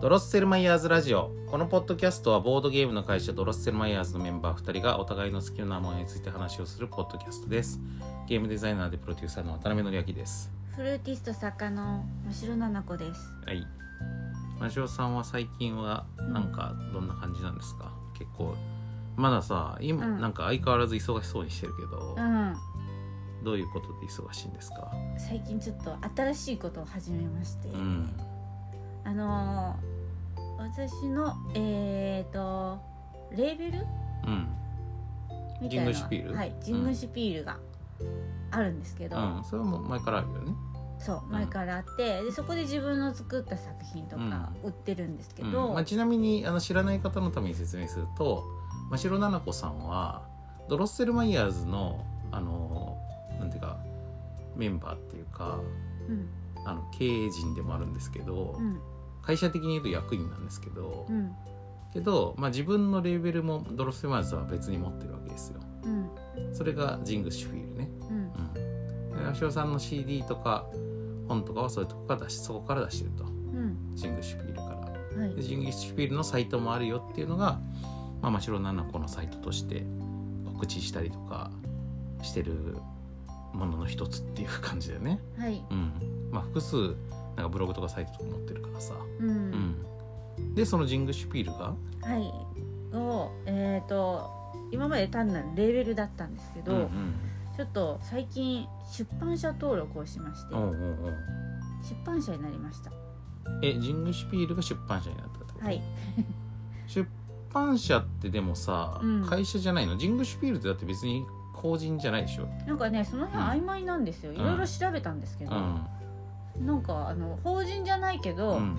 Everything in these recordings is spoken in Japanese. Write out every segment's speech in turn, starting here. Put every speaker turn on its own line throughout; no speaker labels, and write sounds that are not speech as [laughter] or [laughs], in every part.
ドロッセルマイヤーズラジオこのポッドキャストはボードゲームの会社ドロッセルマイヤーズのメンバー2人がお互いの好きなものについて話をするポッドキャストですゲームデザイナーでプロデューサーの渡辺則明です
フルーティスト作家のむろななこです
はいマジオさんは最近はなんかどんな感じなんですか、結構まださ今、
うん
なんか相変わらず忙しそうにしてるけど
う、ん
どういうことで忙しいんですか
最近ちょっと新しいことを始めまして、
うん
あのー私のえっ、とレーベル
うん
みた
ジ
いな
ングシュピール
はいジングシュピールがあるんですけど、
うんそれはもう前からあるよね
そう前からあってでそこで自分の作った作品とか売ってるんですけど、
うんまあ、ちなみにあの知らない方のために説明すると真城菜々子さんはドロッセルマイヤーズのあのなんていうかメンバーっていうか
うん
あの経営陣でもあるんですけど、
うん
会社的に言うと役員なんですけど、
うん
けど、まあ、自分のレーベルもドロッセルマイヤーズは別に持ってるわけですよ。
うん
それがジングシュフィールね。
うん
うんで真城さんの CD とか本とかはそういうとこから出しそこから出してると
うん
ジングシュフィールから。
はい
でジンギスフィールのサイトもあるよっていうのが、まあ、真白七子のサイトとして告知したりとかしてるものの一つっていう感じだよね。
はい
うんまあ、複数なんかブログとかサイトとか持ってるからさ。
うん、
うん、でそのジングシュピールが、
はいをえっ、と今まで単なるレーベルだったんですけど、
うん
ちょっと最近出版社登録をしまして
うんおうおうおう
出版社になりました
えジングシュピールが出版社になったってこと、
はい
出版社ってでもさ、
うん
会社じゃないのジングシュピールってだって別に法人じゃないでしょ。
なんかねその辺
うん
曖昧なんですよ、いろいろ調べたんですけど、
うん
なんかあの法人じゃないけ
う
ど、
ん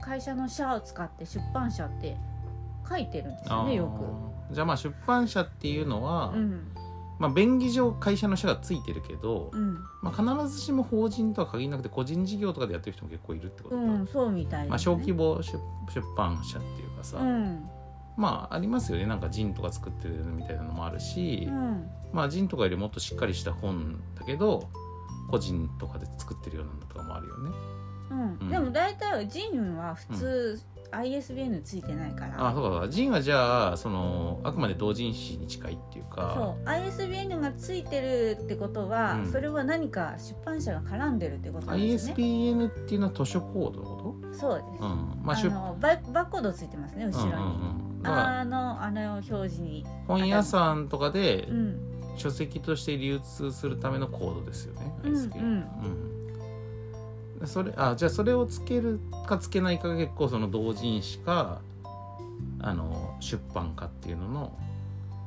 会社の社を使って出版社って書いてるんですよねよ
くじゃあまあ出版社っていうのは、
くうん
まあ便宜上会社の社がついてるけど、
うん
まあ、必ずしも法人とは限らなくて個人事業とかでやってる人も結構いるってこと
う
だ、
んそうみたい
まあ、
です
小
ね
規模出出版社っていうかさ、
うん
まあありますよねなんか人とか作ってるみたいなのもあるし、
うん
まあ人とかよりもっとしっかりした本だけど個人とかで作ってるようなのとかもあるよね。
うん
うん
でも大体ジンは普通 ISBN ついてないから、
あそうかそうか人はじゃあそのあくまで同人誌に近いっていうか
そう ISBN がついてるってことは、
うん
それは何か出版社が絡んでるってことなんですね。
ISBN っていうのは図書コードのこと
そうです。
うん、ま
あ
あ出
のババーコードついてますね後ろに。
うんうんうん、だから
あのあの表示に。
本屋さんとかで
うん
書籍として流通するためのコードですよね、
うん
ISBN うんそれあじゃあそれをつけるかつけないかが結構その同人誌かあの出版かっていうのの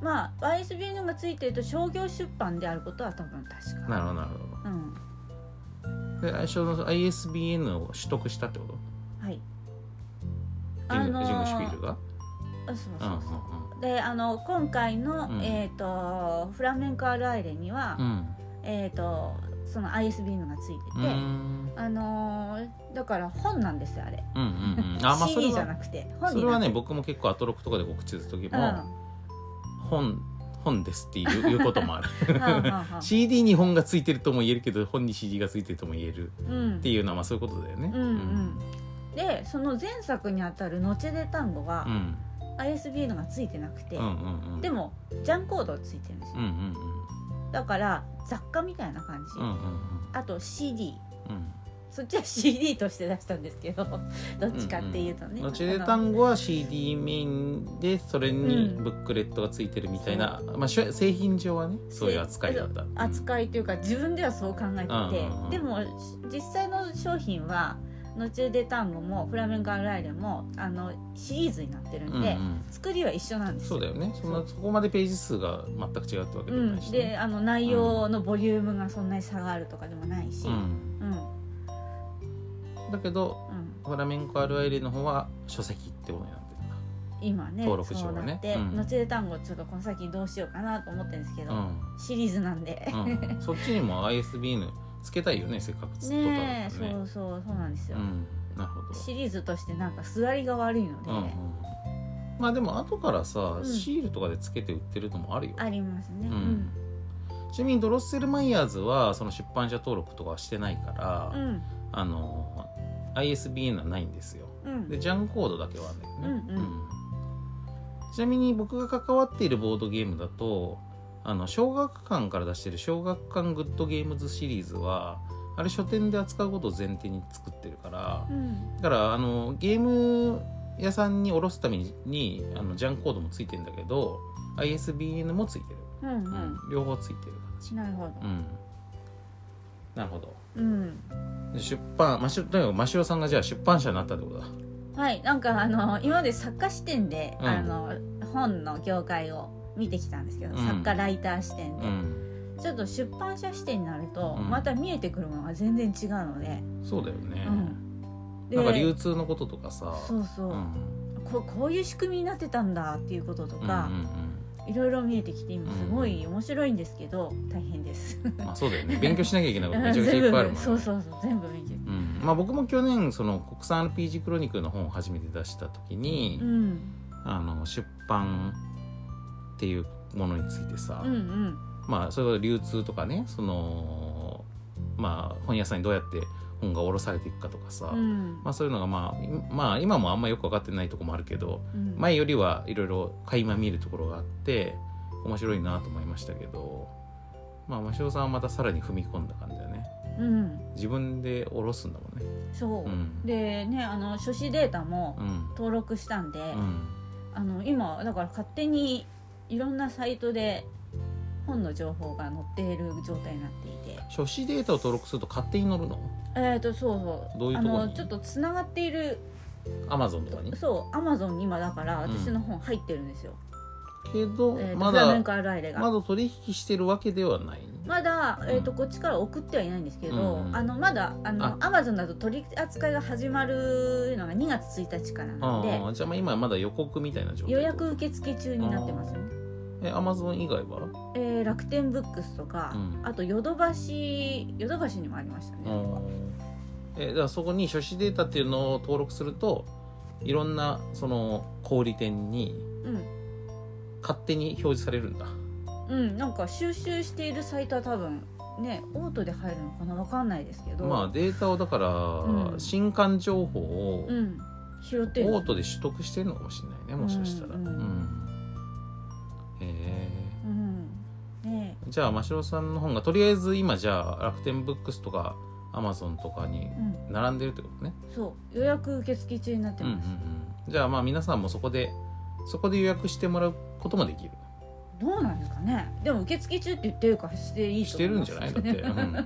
まあ ISBN がついてると商業出版であることは多分確か。
なるほどなるほ
うん
どで最初の ISBN を取得したってこと
はい。
ジング,、
あのー
ジングシュピールが
あそう
うん
そうそう。であの今回の、
うん
えっ、とフラメンコアルアイレには、えっ、とその ISBN がつ
う
いてて。
んうんうん
あのーだから本なんですよあれ
うんうんうんあまあそれ
CD じゃ
は
なくて本
そ
に
れ
な
は
っ
ね僕も結構アトロックとかで告知する時
うん、
も、本本ですっていういうこと
[laughs]
もある
はんはん
[laughs]
はん
CD に本がついてるとも言えるけど本に CD がついてるとも言える
うん
っていうのはまあそういうことだよね
うんうんでその前作にあたる「ノチェデ単語」は
うん
ISBN がついてなくて、
うんうんうん
でもジャンコードついてるんです
う
よ、
んうん
だから雑貨みたいな感じ、
うんうんうん
あと CD
うん
そっちは CD として出したんですけど [laughs] どっちかっていうとね、
うん後で単語は CD メインでそれにブックレットがついてるみたいな、まあ、しゅ製品上はねそういう扱いだった
扱いというか自分ではそう考えてて、
うんうんうん
でも実際の商品はノチュデタンゴもフラメンコアルアイレもあのシリーズになってる
うんん
で、
うん
作りは一緒なんです
そうだよねそんなそこまでページ数が全く違うってわけで
う
もない
ん、
し、
で
ね
あの内容のボリュームがそんなに差があるとかでもないし、
う
うん
ん
うん
だけどフラメンコ RIL の方は書籍ってことになってるんだ
今ね
登録
そ
上
う
はね
なって、
うん
ノチュデタンゴちょっとこの先どうしようかなと思ってるんですけど、
うん
シリーズなんで、
うん、そっちにも ISBN つけたいよねせっかく作っとったん
ねえ
だから
そ
ね
うそうそうなんです
う
よ、
んなるほど、
シリーズとしてなんか座りが悪いので、
うんうん、まあでも後からさ、
うん
シールとかでつけて売ってるのもあるよ、
ありますね、
う
うん
ん、ちなみにドロッセルマイヤーズはその出版社登録とかはしてないから、
うん
あの ISBN はないんですよ
うん
でジャンコードだけはあるんだよね、
うんうん
ちなみに僕が関わっているボードゲームだとあの小学館から出してる小学館グッドゲームズシリーズはあれ書店で扱うことを前提に作ってるから、
うん
だからあのゲーム屋さんに卸すためににあのジャンコードもついてんだけど ISBN もついてる、
うんうん
両方ついてる形、
なるほど
うん、なるほど
うん
で出版ましゅとにかく真汐さんがじゃあ出版社になったってことだ
はいなんかあの今まで作家視点で、
うん
あの本の業界を見てきたんですけど、
うん
作家ライター視点で、
うん
ちょっと出版社視点になると、
うん
また見えてくるものが全然違うので
そうだよね、
うんで
なんか流通のこととかさ
そうそう、
うん
ここういう仕組みになってたんだっていうこととか
うん、うん
いろいろ見えてきて今
うん
すごい面白いんですけど、大変です。
うんまあそうだよね勉強しなきゃいけない [laughs] ことめちゃくちゃ
[laughs] 全
いっぱいある
部
もんね
そうそうそう全部勉強。
うんまあ、僕も去年その国産 RPG クロニクルの本を初めて出した時に、
うん
あの出版っていうものについてさ、
うんうん
まあそれは流通とかねそのまあ本屋さんにどうやって本が卸されていくかとかさ、
うん
まあ、そういうのが、まあ、いまあ今もあんまよく分かってないとこもあるけど
うん。
前よりはいろいろ垣間見るところがあって面白いなと思いましたけどまあ真汐さんはまたさらに踏み込んだ感じだね
うん
自分で卸すんだもんね
そう。
うん
でねあの書誌データも
うん
登録したんで、
うん
あの今だから勝手にいろんなサイトで本の情報が載っている状態になっていて。
書誌データを登録すると勝手に載るの
えー、とそうそう
どういうとこに
あのちょっとつながっている
Amazon とかに
そうアマゾンに今だから
うん
私の本入ってるんですよ、
けど、
えーと
ま
フラメ
だ
ンコ RI が
まだ取引してるわけではない
まだ、
うん
えー、とこっちから送ってはいないんですけど、
うんうん
あのまだあ
あ
のアマゾンだと取り扱いが始まるのが2月1日からな
あ
ので
あじゃあまあ今はまだ予告みたいな状態
予約受付中になってますね、
え Amazon 以外は
えー楽天ブックスとか、
うん
あとヨドバシヨドバシにもありましたね、
えだからそこに書誌データっていうのを登録するといろんなその小売店に
うん
勝手に表示されるんだ
うん、なんか収集しているサイトは多分ねオートで入るのかなわかんないですけど、
まあデータをだから、
うん
新刊情報を
うん、拾ってる
オートで取得してるのかもしれないねもしかしたら、う
うんんうん
へえ
うんね
じゃあ真城さんの本がとりあえず今じゃあ楽天ブックスとかアマゾンとかに
えうん
並んでるってことね、
そう予約受付中になって
うんうんう
ま
ん
す、
じゃあまあ皆さんもそこでそこで予約してもらうこともできる
どうなんですかねでも受付中って言ってるからしていい
し
と
て
思
るん
います
じゃないだって、
[laughs]
うん、ま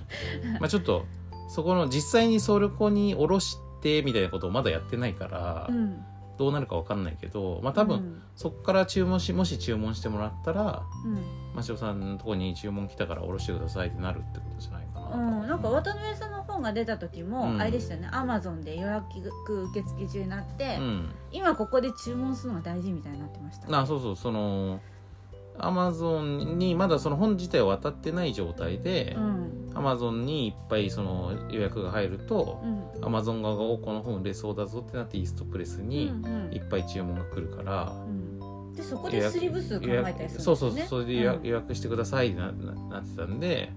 あちょっとそこの実際にそこに下ろしてみたいなことをまだやってないから、
[laughs] うん
どうなるかわかんないけどまあ多分、そこから注文しもし注文してもらったら
うん、
真汐さんのとこに注文来たから下ろしてくださいってなるってことじゃないかな、
うんうんなんか渡辺さんの本が出た時も、
うん
あれでしたよねアマゾンで予約受付中になって、
うん
今ここで注文するのが大事みたいになってました
あそうそうそのアマゾンにまだその本自体は渡ってない状態で
う、ん
アマゾンにいっぱいその予約が入ると
う、ん
アマゾン側がおこの本売れそうだぞってなってイーストプレス
う
に
んうん
いっぱい注文が来るから、
うんでそこ
予
で
約
スリーブ数考
予
え
約
たりするんですね
そうそうそうそれで予約,、
うん
してくださいってなななってたんで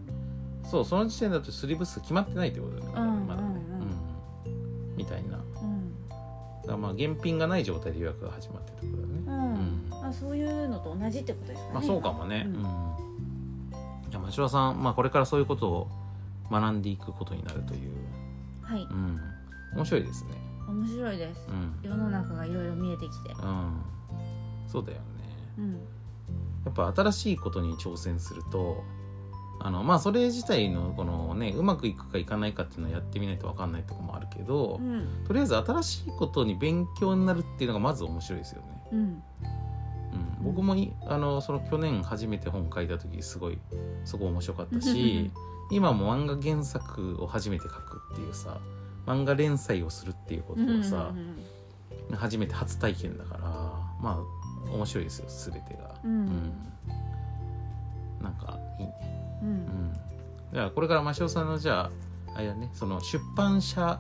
そうその時点だとスリーブ数決まってないってことだよね、
うん
まだね、
うんうん
うんみたいなだか
うん
らまあ現品がない状態で予約が始まってるってことだね、
う
う
ん
ん
まあ、そういうのと同じってことですかね
まあそうかもね。
うん
うんいや町田さん、まあ、これからそういうことを学んでいくことになるという、
はい
うん、面白いですね。
面白いです、
うん、
世の中がいろいろ見えてきて
うん、そうだよね。
うん
やっぱ新しいことに挑戦するとあのまあそれ自体のこのねうまくいくかいかないかっていうのをやってみないと分かんないとこもあるけど、
うん
とりあえず新しいことに勉強になるっていうのがまず面白いですよね。
うん
うん、僕もいあのその去年初めて本書いた時すごいそこ面白かったし今も漫画原作を初めて書くっていうさ漫画連載をするっていうことをさ
う、ん
初めて初体験だからまあ面白いですよ全てが、う
う
んんなんかいいね、
うんうん
うん、じゃあこれから真汐さんのじゃああれだねその出版社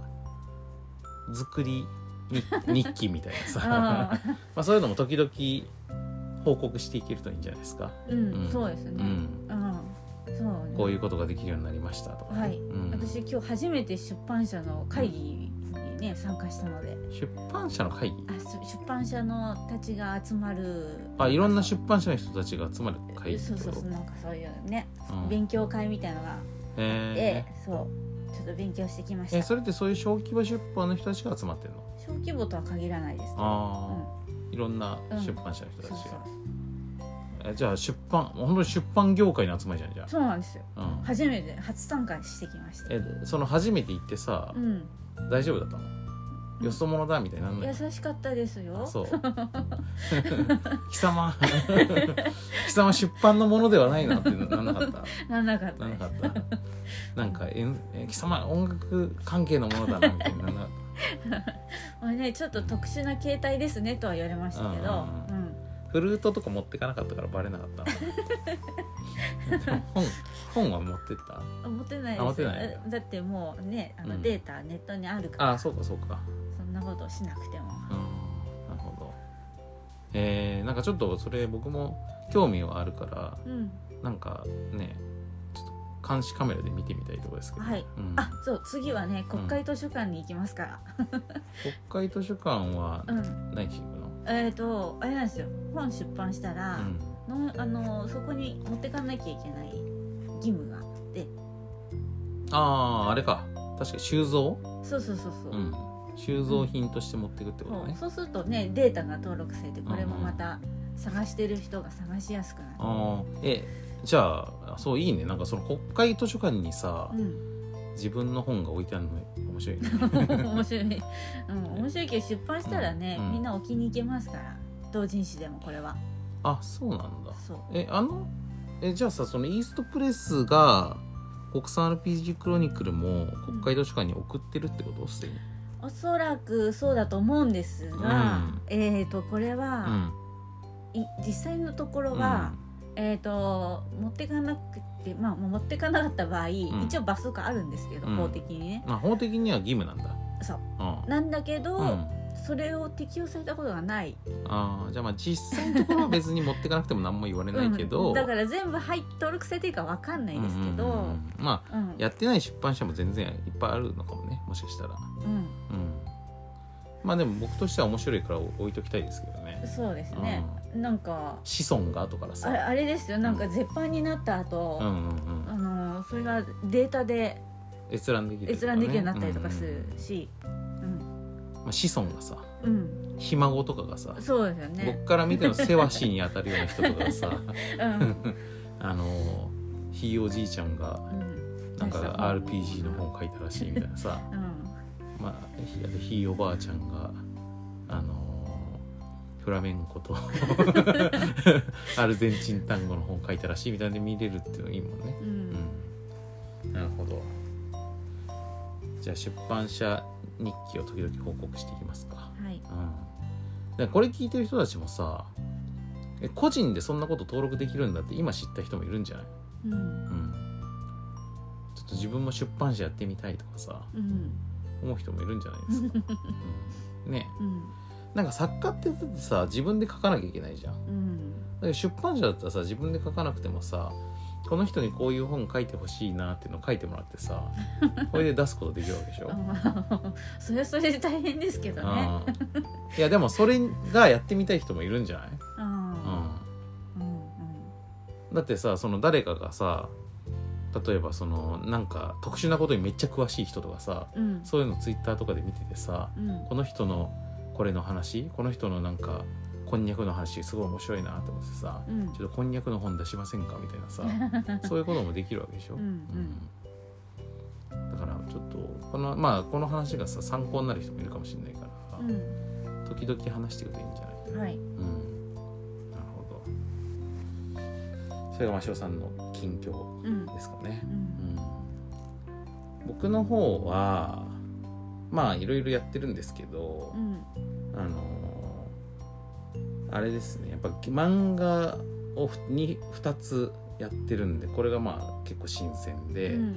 作り日日記みたいなさ
ああ
[laughs] まあ、そういうのも時々報告していけるといいんじゃないですか、 [laughs]
うん
うん
そうです
う
ね
ん、
うんそうね
こういうことができるようになりましたとかね、
はい
うん
私今日初めて出版社の会議にね参加したので
出版社の会議
あす出版社のたちが集まる
あいろんな出版社の人たちが集まる会議って
そう
こと
そうそうなんかそういうね、
うん
勉強会みたいなのがあって、
え
そうちょっと勉強してきまし
ー、え
た
それってそういう小規模出版の人たちが集まってるの
小規模とは限らないですけど
ああ、いろんな
うん
出版社の人たち
そう
が、
そう
えじゃあ出版もう本当に出版業界の集まりじゃんじゃ
そうなんですよ
あ、うん、
初めて初参加してきました
えその初めて行ってさ
う、ん
大丈夫だったのよそ者だみたいになんない
優しかったですよ [laughs]
そう貴様 [laughs] 貴様出版のものではないなってなんなかった
なんなかった
な
で
ん
す
なかったなんかえんえ貴様音楽関係のものだなみたいになんなかっ
まあねちょっと特殊な形態ですねとは言われましたけど、
う
うんん
たフルートとか持ってかなかったからバレなかった
[laughs]
なでも本本は持ってった
持てな
あ
いで
持
す
て
よ
ないんだ
えだってもうねあ
う
の
ん
データネットにあるから、
あそうかそうか
そんなことしなくても
うんなるほどえー、なんかちょっとそれ僕も興味はあるから
うん
なんかねちょっと監視カメラで見てみたいところですけど、
はい
うん、
あそう次はね国会図書館に行きますから、
国会図書館は
うん
何しに行くの、
えっ、とあれなんですよ本出版したら、
うん
のあのそこに持ってかなきゃいけない義務があって
あああれか確か収蔵、
そうそうそうそう
う,、ん、収蔵品として持っていくってこと
そ
ね
う、そうするとねデータが登録されてこれも
うんうん
また探してる人が探しやすくなる、
ああえじゃあそういいねなんかその国会図書館にさ、
うん、 [laughs]
自分の本が置いてあるの面白いね
面白い、うん、面白いけど出版したらね、
うん
みんな置きに行けますから同人誌でもこれは
あそうなんだ
そう
えあのえじゃあさそのイーストプレスが国産 RPG クロニクルも国会図書館に送ってるってことすでに
おそらくそうだと思うんですが、えっ、とこれ
う
は、
ん
い実際のところ
うん
は、えっ、と持ってかなくてまあもう持ってかなかった場合、一応罰則あるんですけど、
うん
法的にね
まあ法的には義務なんだ
そう
うん
なんだけど、
うん
それを適用されたことがない
あーじゃあまあ実際のところは別に持っていかなくても何も言われないけど、
うんだから全部入っ登録されてるかわかんないですけど、
う
うん
うんうんうんまあ
ん
やってない出版社も全然いっぱいあるのかもねもしかしたら
うん
うんまあでも僕としては面白いから置いときたいですけどね
そうですね、なんか
子孫が後から
あ
さ
れあれですよなんか絶版になった後、
うんうんうん
あのそれがデータで
閲覧できるとかね
閲覧できるようになったりとかす
うんう
る
ん
し、
まあ、子孫がさ
うん、
ひ孫とかがさ、
うん、そうですよね。
僕から見ての世話しに当たるような人とかが
[laughs]
さ
うん、
あのひいおじいちゃんが
うん、
[laughs] なんか RPG の本書いたらしいみたいなさ
うん、
まあ、ひあとひいおばあちゃんが、あのーフラメンコ
[laughs]
とアルゼンチン単語の本書いたらしいみたいなんで見れるっていうのいいもんね。
う
うん
ん、、
なるほど。じゃあ出版社日記を時々報告していきますか。
はい、
うん、でこれ聞いてる人たちもさえ個人でそんなこと登録できるんだって今知った人もいるんじゃない、
うん、
うん、ちょっと自分も出版社やってみたいとかさ
うん、
思う人もいるんじゃないですか。うんね、
うん、
なんか作家ってだってさ自分で書かなきゃいけないじゃんだ
うん、
けど出版社だったらさ自分で書かなくてもさこの人にこういう本書いてほしいなっていうのを書いてもらってさこれで出すことできるわけでしょ、
あそれはそれで大変ですけどね。
うんいやでもそれがやってみたい人もいるんじゃない、
うん、
う
うん、
ん、だってさその誰かがさ例えばそのなんか特殊なことにめっちゃ詳しい人とかさ
うん、うん、
そういうのツイッターとかで見ててさ
うん、
この人のこれの話この人のなんかこんにゃくの話すごい面白いなと思ってさ
うん、
ちょっとこんにゃくの本出しませんかみたいなさ
[laughs]
そういうこともできるわけでしょ、
うんうん
うんだからちょっとこのまあこの話がさ参考になる人もいるかもしれないから、
う
時々話していくといいんじゃない、
ん、はい、
うん、なるほどそれが真汐さんの近況
うん、
ですかね
う、、
うんん、僕の方はまあいろいろやってるんですけど、
うん、
あのーあれですねやっぱ漫画をふに2つやってるんでこれがまあ結構新鮮で、
うん、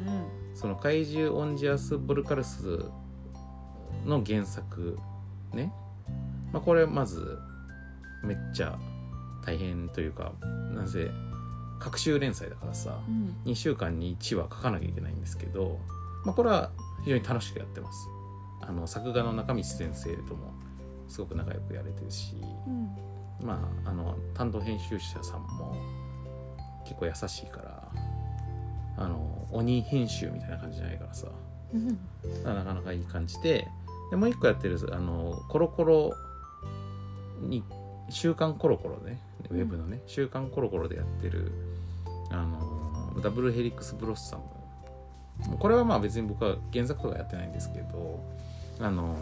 その怪獣オンジアス・ボルカルスの原作ね、まあ、これまずめっちゃ大変というかなぜ各週連載だからさ
うん、
2週間に1話書かなきゃいけないんですけど、まあ、これは非常に楽しくやってます。あの作画の中道先生ともすごく仲良くやれてるし、
うん
まあ、あの担当編集者さんも結構優しいからあの鬼編集みたいな感じじゃないからさ
うん
だからなかなかいい感じででもう一個やってるあのコロコロに「週刊コロコロね」ウェブのね「週刊コロコロ」でやってるあのダブルヘリックスブロッサムもうこれはまあ別に僕は原作とかやってないんですけどあの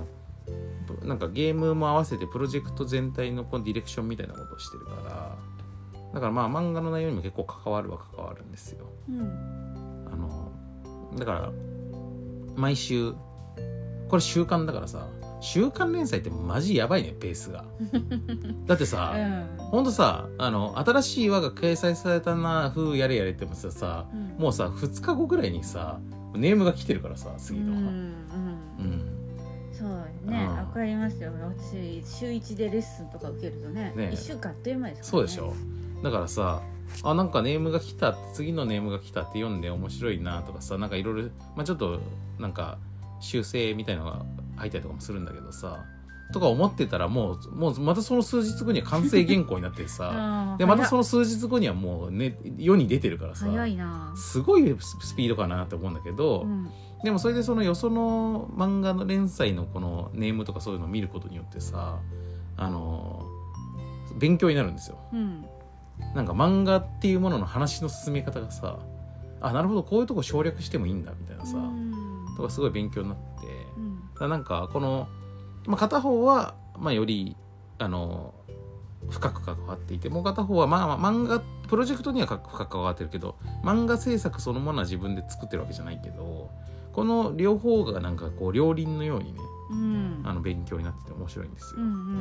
ぶなんかゲームも合わせてプロジェクト全体のこのディレクションみたいなことをしてるからだからまあ漫画の内容にも結構関わるは関わるんですよ。
うん
あのだから毎週これ週刊だからさ週刊連載ってマジやばいねペース
[laughs]
がだってさ、ほんとさあの新しい話が掲載されたな風やれやれってもささ
うん
もうさ2日後ぐらいにさネームが来てるからさ次
うん
の
う
はうんん
そうね
うん
わかりますよ私週一でレッスンとか受けるとね
ね
一週間あっという間ですからね
そうでしょだからさあなんかネームが来た次のネームが来たって読んで面白いなとかさなんかいろいろまあちょっとなんか修正みたいのが入ったりとかもするんだけどさとか思ってたらもうもうまたその数日後には完成原稿になってさ
あー
でまたその数日後にはもう、ね、世に出てるからさ
早いな
すごいススピードかなって思うんだけど、
うん
でもそれでそのよその漫画の連載のこのネームとかそういうのを見ることによってさあの勉強になるんですよ。
うん
なんか漫画っていうものの話の進め方がさあなるほどこういうとこ省略してもいいんだみたいなさ、
うん
とかすごい勉強になって
うん
だからなんかこの、まあ、片方は、まあ、よりあの深く関わっていてもう片方はまあまあ漫画プロジェクトにはか深く関わってるけど漫画制作そのものは自分で作ってるわけじゃないけどこの両方がなんかこう両輪のようにね
うん
あの勉強になってて面白いんですよ。
うんうん
うん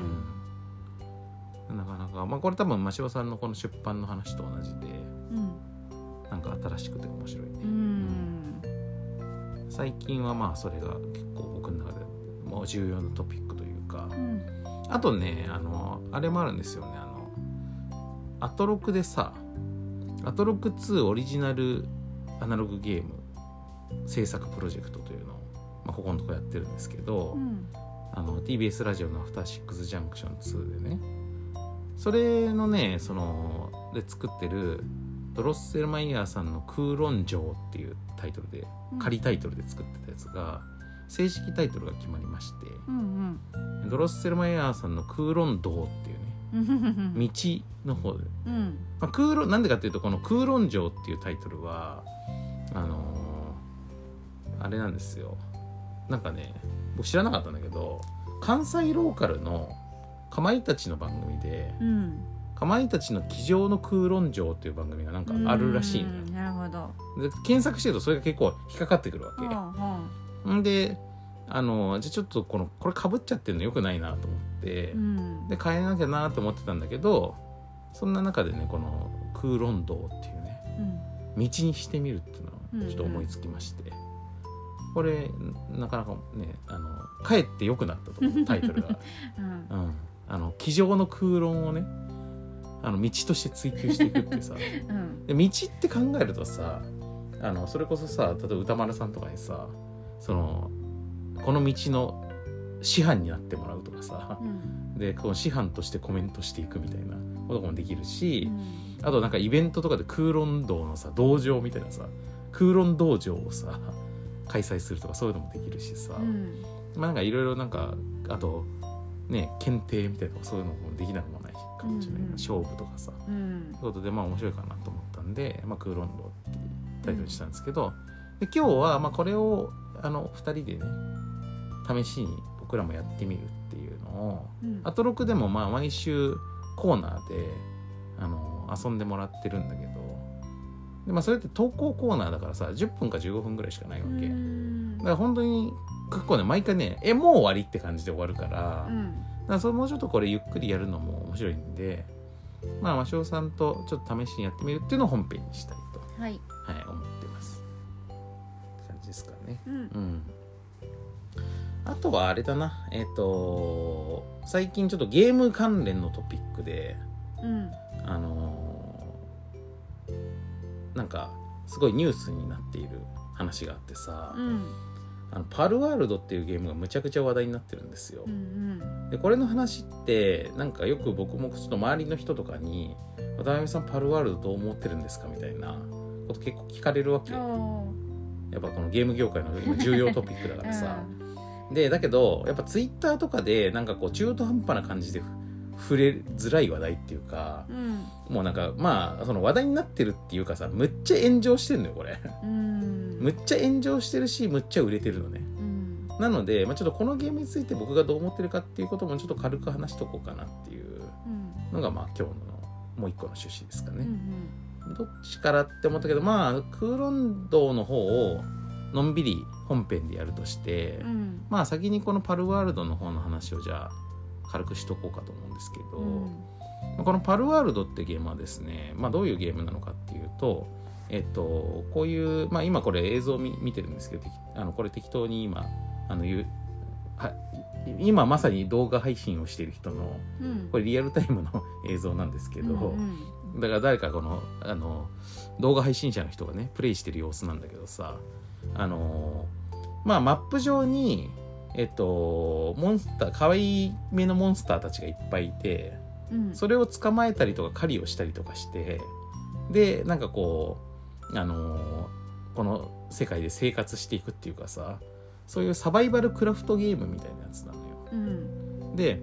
なかなか、まあ、これ多分真柴さんのこの出版の話と同じで
うん
なんか新しくて面白いね、
うん
最近はまあそれが結構僕の中でもう重要なトピックというか
うん
あとねあのあれもあるんですよねあのアトロクでさアトロク2オリジナルアナログゲーム制作プロジェクトというのを、まあ、ここのとこやってるんですけど、
うん
あの TBS ラジオの「アフターシックスジャンクション2」でねそれのねそので作ってるドロッセルマイヤーさんの「空論城」っていうタイトルで仮タイトルで作ってたやつが正式タイトルが決まりまして
うん
ドロッセルマイヤーさんの「空論道」っていうね
うんうん
道の方で、
うん
まあ、空論なんでかっていうとこの「空論城」っていうタイトルはあのーあれなんですよなんかね僕知らなかったんだけど関西ローカルのかまいたちの番組で
うん
かまいたちの机上の空論城っていう番組がなんかあるらしいの
うんなるほど
よで検索してるとそれが結構引っかかってくるわけ、
ほうほ
んであのじゃあちょっとこのこれかぶっちゃってるのよくないなと思って、
ううん
で変えなきゃなと思ってたんだけどそんな中でねこの「空論道」っていうね
う
道
ん
にしてみるっていう
うん
の
う
を
ん
ちょっと思いつきまして、これなかなかねあのかえって良くなったと
[laughs]
思うタイトルが、
うん
うん、あの机上の空論をねあの道として追求していくって
[laughs]
いうさで
うん
道って考えるとさあのそれこそさ例えば歌丸さんとかにさそのこの道の師範になってもらうとかさ
うん
でこの師範としてコメントしていくみたいなこともできる
う
し、
ん
あとなんかイベントとかで空論道のさ道場みたいなさ空論道場をさ開催するとかそういうのもできるしさ、
うん
まあなんかいろいろなんかあとね検定みたいなとかそういうのもできなくもないかもしれないな、
うんうん
勝負とかさと
うん
いうことでまあ面白いかなと思ったんで「まあ、空論道」っていうタイトルにしたんですけど、で今日はまあこれをあの2人でね試しに僕らもやってみるっていうのを
うん
アトロクでもまあ毎週コーナーであの遊んでもらってるんだけどで、まあ、それって投稿コーナーだからさ10分か15分ぐらいしかないわけ、
う
だ
ん
から本当に結構ね毎回ね「えもう終わり?」って感じで終わるから,、
う
だ
ん
からそれもうちょっとこれゆっくりやるのも面白いんでまあ真汐さんとちょっと試しにやってみるっていうのを本編にしたいと、
は
は
い
い、思ってますって感じですかね
うん
うんあとはあれだなえっ、と最近ちょっとゲーム関連のトピックで
うん
あのーなんかすごいニュースになっている話があってさ、
うん
あのパルワールドっていうゲームがむちゃくちゃ話題になってるんですよ
う。ん
でこれの話ってなんかよく僕もちょっと周りの人とかに「渡辺さんパルワールドどう思ってるんですか?」みたいなこと結構聞かれるわけ
うん。
や
お
っぱこのゲーム業界の今重要トピックだ
ー
からさ。でだけどやっぱツイッターとかでなんかこう中途半端な感じでふ触れづらい話題っていうか
うん。
もうなんかまあその話題になってるっていうかさむっちゃ炎上してんのよこれ [laughs]
うん。
むっちゃ炎上してるしむっちゃ売れてるのね
うん。
なので、まあ、ちょっとこのゲームについて僕がどう思ってるかっていうこともちょっと軽く話しとこうかなっていう
うん。
のがまあ今日のもう一個の趣旨ですか
う
ね、
ん。
どっちからって思ったけどまあ空論道の方をのんびり本編でやるとして、
うん。
まあ先にこのパルワールドの方の話をじゃあ軽くしとこうかと思うんですけど、まあこのパルワールドってゲームはですね、まあ、どういうゲームなのかっていうとえっとこういう、まあ、今これ映像を見見てるんですけど適あのこれ適当に今あの言うは今まさに動画配信をしてる人の
うん。
こ
れ
れリアルタイムの [laughs] 映像なんですけど、
うん。
だから誰かこのあの動画配信者の人がねプレイしてる様子なんだけどさあのまあマップ上にえっとモンスター可愛い目のモンスターたちがいっぱいいて
うん。
それを捕まえたりとか狩りをしたりとかしてでなんかこうあのこの世界で生活していくっていうかさそういうサバイバルクラフトゲームみたいなやつなのよ。
うん。
で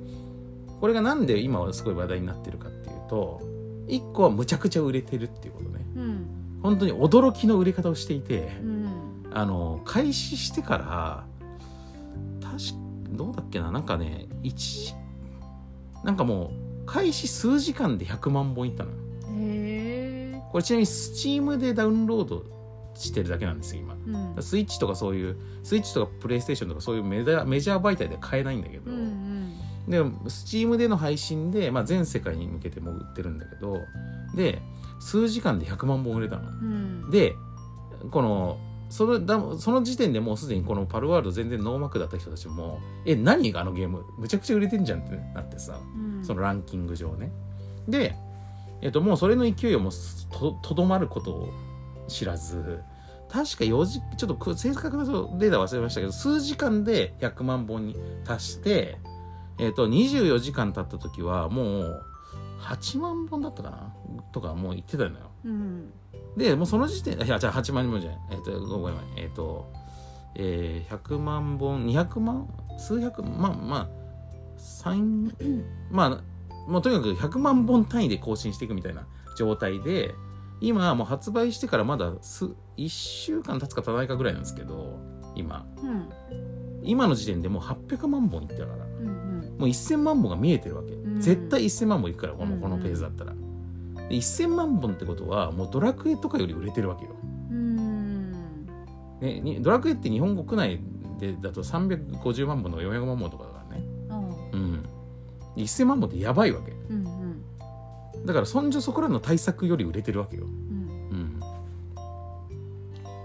これがなんで今はすごい話題になってるかっていうと1個はむちゃくちゃ売れてるっていうことね
うん。
本当に驚きの売れ方をしていて
うん。
あの開始してから確かどうだっけななんかね一時なんかもう開始数時間で100万本いったのよ
へえ。
これちなみに Steam でダウンロードしてるだけなんですよ今
うん。
スイッチとかそういうスイッチとかプレイステーションとかそういうメジャーメジャー媒体では買えないんだけど、
うん。
で Steam での配信で、まあ、全世界に向けても売ってるんだけどで数時間で100万本売れたの。
うん。
でこのそのだその時点でもうすでにこのパルワールド全然ノーマークだった人たちも「え何あのゲームむちゃくちゃ売れてんじゃん」ってなってさ
うん。
そのランキング上ね。で、えっと、もうそれの勢いをもうととどまることを知らず確か4時ちょっとく正確なデータ忘れましたけど数時間で100万本に達して、えっと、24時間経った時はもう8万本だったかなとかもう言ってたのよ。
うん。
でもうその時点いやじゃあ8万本じゃないえっとごめんごめんえっとえー、100万本200万数百まあまあ
[clears throat]
三まあもうとにかく100万本単位で更新していくみたいな状態で今もう発売してからまだ数1週間経つか経たないかぐらいなんですけど今
うん。
今の時点でもう800万本いってたから
うん。
もう1000万本が見えてるわけ、
ん
絶対1000万本いくからこ
うん
の
うん
このペースだったら、で1000万本ってことはもうドラクエとかより売れてるわけよ、
うん。
ね、にドラクエって日本国内でだと350万本とか400万本とかだからねうん1000万本ってやばいわけ
うん。うん。
だからそんじょそこらの対策より売れてるわけよ、
うん。
うん、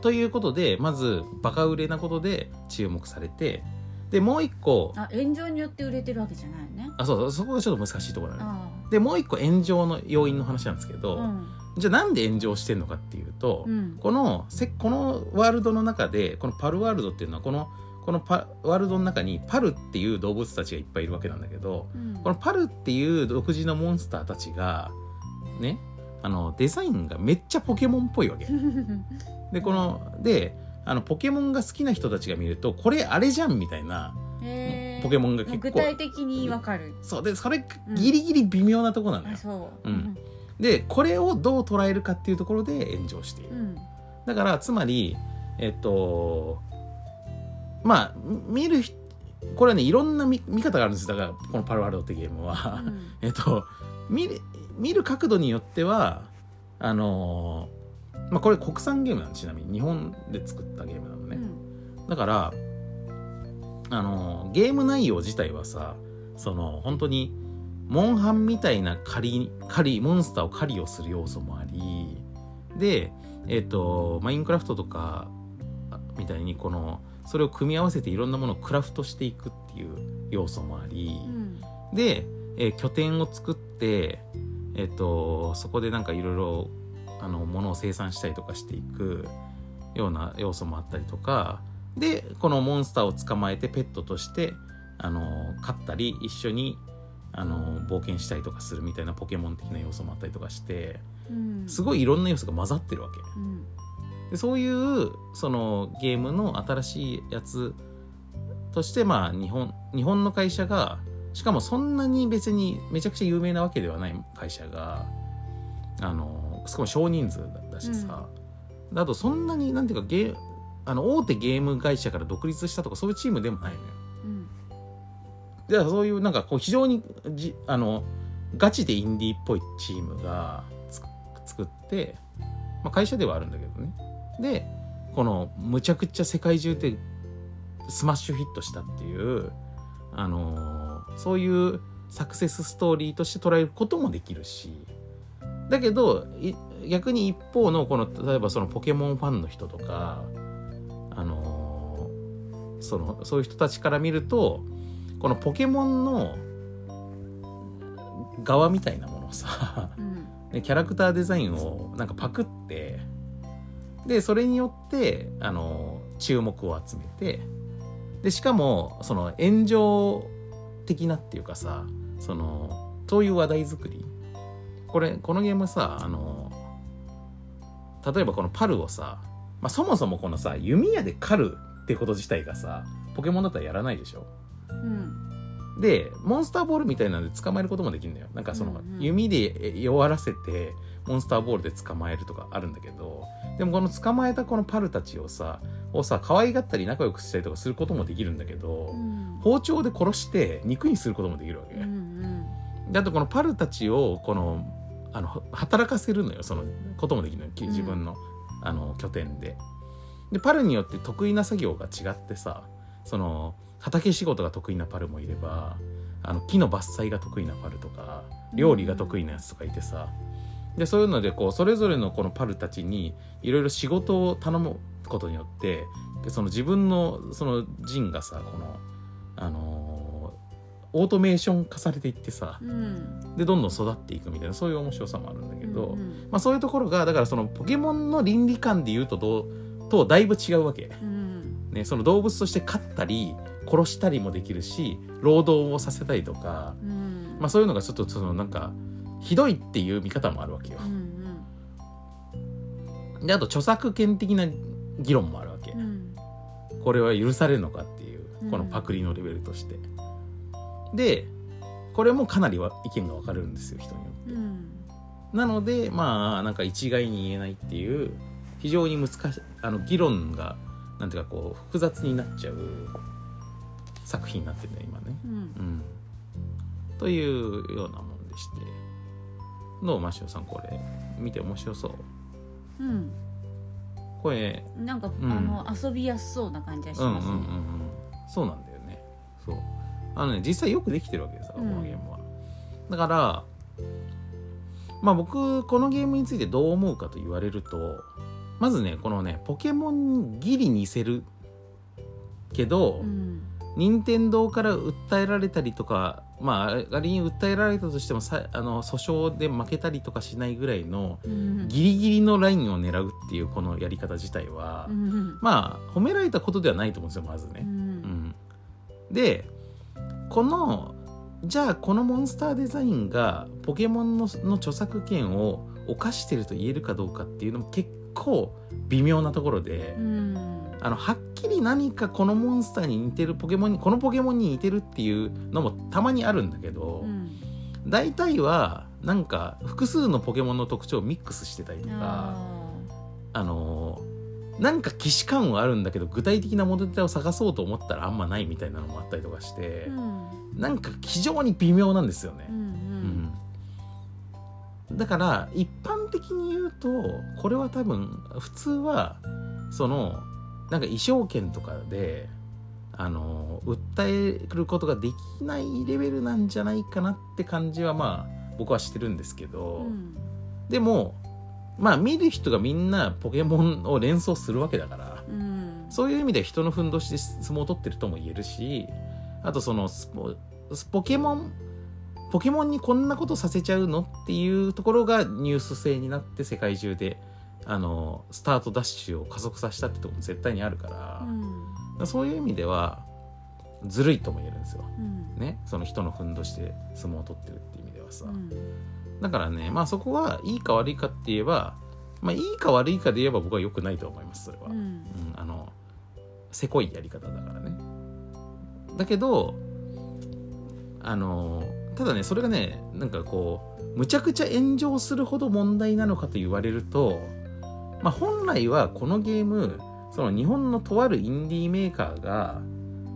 ということでまずバカ売れなことで注目されてでもう一個あ
あ、炎上によって売れてるわけじゃないよね。
そうそうそこがちょっと難しいところだね
あ
でもう一個炎上の要因の話なんですけ
あ。
ど、
うん。
じゃあなんで炎上してんのかっていうと、
うん。
このせこのワールドの中でこのパルワールドっていうのはこのこのパワールドの中にパルっていう動物たちがいっぱいいるわけなんだけど
うん
このパルっていう独自のモンスターたちがねあのデザインがめっちゃポケモンっぽいわけ。でこのであのポケモンが好きな人たちが見るとこれあれじゃんみたいな
へー
ポケモンが結構
具体的にわかる。
そうでそれギリギリ微妙なとこなの
あ、
よ。
そう。
うんでこれをどう捉えるかっていうところで炎上している
う。ん。
だからつまりえっとまあ見る人これはねいろんな見見方があるんですだからこの「パルワールド」ってゲーム
う
は、
ん。
えっと見る見る角度によってはあのーまあこれ国産ゲームなのちなみに日本で作ったゲームなの
う
ね、
ん
だからあのーゲーム内容自体はさその本当にモンハンみたいな狩り狩りモンスターを狩りをする要素もありでえっ、とマインクラフトとかあみたいにこのそれを組み合わせていろんなものをクラフトしていくっていう要素もあり、
うん。
で、えー拠点を作って、えっとそこでなんかいろいろあの物を生産したりとかしていくような要素もあったりとかでこのモンスターを捕まえてペットとしてあの飼ったり一緒にあの冒険したりとかするみたいなポケモン的な要素もあったりとかして
うん
すごいいろんな要素が混ざってるわけ
うん
でそういうそのゲームの新しいやつとしてまあ日本日本の会社がしかもそんなに別にめちゃくちゃ有名なわけではない会社があのしかも少人数だったしさ、あとそんなになんていうかゲーあの大手ゲーム会社から独立したとかそういうチームでもないのよ。
うん
でそういうなんかこう非常にじあのガチでインディーっぽいチームがつ作って、まあ、会社ではあるんだけどねでこのむちゃくちゃ世界中でスマッシュヒットしたっていう、あのーそういうサクセスストーリーとして捉えることもできるしだけどい逆に一方のこの例えばそのポケモンファンの人とか、あのーそのそういう人たちから見るとこのポケモンの側みたいなものをさ [laughs]
うん
ねキャラクターデザインをなんかパクってでそれによってあの注目を集めてでしかもその炎上的なっていうかさそのそういう話題作りこれこのゲームさあの例えばこのパルをさ、まあ、そもそもこのさ弓矢で狩るってこと自体がさポケモンだったらやらないでしょ
うん
でモンスターボールみたいなので捕まえることもできるのよなんかその
うんうん
弓でえ弱らせてモンスターボールで捕まえるとかあるんだけどでもこの捕まえたこのパルたちをさをさ可愛がったり仲良くしたりとかすることもできるんだけど
うん
包丁で殺して肉にすることもできるわけ、
うんうん
であとこのパルたちをこのあの働かせるのよそのこともできるのよき自分の,、あの拠点で。でパルによって得意な作業が違ってさその畑仕事が得意なパルもいればあの木の伐採が得意なパルとか料理が得意なやつとかいてさ、でそういうのでこうそれぞれのこのパルたちにいろいろ仕事を頼むことによってでその自分のその陣がさこの、あのーオートメーション化されていってさ
うん
でどんどん育っていくみたいなそういう面白さもあるんだけど、
うん
まあ、そういうところがだからそのポケモンの倫理観で言うとどうとだいぶ違うわけ、
うん
ね、その動物として飼ったり殺したりもできるし労働をさせたりとか、
うん
まあ、そういうのがちょっとそのなんかひどいっていう見方もあるわけよ
う。ん
であと著作権的な議論もあるわけ
うんう。ん
これは許されるのかっていう
うん
このパクリのレベルとして。でこれもかなりは意見が分かれるんですよ人によって。
うん
なのでまあなんか一概に言えないっていう非常に難しいあの議論がなんていうかこう複雑になっちゃう作品になってるね今ね。
うん
うん、というようなもんでしてどうマシオさんこれ見て面白そう
うん
これ
なんか、
ん
あの遊びやすそうな感じがし
うんうんう
ま
ん
すね。
うんそうなんだよねそうあのね実際よくできてるわけですよこ
うん
のゲームは、だからまあ僕このゲームについてどう思うかと言われるとまずねこのねポケモンにギリ似せるけど、
うん
任天堂から訴えられたりとかまあ仮に訴えられたとしてもさあの訴訟で負けたりとかしないぐらいの
うん
ギリギリのラインを狙うっていうこのやり方自体は、
うん
まあ褒められたことではないと思うんですよまずね。
うん
でこのじゃあこのモンスターデザインがポケモンのの著作権を犯してると言えるかどうかっていうのも結構微妙なところで、
うん
あのはっきり何かこのモンスターに似てるポケモンにこのポケモンに似てるっていうのもたまにあるんだけど、
うん
大体はなんか複数のポケモンの特徴をミックスしてたりとか。
あー
あのーなんか既視感はあるんだけど具体的な元ネタを探そうと思ったらあんまないみたいなのもあったりとかして
う、ん
なんか非常に微妙なんですよね
う。ん
うんだから一般的に言うとこれは多分普通はそのなんか衣装権とかであのー訴えることができないレベルなんじゃないかなって感じはまあ僕はしてるんですけ
う
ど。
ん
でもまあ見る人がみんなポケモンを連想するわけだから
うん
そういう意味では人のふんどしで相撲を取ってるとも言えるしあとそのスポスポケモンポケモンにこんなことさせちゃうのっていうところがニュース性になって世界中であのスタートダッシュを加速させたってところも絶対にあるから、
うん
らそういう意味ではずるいとも言えるんですよ。
うん
ね、その人のふんどしで相撲を取ってるっていう意味ではさ、
うん
だからねまあそこはいいか悪いかって言えばまあいいか悪いかで言えば僕は良くないと思いますそれは、
う
うん
ん
あのせこいやり方だからねだけどあのただねそれがねなんかこうむちゃくちゃ炎上するほど問題なのかと言われるとまあ本来はこのゲームその日本のとあるインディーメーカーが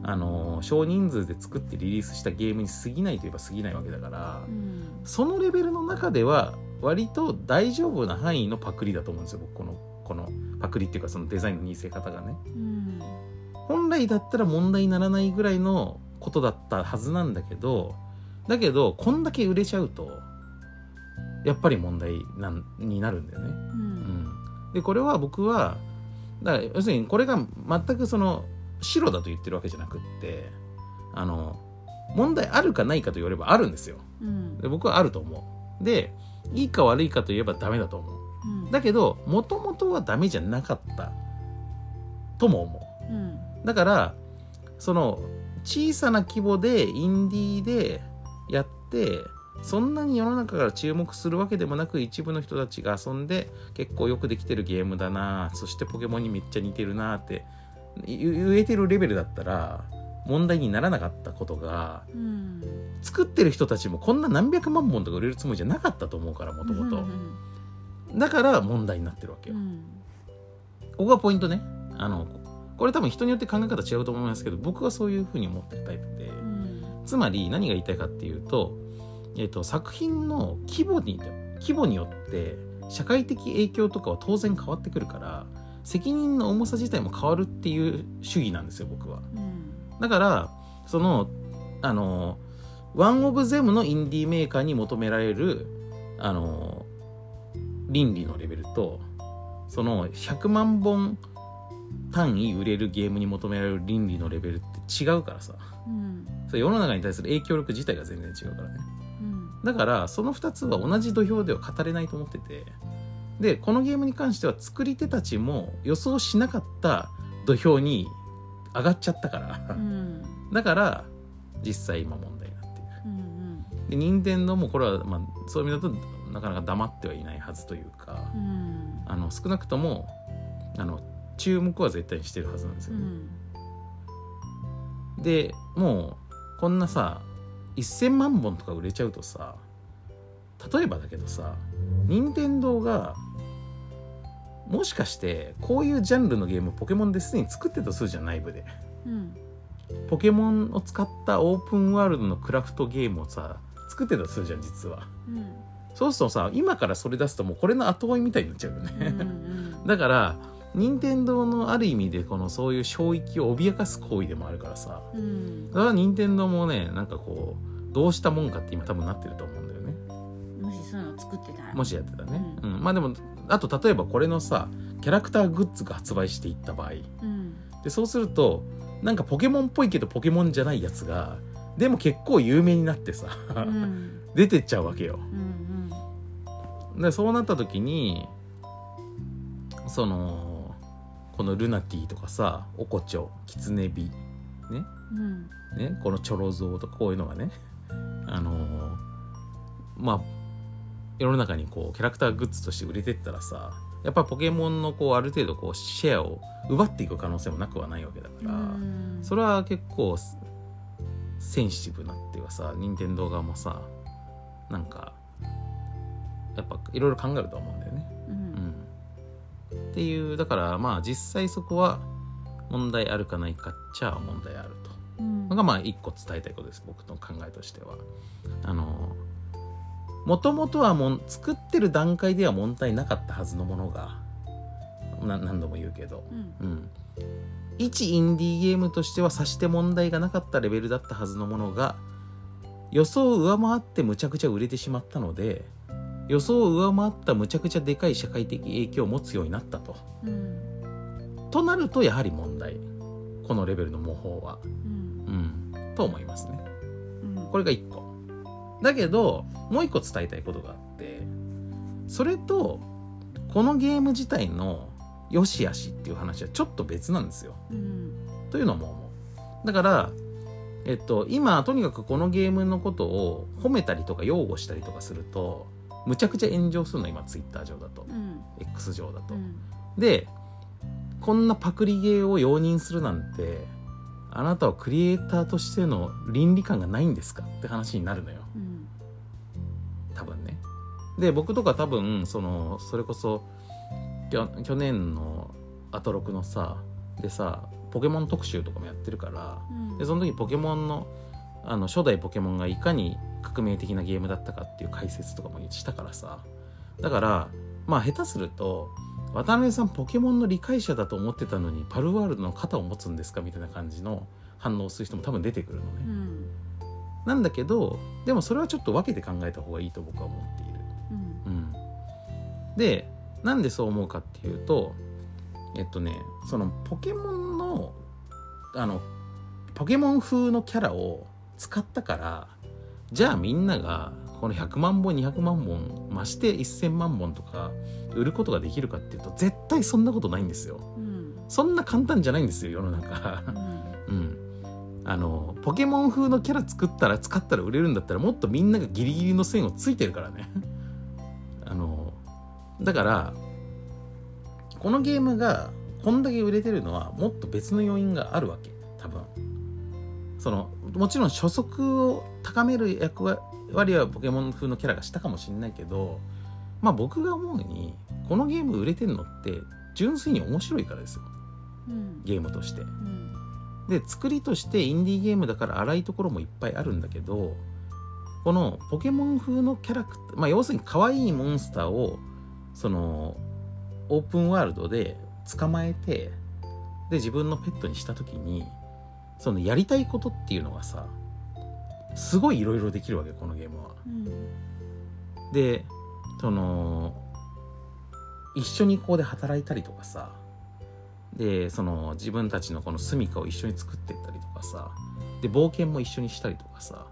あの少人数で作ってリリースしたゲームに過ぎないといえば過ぎないわけだから、
うん
そのレベルの中では割と大丈夫な範囲のパクリだと思うんですよ僕このこのパクリっていうかそのデザインの似せ方がね
うん
本来だったら問題にならないぐらいのことだったはずなんだけどだけどこんだけ売れちゃうとやっぱり問題なんになるんだよね
う
うんん、でこれは僕はだから要するにこれが全くその白だと言ってるわけじゃなくってあの問題あるかないかと言われればあるんですよ
うん
で僕はあると思うでいいか悪いかといえばダメだと思う
うん
だけどもともとはダメじゃなかったとも思
うん
うだからその小さな規模でインディーでやってそんなに世の中から注目するわけでもなく一部の人たちが遊んで結構よくできてるゲームだなそしてポケモンにめっちゃ似てるなって言言えてるレベルだったら問題にならなかったことが
うん
作ってる人たちもこんな何百万本とか売れるつもりじゃなかったと思うからもとも
う
と
ん
だから問題になってるわけ
う
よ、
ん
ここがポイントねあのこれ多分人によって考え方違うと思いますけど僕はそういうふうに思ってるタイプで
うん
つまり何が言いたいかっていうと,、えっと作品の規模に規模によって社会的影響とかは当然変わってくるから責任の重さ自体も変わるっていう主義なんですよ僕は
うん
だからそのあのワン・オブ・ゼムのインディーメーカーに求められるあの倫理のレベルとその100万本単位売れるゲームに求められる倫理のレベルって違うからさ
うん
それ世の中に対する影響力自体が全然違うからね
うん
だからその2つは同じ土俵では語れないと思っててでこのゲームに関しては作り手たちも予想しなかった土俵に上がっちゃったから、
うん
だから実際今問題になっている
うん
で任天堂もこれは、まあ、そういう意味だとなかなか黙ってはいないはずというか
うん
あの少なくともあの注目は絶対にしてるはずなんです
う
よね、
ん
でもうこんなさ1,000万本とか売れちゃうとさ例えばだけどさ任天堂がもしかしてこういうジャンルのゲームポケモンですでに作ってたとするじゃん内部で
うん
ポケモンを使ったオープンワールドのクラフトゲームをさ作ってたとするじゃん実は
うん
そうするとさ今からそれ出すともうこれの後追いみたいになっちゃうよ
うんう
ね、 [laughs]
ん
だから任天堂のある意味でこのそういう衝域を脅かす行為でもあるからさ
うん
それは任天堂もねなんかこうどうしたもんかって今多分なってると思うんだよね
もしそういうの作ってたら
も
し
しやってたね、
う
うんまあでもあと例えばこれのさキャラクターグッズが発売していった場合
うん
でそうするとなんかポケモンっぽいけどポケモンじゃないやつがでも結構有名になってさ、
うん
出てっちゃうわけよ
うん
でそうなった時にそのこのルナティとかさオコチョキツネビ、
うんうん
ね、このチョロゾウとかこういうのがねあのーまあ世の中にこうキャラクターグッズとして売れてったらさやっぱポケモンのこうある程度こうシェアを奪っていく可能性もなくはないわけだか
う
ら、
ん
それは結構セセンシティブなっていうかさ任天堂側もさなんかやっぱいろいろ考えると思うんだよね。
う
うんん、っていうだからまあ実際そこは問題あるかないかっちゃ問題あると
うん
のがまあ一個伝えたいことです僕の考えとしては。あのもともとはもん作ってる段階では問題なかったはずのものがな何度も言うけど
うん
うん、一インディーゲームとしてはさして問題がなかったレベルだったはずのものが予想を上回ってむちゃくちゃ売れてしまったので予想を上回ったむちゃくちゃでかい社会的影響を持つようになったと。
うん
となるとやはり問題このレベルの模倣は。
うん
うん、と思いますね。
うん
これが1個。だけどもう1個伝えたいことがあってそれとこのゲーム自体の良し悪しっていう話はちょっと別なんですよ。
うん
というのも思うだからえっと今とにかくこのゲームのことを褒めたりとか擁護したりとかするとむちゃくちゃ炎上するの今ツイッター上だと
うん
X 上だと、
うん
でこんなパクリゲーを容認するなんてあなたはクリエイターとしての倫理観がないんですかって話になるのよ
うん
多分ねで僕とか多分そのそれこそきょ去年のアトロクのさでさポケモン特集とかもやってるから
うん
でその時ポケモンのあの初代ポケモンがいかに革命的なゲームだったかっていう解説とかもしたからさだからまあ下手すると渡辺さんポケモンの理解者だと思ってたのにパルワールドの肩を持つんですかみたいな感じの反応をする人も多分出てくるのね、
うん
なんだけどでもそれはちょっと分けて考えた方がいいと僕は思っている、
うん
うん、でなんでそう思うかっていうとえっとねそのポケモンのあのポケモン風のキャラを使ったからじゃあみんながこの100万本200万本まして1000万本とか売ることができるかっていうと絶対そんなことないんですよ
うん
そんな簡単じゃないんですよ世の中う
うん
ん、あのポケモン風のキャラ作ったら使ったら売れるんだったらもっとみんながギリギリの線をついてるからね [laughs] あのだからこのゲームがこんだけ売れてるのはもっと別の要因があるわけ多分そのもちろん初速を高める役割はポケモン風のキャラがしたかもしれないけどまあ僕が思うにこのゲーム売れてるのって純粋に面白いからですよ
うん
ゲームとして
うん
で作りとしてインディーゲームだから荒いところもいっぱいあるんだけどこのポケモン風のキャラクター、まあ、要するに可愛いモンスターをそのオープンワールドで捕まえてで自分のペットにした時にそのやりたいことっていうのがさすごいいろいろできるわけこのゲームは。
うん
でその一緒にここで働いたりとかさでその自分たちのこの住処を一緒に作ってったりとかさで冒険も一緒にしたりとかさ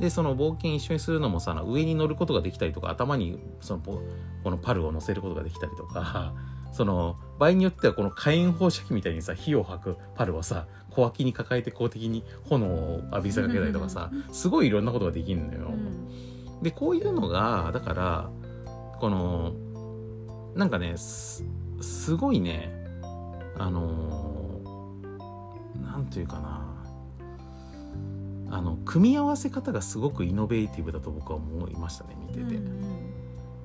でその冒険一緒にするのもさ上に乗ることができたりとか頭にそのぼこのパルを乗せることができたりとか [laughs] その場合によってはこの火炎放射器みたいにさ火を吐くパルをさ小脇に抱えて公的に炎を浴びせかけたりとかさすごいいろんなことができるのよ。
うん
でこういうのがだからこのなんかねすすごいねあのーなんというかなあの組み合わせ方がすごくイノベーティブだと僕は思いましたね見てて。
うん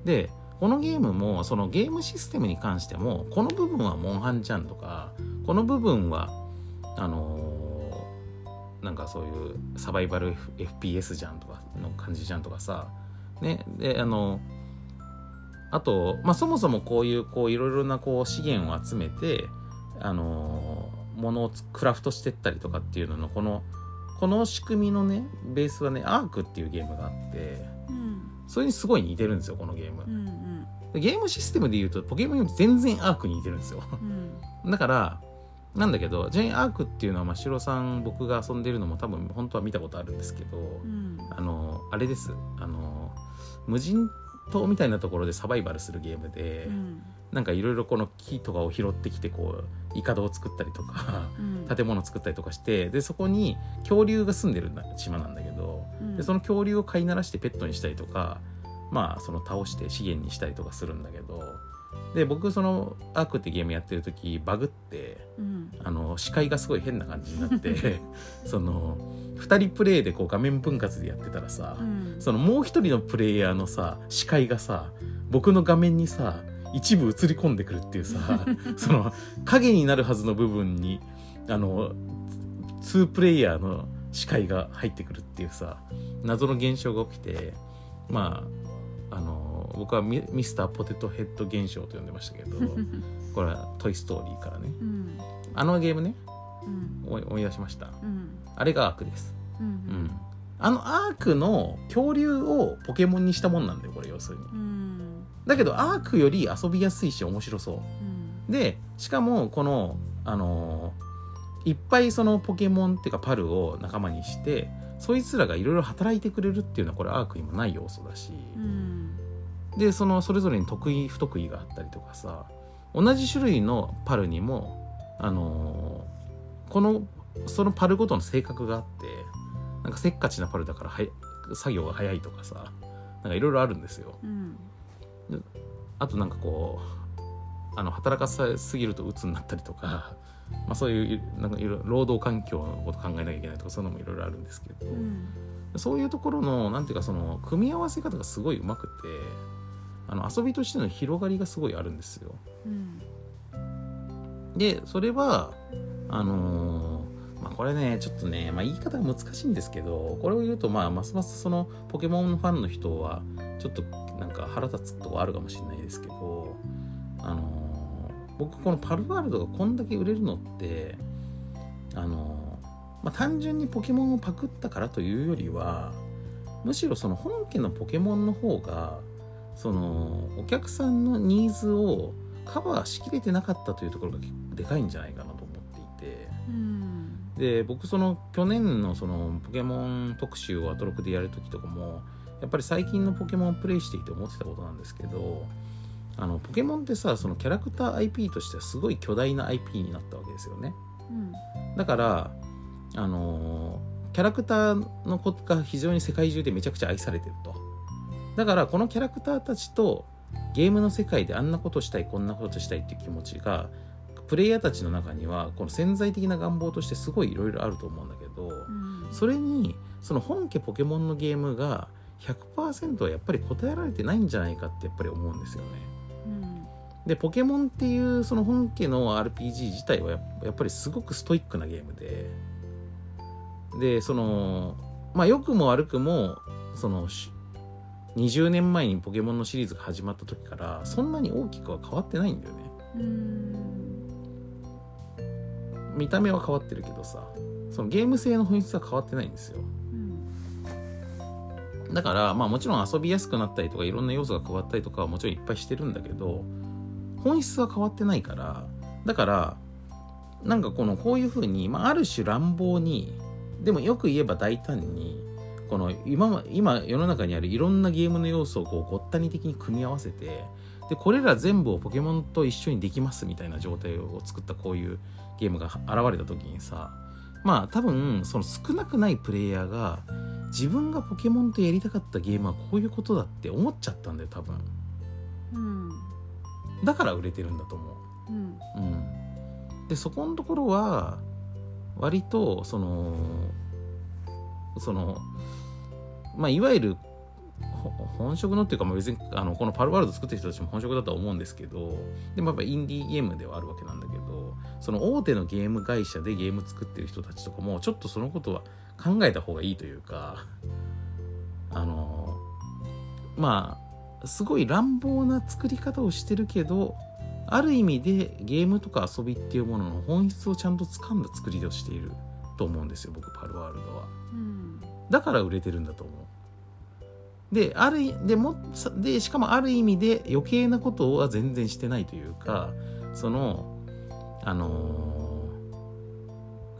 でこのゲームもそのゲームシステムに関してもこの部分はモンハンじゃんとかこの部分はあのーなんかそういうサバイバル F- FPS じゃんとかの感じじゃんとかさねであのあと、まあ、そもそもこういうこういろいろなこう資源を集めてあのーものをつクラフトしてったりとかっていうののこのこの仕組みのねベースはねアークっていうゲームがあって
うん
それにすごい似てるんですよこのゲーム。
うんうん
ゲームシステムで言うとポケモンより全然アークに似てるんですよ。 [laughs]
うん
だから、なんだけど、ジェイアークっていうのは、まあ、シロさん僕が遊んでるのも多分本当は見たことあるんですけど、
うん
あの、あれです。あの、無人島みたいなところでサバイバルするゲームで、
うん
なんかいろいろこの木とかを拾ってきて、こう、イカドを作ったりとか、 [laughs]
うん
建物作ったりとかして、で、そこに恐竜が住んでる島なんだけど、
うん
でその恐竜を飼いならしてペットにしたりとかまあその倒して資源にしたりとかするんだけどで僕そのアークってゲームやってる時バグって
うん
あの視界がすごい変な感じになって
[laughs]
その2人プレイでこう画面分割でやってたらさ、
うん
そのもう一人のプレイヤーのさ視界がさ僕の画面にさ一部映り込んでくるっていうさその影になるはずの部分にあの2プレイヤーの視界が入ってくるっていうさ謎の現象が起きてまああの僕はミミスターポテトヘッド現象と呼んでましたけどこれは「トイ・ストーリー」からね
うん
あのゲームね
うん
思い思い出しました
うん
あれがアークです
う
うんん、あのアークの恐竜をポケモンにしたもんなんだよこれ要するに
うん
だけどアークより遊びやすいし面白そ
うん
うでしかもこのあのーいっぱいそのポケモンっていうかパルを仲間にしてそいつらがいろいろ働いてくれるっていうのはこれアークにもない要素だし、
うん
でそのそれぞれに得意不得意があったりとかさ同じ種類のパルにもあのーこのそのパルごとの性格があってなんかせっかちなパルだからはや作業が早いとかさなんかいろいろあるんですよ
うん
あとなんかこうあの働かさすぎると鬱になったりとか、まあ、そういうなんかいろいろ労働環境のこと考えなきゃいけないとかそういうのもいろいろあるんですけど、
うん
そういうところのなんていうかその組み合わせ方がすごいうまくてあの遊びとしての広がりがすごいあるんですよ。
うん
でそれはあのーまあ、これねちょっとね、まあ、言い方が難しいんですけどこれを言うと、まあ、ますますそのポケモンファンの人はちょっとなんか腹立つとこあるかもしれないですけど、あのー僕このパルワールドがこんだけ売れるのって、あのーまあ、単純にポケモンをパクったからというよりはむしろその本家のポケモンの方がそのお客さんのニーズをカバーしきれてなかったというところが結構でかいんじゃないかなと思っていて
うん
で僕その去年のそのポケモン特集をアトロクでやる時とかもやっぱり最近のポケモンをプレイしていて思ってたことなんですけどあのポケモンってさそのキャラクター IP としてはすごい巨大な IP になったわけですよね
うん
だからあのーキャラクターのことが非常に世界中でめちゃくちゃ愛されてるとだからこのキャラクターたちとゲームの世界であんなことしたいこんなことしたいっていう気持ちがプレイヤーたちの中にはこの潜在的な願望としてすごいいろいろあると思うんだけど、
うん
それにその本家ポケモンのゲームが100%はやっぱり答えられてないんじゃないかってやっぱり思うんですよね。
うん
でポケモンっていうその本家の RPG 自体はややっぱりすごくストイックなゲームででそのまあ良くも悪くもそのし20年前にポケモンのシリーズが始まった時からそんなに大きくは変わってないんだよね
うん
見た目は変わってるけどさそのゲーム性の本質は変わってないんですよ
うん
だからまあもちろん遊びやすくなったりとかいろんな要素が加わったりとかはもちろんいっぱいしてるんだけど本質は変わってないからだからなんかこのこういうふうに、まあ、ある種乱暴にでもよく言えば大胆にこの今ま今世の中にあるいろんなゲームの要素をこうごったに的に組み合わせてでこれら全部をポケモンと一緒にできますみたいな状態を作ったこういうゲームが現れた時にさまあ多分その少なくないプレイヤーが自分がポケモンとやりたかったゲームはこういうことだって思っちゃったんだよ多分
うん
だから売れてるんだと思う
うん
うん、でそこのところは割とそのそのまあいわゆるほ本職のっていうか、まあ、別にあのこのパルワールド作ってる人たちも本職だとは思うんですけどでもやっぱインディーゲームではあるわけなんだけどその大手のゲーム会社でゲーム作ってる人たちとかもちょっとそのことは考えた方がいいというかあのまあすごい乱暴な作り方をしてるけどある意味でゲームとか遊びっていうものの本質をちゃんと掴んだ作りをしていると思うんですよ僕パルワールドは
うん
だから売れてるんだと思うであるいでもさでしかもある意味で余計なことは全然してないというかそのあの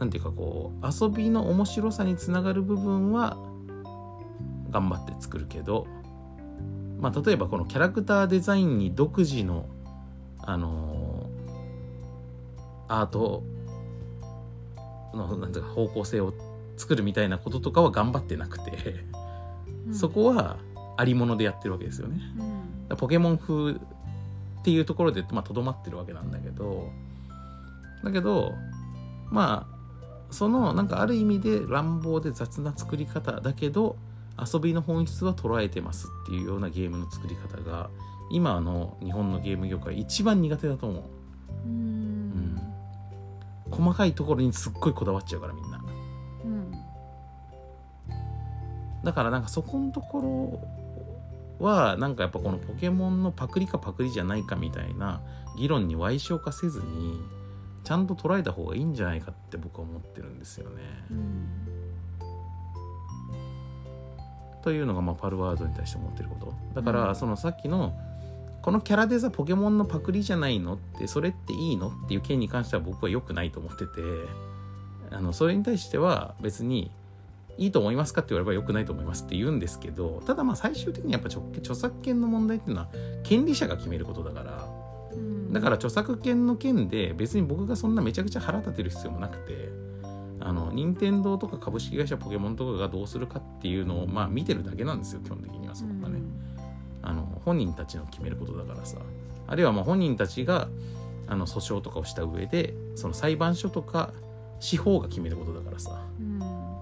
ーなんていうかこう遊びの面白さにつながる部分は頑張って作るけどまあ例えばこのキャラクターデザインに独自のあのーアートのなんていうか方向性を作るみたいなこととかは頑張ってなくて、
うん
そこはありものでやってるわけですよね。
うん
ポケモン風っていうところでまあとど、まってるわけなんだけどだけどまあそのなんかある意味で乱暴で雑な作り方だけど遊びの本質は捉えてますっていうようなゲームの作り方が今の日本のゲーム業界一番苦手だと思う、
う
うんん、細かいところにすっごいこだわっちゃうからみんな
うん
だからなんかそこのところはなんかやっぱこのポケモンのパクリかパクリじゃないかみたいな議論に歪償化せずにちゃんと捉えた方がいいんじゃないかって僕は思ってるんですよね。
うん
というのがまあパルワールドに対して思ってることだか
う
ら
ん
そのさっきのこのキャラデザポケモンのパクリじゃないのってそれっていいのっていう件に関しては僕は良くないと思っててあのそれに対しては別にいいと思いますかって言われば良くないと思いますって言うんですけどただまあ最終的にやっぱ著著作権の問題っていうのは権利者が決めることだから
うん
だから著作権の件で別に僕がそんなめちゃくちゃ腹立てる必要もなくて任天堂とか株式会社ポケモンとかがどうするかっていうのを、まあ、見てるだけなんですよ基本的にはそこはね、あの本人たちの決めることだからさあるいはまあ本人たちがあの訴訟とかをした上でその裁判所とか司法が決めることだからさ
うん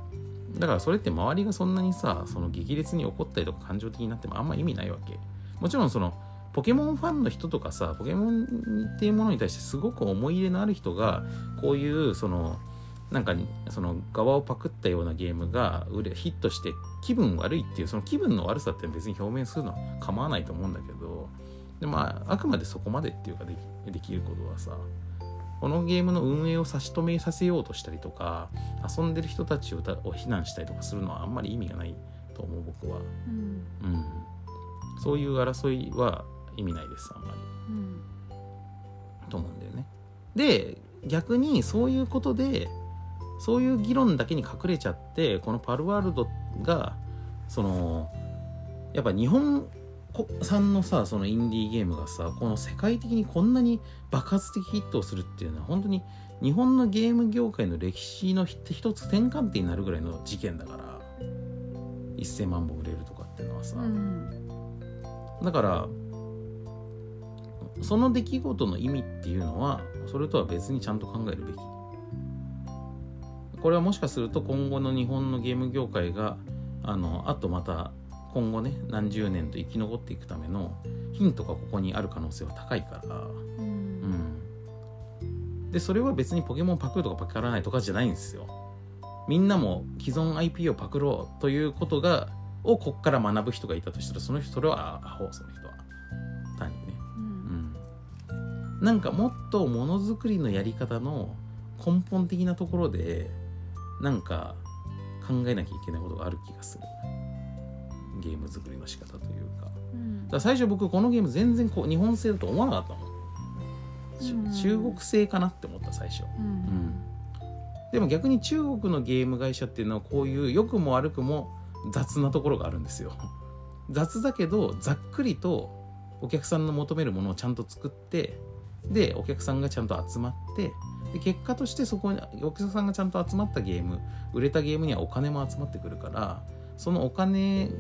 だからそれって周りがそんなにさその激烈に怒ったりとか感情的になってもあんま意味ないわけもちろんそのポケモンファンの人とかさポケモンっていうものに対してすごく思い入れのある人がこういうそのなんかその側をパクったようなゲームが売れヒットして気分悪いっていうその気分の悪さって別に表明するのは構わないと思うんだけどでまああくまでそこまでっていうかできできることはさこのゲームの運営を差し止めさせようとしたりとか遊んでる人たちをだを非難したりとかするのはあんまり意味がないと思う僕は、
うん
うん、そういう争いは意味ないですあんまり
うん
と思うんだよね。で逆にそういうことでそういう議論だけに隠れちゃってこのパルワールドがそのやっぱ日本こ産のさそのインディーゲームがさこの世界的にこんなに爆発的ヒットをするっていうのは本当に日本のゲーム業界の歴史のひ一つ転換点になるぐらいの事件だから1000万本売れるとかっていうのはさ、
うん
だからその出来事の意味っていうのはそれとは別にちゃんと考えるべきこれはもしかすると今後の日本のゲーム業界があのあとまた今後ね何十年と生き残っていくためのヒントがここにある可能性は高いから
う
うんんでそれは別にポケモンパクるとかパクらないとかじゃないんですよみんなも既存 IP をパクろうということがをこっから学ぶ人がいたとしたらその人それはアホその人は単にねうんなんかもっとものづくりのやり方の根本的なところでなんか考えなきゃいけないことがある気がするゲーム作りの仕方というか
うん
だから最初僕このゲーム全然こう日本製だと思わなかったもん、
うん
ち中国製かなって思った最初、
う
うんん、でも逆に中国のゲーム会社っていうのはこういう良くも悪くも雑なところがあるんですよ雑だけどざっくりとお客さんの求めるものをちゃんと作ってでお客さんがちゃんと集まってで結果としてそこにお客さんがちゃんと集まったゲーム売れたゲームにはお金も集まってくるからそのお金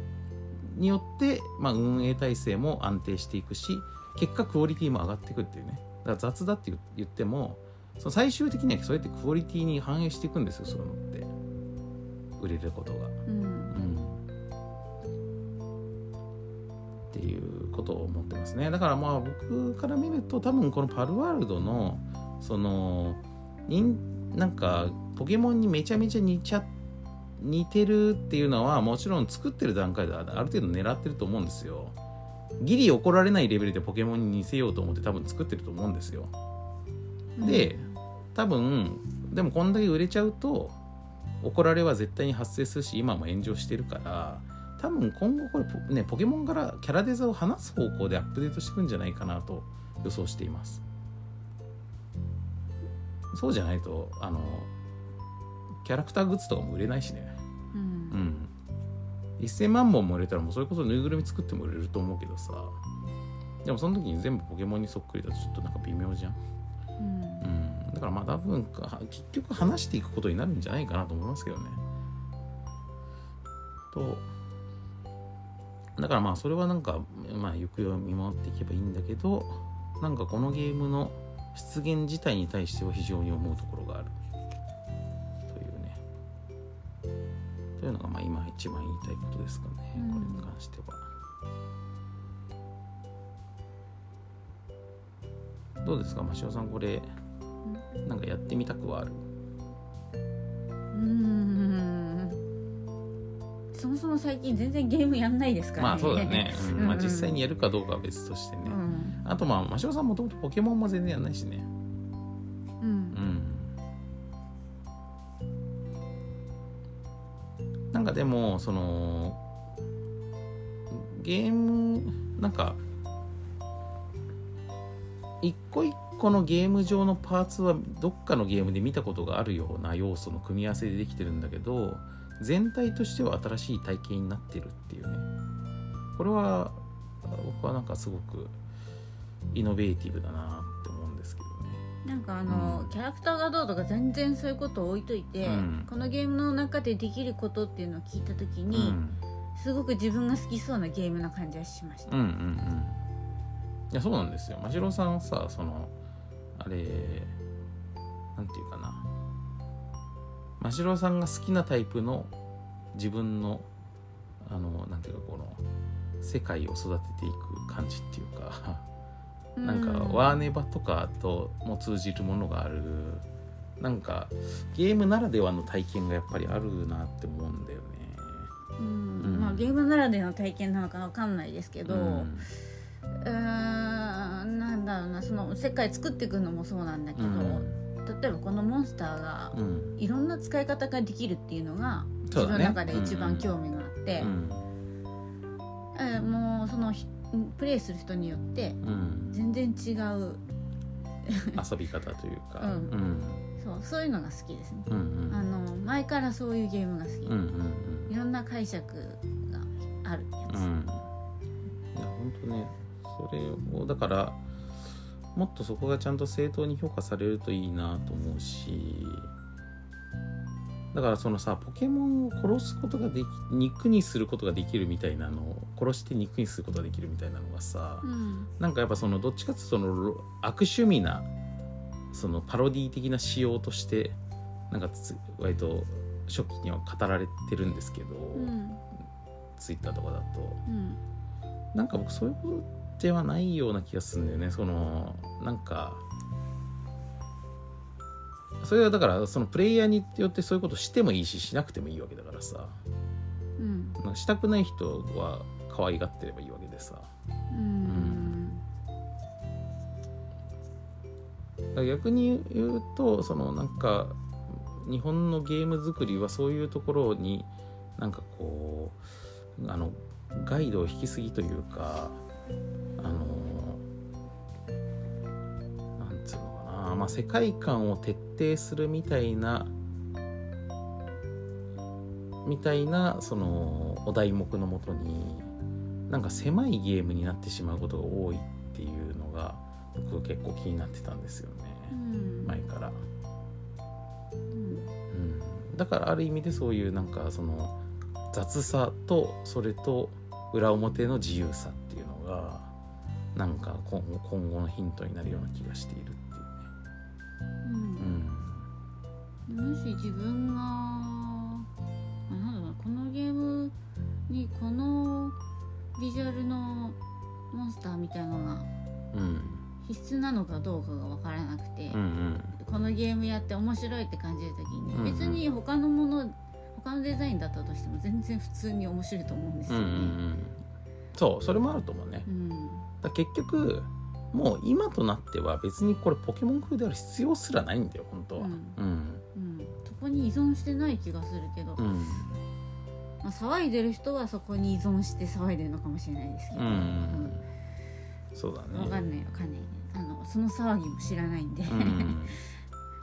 によって、まあ、運営体制も安定していくし結果クオリティも上がっていくっていうねだから雑だって言言ってもその最終的にはそれってクオリティに反映していくんですよそういうのって売れることが。
うん
っていうことを思ってますねだからまあ僕から見ると多分このパルワールドのそのにんなんかポケモンにめちゃめちゃ似ちゃ似てるっていうのはもちろん作ってる段階ではある程度狙ってると思うんですよギリ怒られないレベルでポケモンに似せようと思って多分作ってると思うんですよで多分でもこんだけ売れちゃうと怒られは絶対に発生するし今も炎上してるから多分今後これポ,、ね、ポケモンからキャラデザを放す方向でアップデートしていくんじゃないかなと予想していますそうじゃないとあのキャラクターグッズとかも売れないしね
う
うんん1000万本も売れたらもうそれこそぬいぐるみ作っても売れると思うけどさでもその時に全部ポケモンにそっくりだとちょっとなんか微妙じゃん
うん
うんだからまあ多分か結局話していくことになるんじゃないかなと思いますけどね。とだからまあそれはなんかまあ行方を見守っていけばいいんだけどなんかこのゲームの出現自体に対しては非常に思うところがあるというねというのがまあ今一番言いたいことですかね、
うん
これに関しては。どうですかマシオさんこれなんかやってみたくはある
うんそもそも最近全然ゲームやんないですからね
まあそうだ
[laughs]
ね、うん
うん
まあ、実際にやるかどうかは別としてね、
うん
あとまあ真汐さんもともとポケモンも全然やんないしね
う
うんんなんかでもそのゲームなんか一個一個のゲーム上のパーツはどっかのゲームで見たことがあるような要素の組み合わせでできてるんだけど全体としては新しい体型になってるっていうねこれは僕はなんかすごくイノベーティブだなって思うんですけどね
なんかあの、
うん
キャラクターがどうとか全然そういうことを置いといて、
うん
このゲームの中でできることっていうのを聞いた時
う
に、
ん、
すごく自分が好きそうなゲームな感じはしました、
うんうんうんいやそうなんですよ真白さんはさそのあれなんていうかな真白さんが好きなタイプの自分のあのなんていうかこの世界を育てていく感じっていうかなんかワーネバとかとも通じるものがあるなんかゲームならではの体験がやっぱりあるなって思うんだよね。
うん
うん
まあ、ゲームならでの体験なのかわかんないですけど、う
うん
ーんなんだろうなその世界作っていくのもそうなんだけど、例えばこのモンスターが
うんうん
いろんな使い方ができるっていうのが
そう
自
だ
分の
ね
中で一番興味があって、
うん
えーもうそのひプレイする人によって
うん
全然違う
遊び方というか、
うん
うん
そうそういうのが好きですね
うんう
あ
ん
の前からそういうゲームが好き、
うんうん
いろんな解釈があるや
うんう
つ、
んいや本当ねそれをだからもっとそこがちゃんと正当に評価されるといいなと思うしだからそのさポケモンを殺すことができ肉にすることができるみたいなのを殺して肉にすることができるみたいなのがさ、
うん
なんかやっぱそのどっちかっていうとそのロ悪趣味なそのパロディ的な仕様としてなんかつ割と初期には語られてるんですけど、
うん
ツイッターとかだと
うん
なんか僕そういうことではないような気がするんだよねそのなんかそれはだからそのプレイヤーによってそういうことしてもいいししなくてもいいわけだからさ
うん
なんかしたくない人は可愛がってればいいわけでさ。
うん
だから逆に言うとそのなんか日本のゲーム作りはそういうところになんかこうあのガイドを引きすぎというかあのなんつうのかな、まあ、世界観を徹底するみたいなみたいなそのお題目のもとになんか狭いゲームになってしまうことが多いっていうのが僕結構気になってたんですよね
うん
前から、
うん
うん、だからある意味でそういうなんかその雑さとそれと裏表の自由さっていうのがなんか今後今後のヒントになるような気がしているって
うんもし自分があなんだろうなこのゲームにこのビジュアルのモンスターみたいなのが
いうね、うん、
必須なのかどうかが分からなくて、
うんうん
このゲームやって面白いって感じる時に、
うんうん
別に他のもの他のデザインだったとしても全然普通に面白いと思うんです
うんうんう
よね。
んそうそれもあると思うね
うん
だから結局もう今となっては別にこれポケモン風である必要すらないんだよ本当はうん
うんそこに依存してない気がするけど、
う
ま
ん
あ、騒いでる人はそこに依存して騒いでるのかもしれないですけ
う
ど、
んそうだ
うんわか
ね
んないわかんないあのその騒ぎも知らないんで,、
うん
[laughs]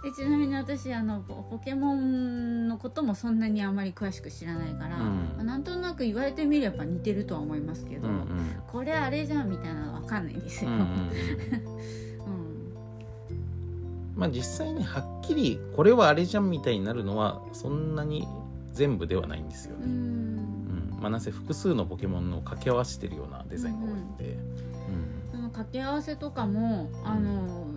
でちなみに私あのポポケモンのこともそんなにあまり詳しく知らないから、
うん
まあなんとなく言われてみれば似てるとは思いますけ
う
ど、
んうん
これあれじゃんみたいなのわかんないんです
う
よ。
ん
う
うんんまあ実際にはっきりこれはあれじゃんみたいになるのはそんなに全部ではないんですよ
う
ね、うん
ん
まあ、なぜ複数のポケモンを掛け合わせてるようなデザインが多いんで、
その掛け合わせとかもあの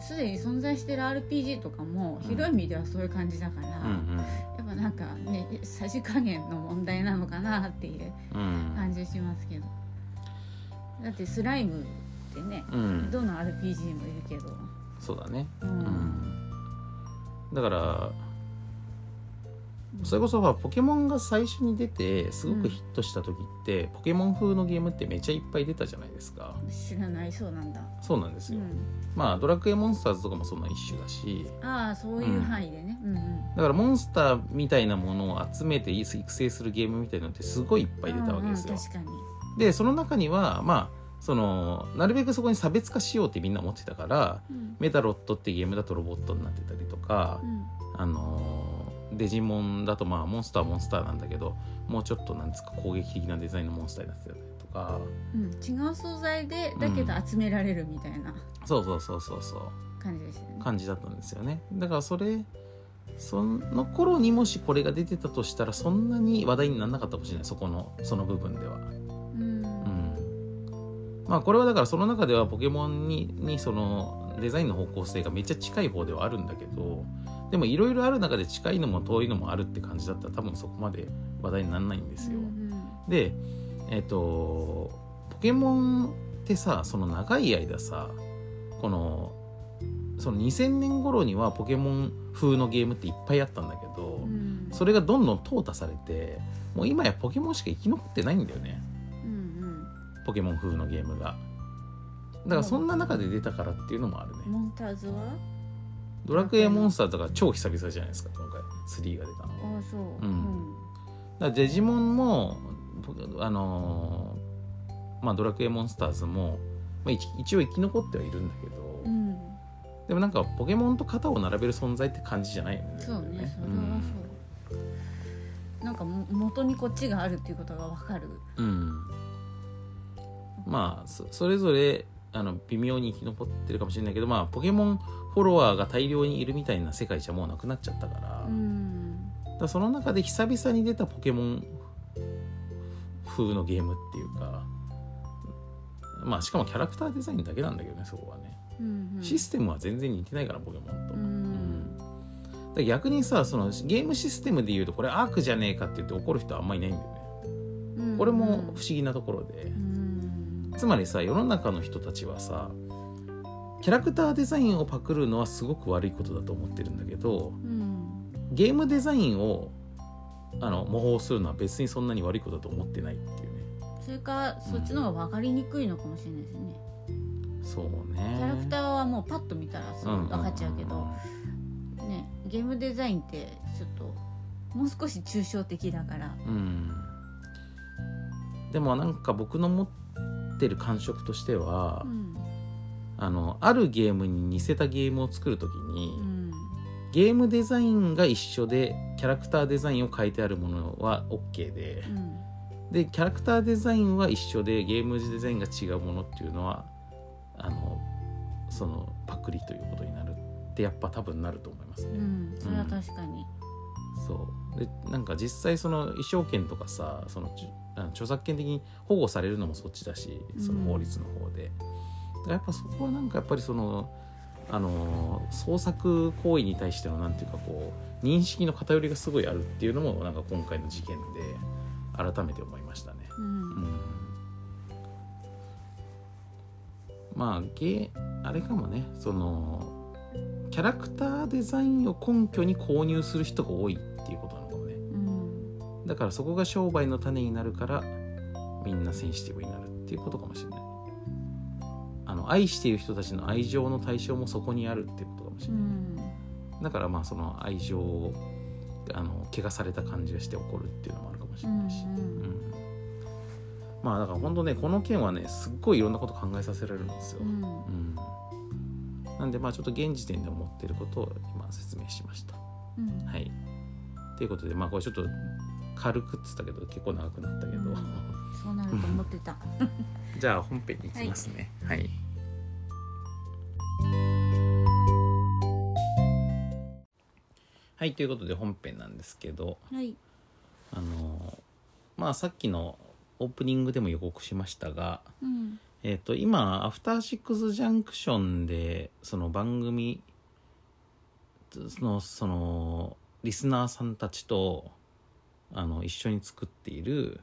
すでに存在してる RPG とかも
うん
広い意味ではそういう感じだか
うん、
ら、
うん
やっぱなんかねさじ加減の問題なのかなっていう
うん
感じしますけどだってスライムってね
うん、うん、
どの RPG もいるけど、
そうだね
うん
うんだからそれこそほらポケモンが最初に出てすごくヒットした時って、ポケモン風のゲームってめちゃいっぱい出たじゃないですか
知らないそうなんだ、
そうなんです
う
よ、
ん、
まあドラクエモンスターズとかもそんな一種だし
ああそういう範囲でね、うんうん
だからモンスターみたいなものを集めて育成するゲームみたいなのってすごいいっぱい出たわけですよ、
うんうん確かに
でその中にはまあそのなるべくそこに差別化しようってみんな思ってたから
うん
メタロットってゲームだとロボットになってたりとか、あのーデジモンだとまあモンスターはモンスターなんだけどもうちょっとなんつうか攻撃的なデザインのモンスターになってたりとか
うん、うん違う素材でだけど集められるみたいな、
そうそうそうそうそう
感じでしたね
感じだったんですよねだからそれその頃にもしこれが出てたとしたらそんなに話題にならなかったかもしれないそこのその部分では
うん
うんまあこれはだからその中ではポケモンににそのデザインの方向性がめっちゃ近い方ではあるんだけどでもいろいろある中で近いのも遠いのもあるって感じだったら多分そこまで話題にならないんですよ、
うん
でえっ、とポケモンってさその長い間さこのその2000年頃にはポケモン風のゲームっていっぱいあったんだけど、
うん
それがどんどん淘汰されてもう今やポケモンしか生き残ってないんだよね
うん
ポケモン風のゲームがだからそんな中で出たからっていうのもあるね、
うんモンスターズは
ドラクエモンスターとか超久々じゃないですか今回3が出たの
ああそううん
だからデジモンもポあのーまあドラクエモンスターズも、まあ、一一応生き残ってはいるんだけど、
うん、
でもなんかポケモンと肩を並べる存在って感じじゃないよね
そうねそれは
ん
そう、なんかも元にこっちがあるっていうことがわかる
うんまあそそれぞれあの微妙に生き残ってるかもしれないけどまあポケモンフォロワーが大量にいるみたいな世界じゃもうなくなっちゃったから,、
う
だ
ん
からその中で久々に出たポケモン風のゲームっていうかまあしかもキャラクターデザインだけなんだけどねそこはね、
うんうん
システムは全然似てないからポケモンと、
う
うん
ん
だから逆にさそのゲームシステムで言うとこれアークじゃねえかって言って怒る人はあんまいないんだよねこれも不思議なところで、
うん
つまりさ世の中の人たちはさキャラクターデザインをパクるのはすごく悪いことだと思ってるんだけど
うん
ゲームデザインをあの模倣するのは別にそんなに悪いことだと思ってないっていうね
それかそっちの方が分かりにくいのかもしれないですね、
そうね
キャラクタ
ー
ーはもうパッと見たらすぐ分かっちゃうけど、ね、ゲームデザインってちょっともう少し抽象的だから
うんでもなんか僕の持ってる感触としては、
うん
あのあるゲームに似せたゲームを作る時に、
うん
ゲームデザインが一緒でキャラクターデザインを書いてあるものは OK で
うん
でキャラクターデザインは一緒でゲームデザインが違うものっていうのはあのそのパクリということになるってやっぱ多分なると思います
う
ね。
んそれは確かに
そうでなんか実際その衣装権とかさそのじあの著作権的に保護されるのもそっちだしその法律の方で、だからやっぱそこはなんかやっぱりそのあのー創作行為に対してのなんていうかこう認識の偏りがすごいあるっていうのもなんか今回の事件で改めて思いましたね。
うん
うんまあゲあれかもねそのキャラクターデザインを根拠に購入する人が多いっていうことなのかもね
うん
だからそこが商売の種になるからみんなセンシティブになるっていうことかもしれないあの愛している人たちの愛情の対象もそこにあるっていうことかもし
う
れない、
ん
だからまあその愛情をあの怪我された感じがして怒るっていうのもあるかもし
う
れないし、うんんまあだから本当ねこの件はねすっごいいろんなこと考えさせられるんですよ、
う
うん
んうん
なんでまあちょっと現時点で思ってることを今説明しました
うん
はいということでまあこれちょっと軽くっつったけど結構長くなったけど、
うんそうなると思ってた
じゃあ本編に行きますねはい、はい、ということで本編なんですけど
はい
あのまあさっきのオープニングでも予告しましたが、
うん
えっと今「アフターシックス・ジャンクションで」その番組そのそのリスナーさんたちとあの一緒に作っている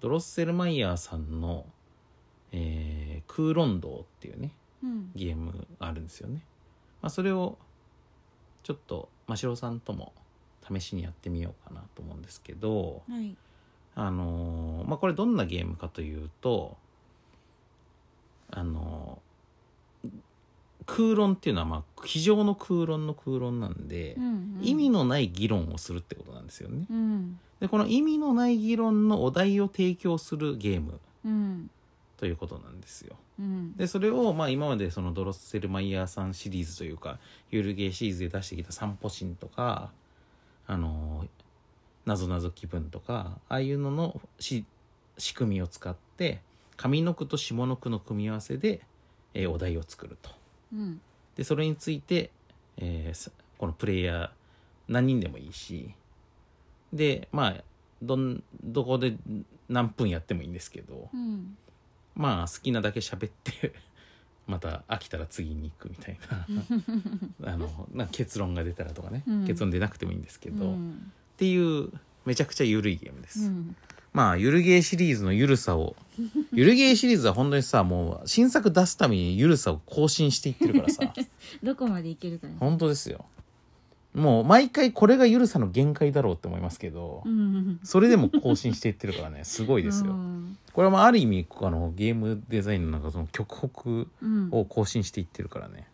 ドロッセルマイヤーさんの「えー空論道」っていうね
うん
ゲームがあるんですよね。まあ、それをちょっと真城さんとも試しにやってみようかなと思うんですけど。
はい
あのーまあ、これどんなゲームかというと、あのー空論っていうのは、まあ、非常の空論の空論なんで
う、んうん
意味のない議論をするってことなんですよね。
うん
で、この意味のない議論のお題を提供するゲーム
うん
ということなんですよ。
うん
で、それを、まあ、今までそのドロッセルマイヤーさんシリーズというか、ゆるゲーシリーズで出してきた散歩心とか、あのー、なぞなぞ気分とか、ああいうののし仕組みを使って、上の句と下の句の組み合わせで、えーお題を作ると。
うん
でそれについて、えーさこのプレイヤー何人でもいいしでまあどんどこで何分やってもいいんですけど
うん
まあ好きなだけ喋って [laughs] また飽きたら次に行くみたいな
[laughs]
あのなんか結論が出たらとかね、
うん
結論出なくてもいいんですけど、
う
っ
ん
ていうめちゃくちゃゆるいゲームです。
うん
まあ、ゆるゲーシリーズのゆるさ
[laughs]
を、ゆるゲーシリーズは本当にさ、もう新作出すためにゆるさを更新していってるから
[laughs]
さ、
どこまでいけるかね
本当ですよ。もう毎回これがゆるさの限界だろうって思いますけど、
うん
それでも更新していってるからね、すごいです
[laughs] う
よ。
ん
これはまあある意味、あの、ゲームデザインの中その極北
うん
を更新していってるからね。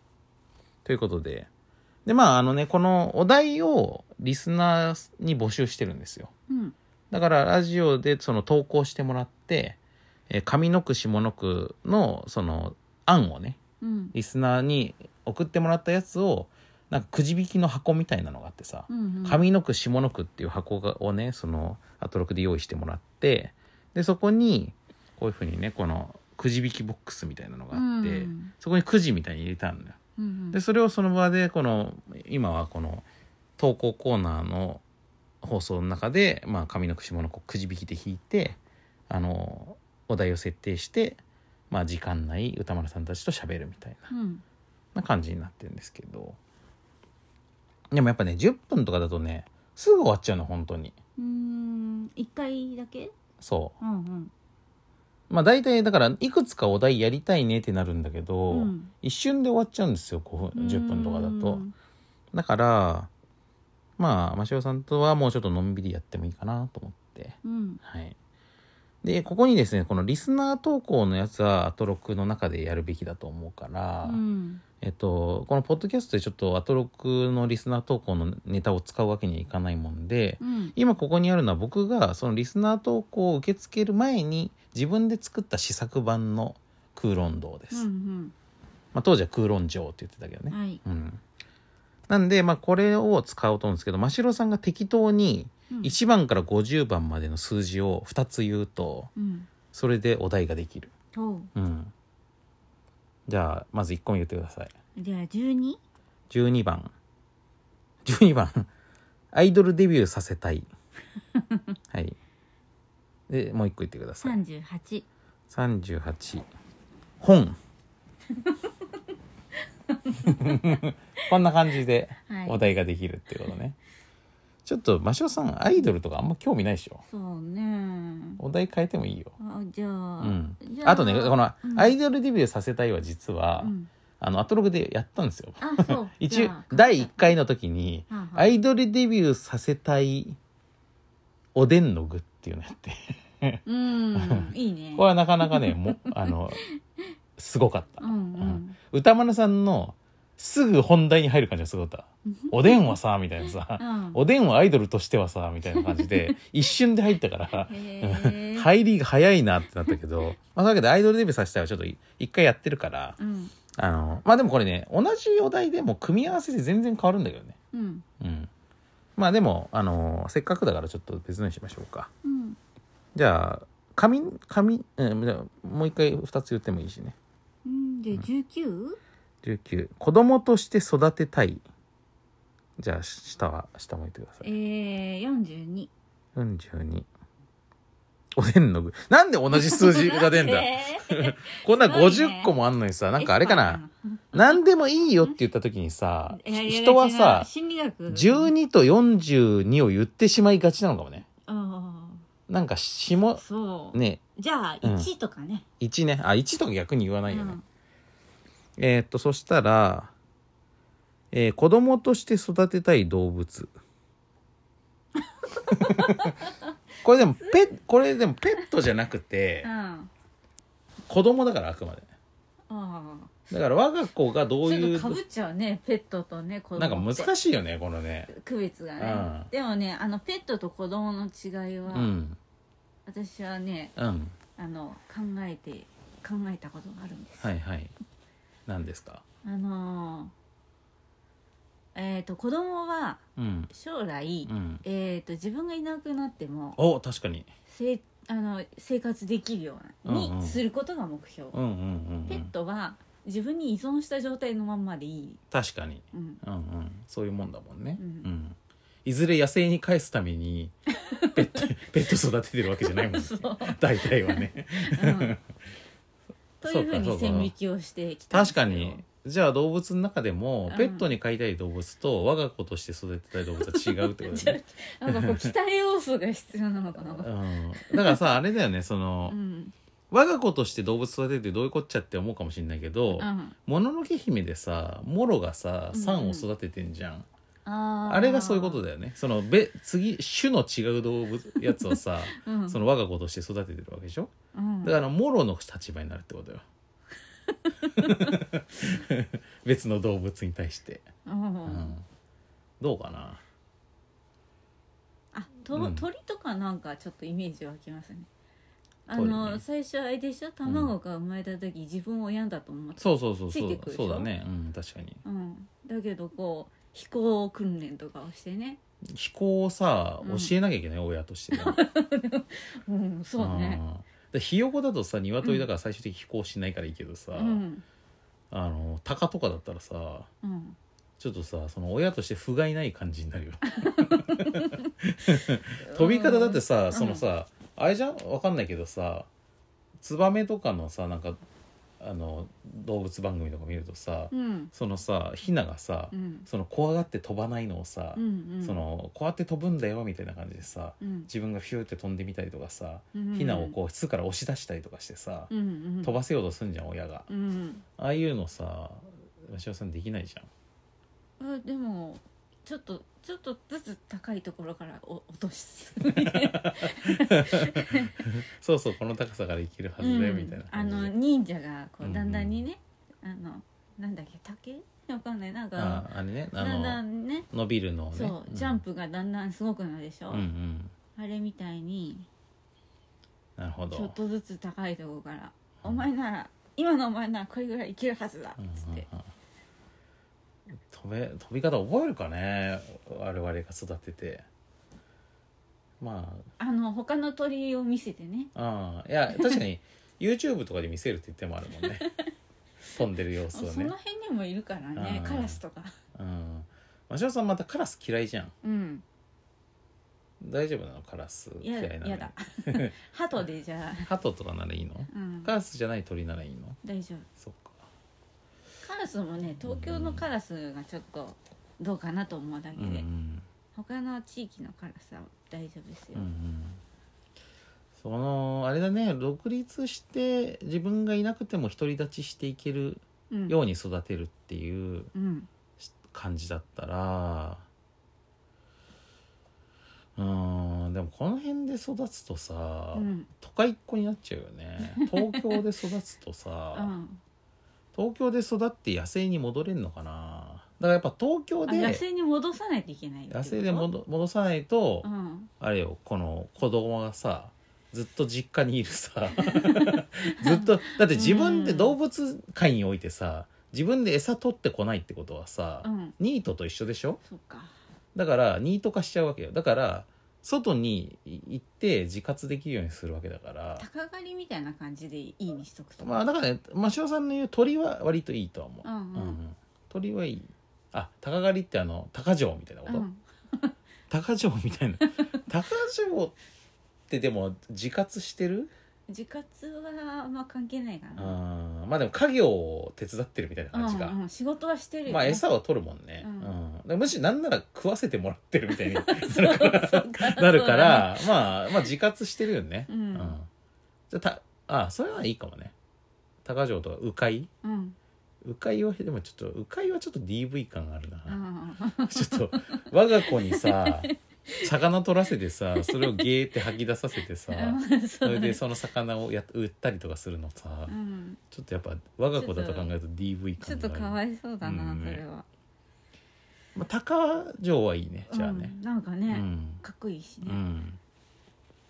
ということで、で、まああのね、このお題をリスナーに募集してるんですよ。
うん
だからラジオでその投稿してもらって、えー上の句下の句のその案をね
うん
リスナーに送ってもらったやつをなんかくじ引きの箱みたいなのがあってさ、
うん
上の句下の句っていう箱がをねそのアトロクで用意してもらってでそこにこういうふうにねこのくじ引きボックスみたいなのがあって、
うん
そこにくじみたいに入れたんだよ。
うん
でそれをその場でこの今はこの投稿コーナーの放送の中で、まあ、上の句下の句くじ引きで引いてあのお題を設定して、まあ、時間内歌丸さんたちと喋るみたいな
うん
な感じになってるんですけどでもやっぱね10分とかだとねすぐ終わっちゃうの本当に
うん一回だけ
そ
うんうん
うまあ大体だからいくつかお題やりたいねってなるんだけど、
うん
一瞬で終わっちゃうんですよ5分10分とかだと。
うん
だから、まあ、マシオさんとはもうちょっとのんびりやってもいいかなと思って。
うん
はい。で、ここにですね、このリスナー投稿のやつはアトロクの中でやるべきだと思うから、
うん
えっと、このポッドキャストでちょっとアトロクのリスナー投稿のネタを使うわけにはいかないもんで、
うん
今ここにあるのは僕がそのリスナー投稿を受け付ける前に自分で作った試作版の空論堂です。
うん
まあ当時は空論城って言ってたけど
う
ね
ん。はい
うん、なんで、まあ、これを使おうと思うんですけど真城さんが適当に
うん
1番から50番までの数字を2つ言うと
うん
それでお題ができる、
おう
うん、じゃあまず1個目言ってください
じゃあ十二
12番12番アイドルデビューさせ [laughs] たいはいでもう1個言ってください
三十八
38本 [laughs] こんな感じで
はい
お題ができるっていうことね。ちょっと、マシオさん、アイドルとかあんま興味ないでしょ。
そうね
お題変えてもいいよ。
あじゃあ、
うん
じゃ
あとね、この、
うん
アイドルデビューさせたいは実は、
うん
あの、アトログでやったんですよ。
あそう
[laughs] 一
じ
応
ゃ、あ
第1回の時に、
はあはあ
アイドルデビューさせたいおでんの具っていうのやって。
うんいい
[laughs]
ね
これはなかなかね、も、あの、すごかった
う。んうん
歌丸さんの、すぐ本題に入る感じがすごかった。おでんはさ、みたいなさ。
うん
おでんはアイドルとしてはさみたいな感じで一瞬で入ったから
へえ
入りが早いなってなったけど、まあ、そういうわけでアイドルデビューさせたらちょっとい一回やってるから
うん
あのまあでもこれね同じお題でも組み合わせで全然変わるんだけどね
うん
うんまあでもあのせっかくだからちょっと別のにしましょうか
うん
じゃあ紙紙、うん、じゃあもう一回2つ言ってもいいしね
うんで十九
19子供として育てたいじゃあ下は下も言ってください
えー四十二
42おでんの具なんで同じ数字が
[laughs]
出んだこんな
すごいね
50個もあんのにさ、なんかあれかな何でもいいよって言った時にさ人はさ
心理学
12と42を言ってしまいがちなのかもね
あ
なんか
あ
下
そう
ね
じゃあ
うん
一とかね
1ねあ1とか逆に言わないよね、
うん
えーっとそしたら、えー子供として育てたい動
[laughs]
物これでもペッこれでもペットじゃなくて、
うん
子供だからあくまで
ああ
だから我が子がどうい
ちょ
う
っとかぶっちゃうねペットとね子供
なんか難
し
しいよねこのね
区別がね、
うん
でもねあのペットと子供の違いは、
うん
私はね
うん
あの考えて考えたことがあるんです、
はいはい何ですか
あのーえっ、と子供は
うん
将来、
うん
えっ、と自分がいなくなっても
お確かに
せいあの生活できるように
うんうん
することが目標、
うんうんうんうん
ペットは自分に依存した状態のまんまでいい、
確かに、
うん、
うんうん、そういうもんだもんね、
うん
いずれ野生に返すため
[laughs]
にペットペット育ててるわけじゃないもんね
そう、
大体はね [laughs]
うん、と
そ
いううふ
か
う
そう
に
か
線引きをしてきた
確
んですけ
か
ど
にじゃあ動物の中でも
うん
ペットに飼いたい動物と我が子として育てたい動物は違うってこと
じ
だ
ゃ [laughs]
よね、
あなんか
[laughs]
こう期待要素が必要なのか
う
な
ん、だからさあれだよねその、
うん
我が子として動物育てるってどういうこっちゃって思うかもしれないけど
うん
もののけ姫でさモロがさ
うん
サンを育ててんじゃん、
あー
あれがそういうことだよねそのべ次種の違う動物やつをさ
うん
その我が子として育ててるわけでしょ
うん
だからモロの立場になるって
[laughs]
ことよ別の動物に対して、
うん
うん、どうかな
あと、
うん
鳥とかなんかちょっとイメージ湧きますねあ
鳥ね
の、最初あれでしょ卵が生まれた時、自分を病んだと思って
そうそうそう
つい
そ
て
う
くでし
そ
ょ
うだねうん確かに
うん、だけどこう飛行訓練とかをしてね
飛行をさ
うん
教えなきゃいけない、親としてね
うんそうね
んでひよこだとさ鶏だから最終的に飛行しないからいいけどさ、
うん
あの鷹とかだったらさ
うん
ちょっとさその親として不甲斐ない感じになるよ飛び方だってさ、
ん
そのさあれじゃんわかんないけどさツバメとかのさなんかあの動物番組とか見るとさ、
うん
そのさヒナがさ、
うん
その怖がって飛ばないのをさ、
うんうん
そのこうやって飛ぶんだよみたいな感じでさ
うん
自分がフューって飛んでみたりとかさ、
うん
ヒナをこう巣から押し出したりとかしてさ、
うんうん
飛ばせようとすんじゃん親が、
うん
ああいうのさ鷲尾さんできないじゃん
あでもちょっとちょっとずつ高いところからお落とすみたいな
そうそうこの高さからいけるはずだよみたいな
あ
感じで、
の忍者がこ
うんう
うんだんだんにね、あのなんだっけ竹わかんないなんか
ああれねあ
だんだ
の
んね
伸びるのをね
そう、ジャンプがだんだんすごくなるでしょ、
うんうん
あれみたいに
なるほど
ちょっとずつ高いところから「お前なら今のお前ならこれぐらいいけるはずだ」
うん
っ
うん
つって、
うん飛べ飛び方覚えるかね我々が育ててま
あの他の鳥を見せてね
あああいや確か
[laughs]
に YouTube とかで見せるって言ってもあるもんね飛んでる様
そ
子をね
の辺にもいるからね
あー
カラスとか
うん鷲尾さんまたカラス嫌いじゃん
うん
大丈夫なのカラス
いや
嫌いなの
やだ [laughs] 鳩でじゃあ、
ハトとかならいいの
うん、
カラスじゃない鳥ならいいの
大丈夫
そっか
カラスもね東京のカラスがちょっとどうかなと思うだけ
う
で、
んうん
他の地域のカラスは大丈夫ですよ
うんう、んそのあれだね独立して自分がいなくても独り立ちしていける
うん
ように育てるっていう
うん
感じだったらうんでもこの辺で育つとさ、
うん
都会っ子になっちゃうよ
[laughs]
ね東京で育つとさ、
うん
東京で育って野生に戻れんのかなだからやっぱ東京
あ
で
野生に戻さないといけないってこと
野生で戻戻さないと、
うん
あれよこの子供がさずっと実家にいるさ [laughs] ずっとだって自分で動物界においてさ自分で餌取ってこないってことはさ、
うん
ニートと一緒でしょ
そっか
だからニート化しちゃうわけよだから外に行って自活できるようにするわけだから
鷹狩りみたいな感じでいいにしとくと
まあだからね真オさんの言う鳥は割といいとは思う、
うんうん
鳥はいいあ鷹狩りってあの鷹城みたいなこと、
うん
鷹城み
[laughs]
たいな鷹城ってでも自活してる
自活はあんま関係ないかな
あーまあでも家業を手伝ってるみたいな感じか、
うんうん、仕事はしてるよ、ね、
まあ餌は取るもんね、
う
うんんだからむしろなんなら食わせてもらってるみたい
[laughs]
になるか
[laughs] そ
ら
うか
なるから、まあまあ自活してるよね、
うん
じゃあたあそれはいいかもね高城とか鵜飼
そうだね
鵜飼はでもちょっと鵜飼はちょっと DV 感あるな、
うんうん
ちょっと我が子に
[laughs]
さ魚取らせてさそれをゲーって吐き出させてさ
うん [laughs] そ
そう
だ
れ
ね
でその魚をやっ売ったりとかするのさ、
うん
ちょっとやっぱ我が子だと考えると DV
ち
感
ょっ
があ
と
る
かわいそうだな、
うん
それは
まあ、鷹城はいいねじゃあね
うん、なんか
う
ね、
ん、
かっこいいし
うん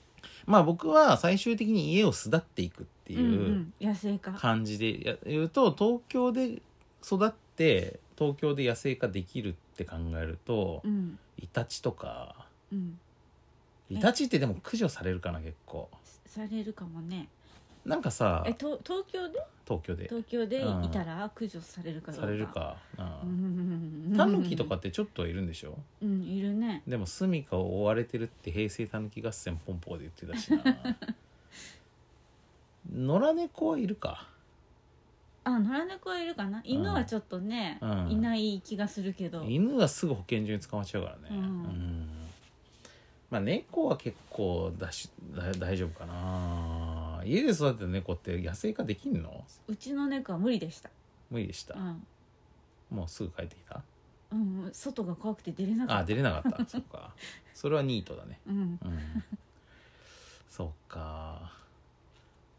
ね、
まあ僕は最終的に家を巣立っていくって
うん
いう
うん野生化
感じでや言うと東京で育って東京で野生化できるって考えると
うん
イタチとか
うん
イタチってでも駆除されるかな結構
されるかもね
なんかさ
えと東京で
東京で
東京で
うん
いたら駆除されるかどうか
されるかなタ
タ
ヌキとかってちょっとはいるんでしょ
うんいるね
でも住処を追われてるって平成たぬき合戦ポンポーで言ってたしな [laughs] 野良猫はいるか
あ野良猫はいるかな犬はちょっとね、
うん
いない気がするけど、
犬はすぐ保健所に捕まっちゃうからね、
うん
まあ猫は結構だしだ大丈夫かな家で育てた猫って野生化できんの
うちの猫は無理でした、
無理でした、
うん
もうすぐ帰ってきた
うん、外が怖くて出れなか
あ
っ
出れなか [laughs] ったそっかそれはニートだね
た、うん、
うんそっか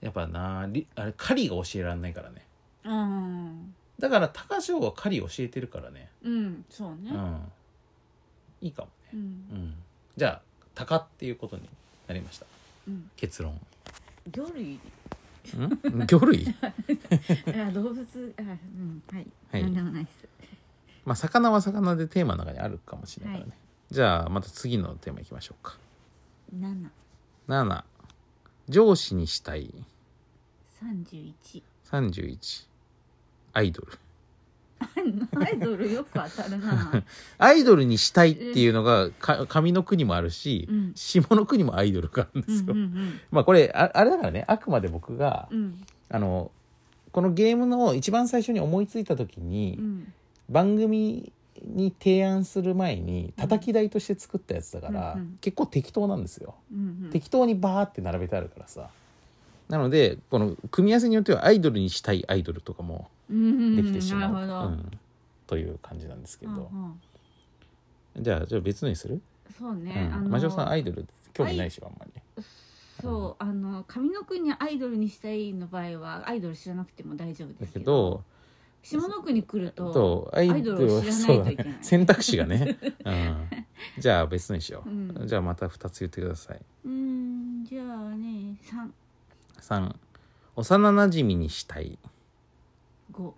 やっぱなりあれ狩りが教えらんないからね
うん
だから高城は狩り教えてるからね
うんそう
う
ね、
んいいかも
う
ね
ん
うんじゃあ鷹っていうことになりました
うん、
結論
魚類
魚類
あ動物あうんはい、
はい
なんでもないです
まあ魚は魚でテーマの中にあるかもしれないからね、じゃあまた次のテーマいきましょうか
7
7上司にしたい
三十一。 [laughs]
31アイドル
アイドルよく当た
[laughs]
るな。
アイドルにしたいっていうのがか上の句にもあるし、
うん
下の句にもアイドルがあるん
う
です
ん
よ、
うん
まあこれああれだからねあくまで僕が、
うん
あのこのゲームの一番最初に思いついた時に、
うん
番組に提案する前に叩き台として作ったやつだから、
うんうん
結構適当なんですよ、
うん
適当にバーって並べてあるからさなのでこの組み合わせによってはアイドルにしたいアイドルとかも
うん
できてしまう、
なるほど。
うんという感じなんですけど
う、んうん
じゃあじゃあ別のにする、
そうね。
う
あ
ん、
の
魔女さんアイドル興味ないでしょあんまり
そうあの上の句にアイドルにしたいの場合はアイドル知らなくても大丈夫
だ
です
け
けど
ど
下の句に来ると
とアイ
イドルを知らないといけな
そう
い
だね選択肢がね、
[laughs]
うん、じゃあ別のにしよう、
うん
じゃあまた2つ言ってください
うんじゃあね三
3幼なじみにしたい、
五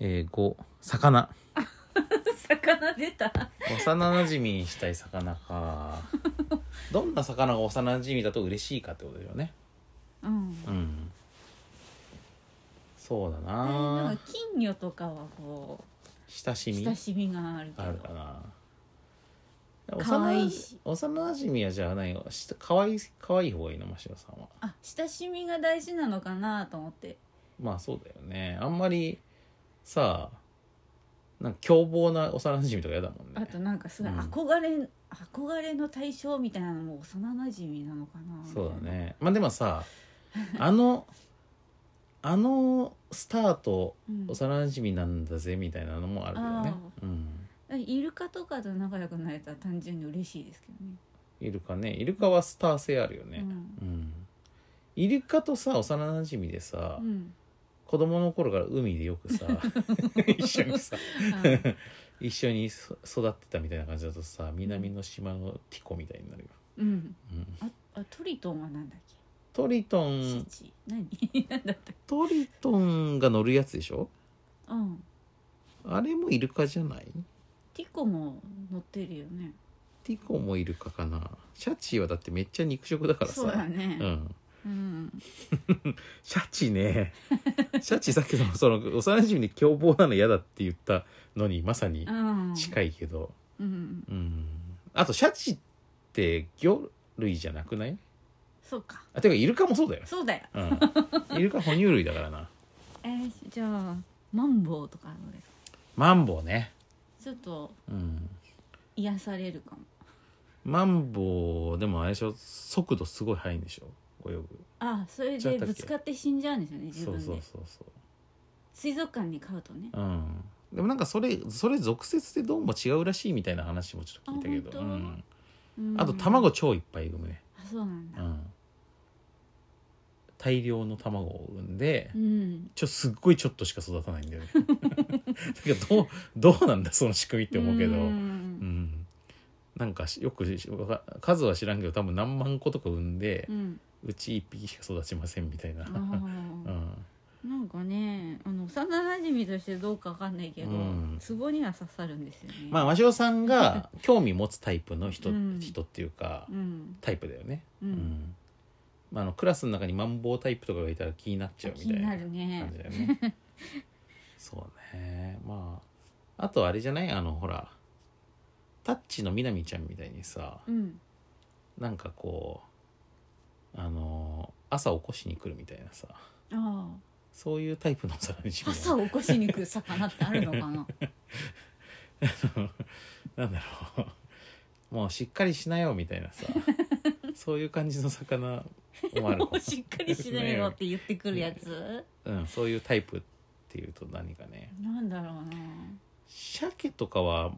えー、5魚
魚出た
幼なじみにしたい魚 [laughs] かどんな魚が幼なじみだと嬉しいかってことだよね
うん
うんそうだ
えーな
なん
か金魚とかはこ
親し
う
み
親しみがあるけ
ある
ど
かな
可愛いし
幼幼なじみはじゃあないよし可愛い可愛い方がいいの真白さんは
あ親しみが大事なのかなと思って
まあそうだよねあんまりさなんか凶暴な幼なじみとか嫌だもんね
あとなんかすごい
うん
憧れ、憧れの対象みたいなのも幼なじみなのかな
そうだねまあでも [laughs] さあのあのスタート
うん
幼なじみなんだぜみたいなのもあるけどね、うん、
イルカとかと仲良くなれたら単純に嬉しいですけどね
イルカねイルカはスター性あるよね、うんイルカとさ幼なじみでさ、
うん、
[laughs]
うん
子供の頃から海でよく [laughs] さ一緒にさ
あ
一緒にそ育ってたみたいな感じだとさ南の島のティコみたいになるよ、
うん、
うん、
ああトリトンはなんだっけ、
トリト
シ
ン
チ何 [laughs] なんだったっけ
トリトンが乗るやつでしょ
うん
あれもイルカじゃない
ティコも乗ってるよね
ティコもイルカかなシャチはだってめっちゃ肉食だからさ
そうだね
うん、
うん
シャチね [laughs] シャチさっきのその幼馴染に凶暴なの嫌だって言ったのにまさに
うん
近いけど、
うん
うんあとシャチって魚類じゃなくない
そうか
あてかイルカもそうだよ、
そうだよ [laughs]
うん、イルカ哺乳類だからな
えーじゃあマンボウとかあるのですか
マンボウね、
ちょっと
うん、
癒されるかも
マンボウでもあれでしょ速度すごい速いんでしょ泳ぐ
あそれ
ちょっ
で
とだけ
ぶつかって死んじゃうんですよね自
そ
分
う
で
そうそうそう
水族館に飼うとね
うん、でもなんかそれそれ俗説でどうも違うらしいみたいな話もちょっと聞いたけど
あ
う
本当
ん、
うん
あと卵超いっぱい産むね、
あそうなん
う
だ
ん、大量の卵を産んで、
うん
ちょすっごいちょっとしか育たないん
[laughs]
だよねだからどうどうなんだその仕組みって思うけど、
う
うん
ん
なんかしよくしわか数は知らんけど多分何万個とか産んで
う、ん
うち1匹しか育ちませんみたいな、
あ
う
ー
ん、
なんかねあの幼なじみとしてどうかわかんないけど
うん
ツボには刺さるんですよね
まあ
あ
鷲尾さんが興味持つタイプの人,、
うん
人っていうか、
うん
タイプだよね、
う
うんまあ、あのクラスの中にマンボウタイプとかがいたら気になっちゃうみ
気
たい
に
な
なるね
感じだよね
[laughs]
そうねまああとあれじゃないあのほらタッチのみなみちゃんみたいにさ
うん
なんかこうあの朝起こしに来るみたいなさ
あ
そういうタイプのお皿にし
あ
よう
朝起こしに来る魚ってある
[laughs]
のかな
なんだろう [laughs] もうしっかりしなよみたいな
[laughs]
さそういう感じの魚もある
[laughs] も
かも
うしっかりしなよって言ってくるやつ
うん、そういうタイプっていうと何かね
なんだろうな
鮭とかは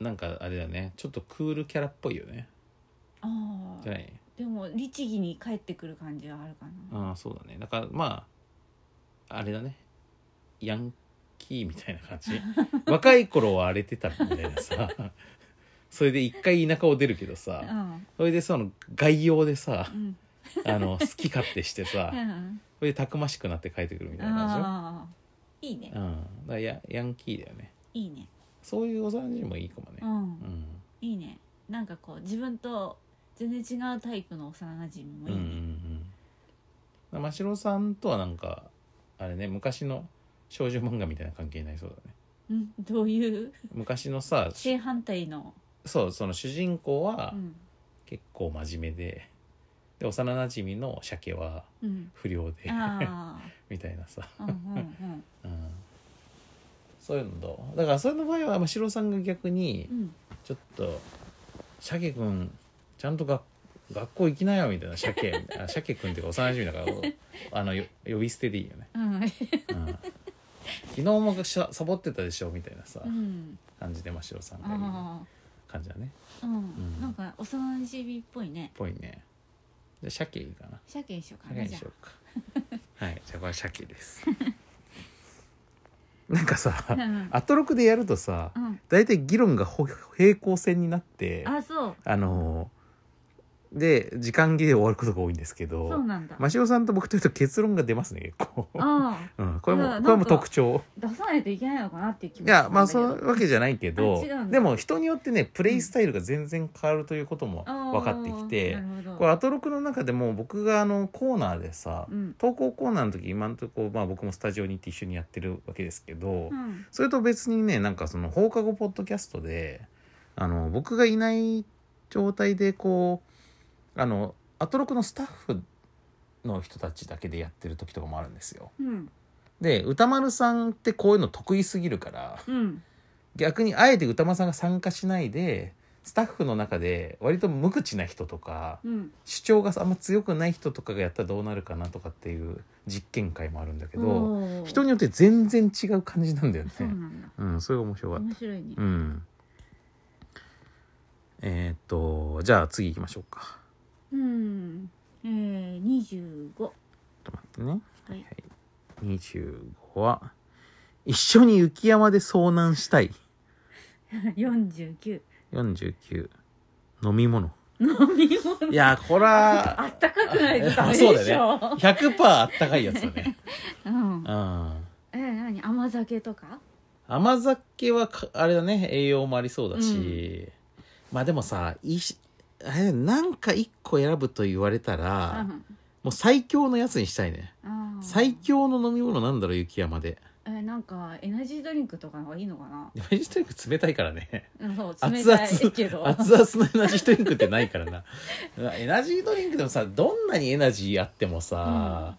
なんかあれだねちょっとクールキャラっぽいよね
あ
じゃ
あ
ない
でも律儀に帰ってくる感じはあるかな
ああそうだねだからまああれだねヤンキーみたいな感 [laughs] じ若い頃は荒れてたみたいなさそれで一回田舎を出るけどさそれでその概要でさ
うん
あの好き勝手してさ
うんうん
それでたくましくなって帰ってくるみたいな感
ああいいね
じよ、うん、だからヤヤンキーだよね
いいね
そういうお皿にもいいかもね
う
うんん
いいねなんかこう自分と全然違うタイプの幼馴染も
う
い
ん
い
うんう
ね
ん真城さんとはなんかあれね昔の少女漫画みたいな関係になりそうだね
うんどういう
昔のさ
正反対の
そうその主人公は
うん
結構真面目でで幼なじみの鮭は
うん
不良で
あ
みたいなさ、
あうんうんうん
うん、そういうのどうだからそれの場合は真城さんが逆に
うん
ちょっと鮭くんちゃんと学学校行きなよみたいな鮭みたいな鮭くんっていうか幼馴染だから
[laughs]
あのよ呼び捨てでいいよね
うん
うん昨日もしゃサボってたでしょみたいなさ、
うん
感じで真城さんがいい
あ
感じだね
あうんなんか幼馴染っぽいね
ぽいねじゃあ鮭いいかな
鮭にしようか
鮭
な
に
じゃ
しようかはいじゃあこれ鮭です [laughs] なんか
あ
さ
うん
アトロクでやるとさ
うん
大体議論がほ平行線になって
あそう
あのーで時間切れで終わることが多いんですけ
そう
ど
なんだ
真汐さんと僕というと結論が出ますね結構、
ああ
うん、これ
いや
も
なんか
これも特徴
出さないといけないのかなっていう気
い
も
やまあ
す
そ
るんだ
う
け
いうわけじゃないけ
あ
ど
違うんだ
でも人によってねプレイスタイルが全然変わるということも
どああ
分かってきて
なるほど
これアトロクの中でも僕があのコーナーでさ
うん
投稿コーナーの時今のとこまあ僕もスタジオに行って一緒にやってるわけですけど
うん
それと別にねなんかその放課後ポッドキャストであの僕がいない状態でこうあのアトロクのスタッフの人たちだけでやってる時とかもあるんですよ。
うん
で歌丸さんってこういうの得意すぎるから
うん
逆にあえて歌丸さんが参加しないでスタッフの中で割と無口な人とか
うん
主張があんま強くない人とかがやったらどうなるかなとかっていう実験会もあるんだけど
おー
人によって全然違う感じなんだよね。
そうなんだ
うん、それが面白かった
面白いね
うん。えーっと、じゃあ次行きましょうか。
うんえー25
ちょっと待って
は
ね。
い
はい。25は、一緒に雪山で遭難したい。
49
49。飲み物。
飲み物
いや、これは
あったかくないとダメで
あそうだ
し
よ
ょ
100%あったかいやつだね。
うん
うん。
えー何甘酒とか
甘酒はか、あれだね、栄養もありそうだし。まあでもさ、いしあれなんか一個選ぶと言われたら、
うん
もう最強のやつにしたいね。
あー
最強の飲み物なんだろう雪山で
えーなんかエナジードリンクとかの方がいいのかな
エナジードリンク冷たいからね
うんそう冷
熱々
たいけど
熱々のエナジードリンクってないから
[laughs]
なうわエナジードリンクでもさどんなにエナジーあってもさ、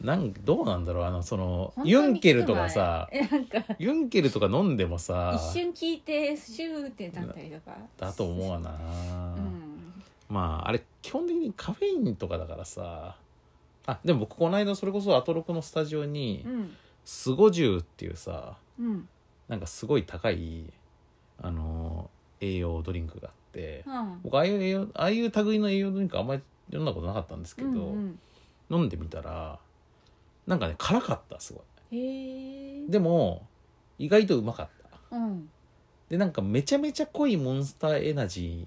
なんどうなんだろうあのその
本当に
ユンケルとかさ
えなんか
ユンケルとか飲んでもさ
一瞬聞いてシューってなったりとか
だと思わな、
うん
まああれ基本的にカフェインとかだからさあでも僕この間それこそアトロクのスタジオに
うん
スゴジュウっていうさ
うん
なんかすごい高い、あのー栄養ドリンクがあって、
うん
僕ああいう栄養ああいう類の栄養ドリンクあんまり飲んだことなかったんですけど、
うん
飲んでみたらなんかね辛かったすご
うんへえ
いでも意外とうまかった
うん
でなんかめちゃめちゃ濃いモンスターエナジー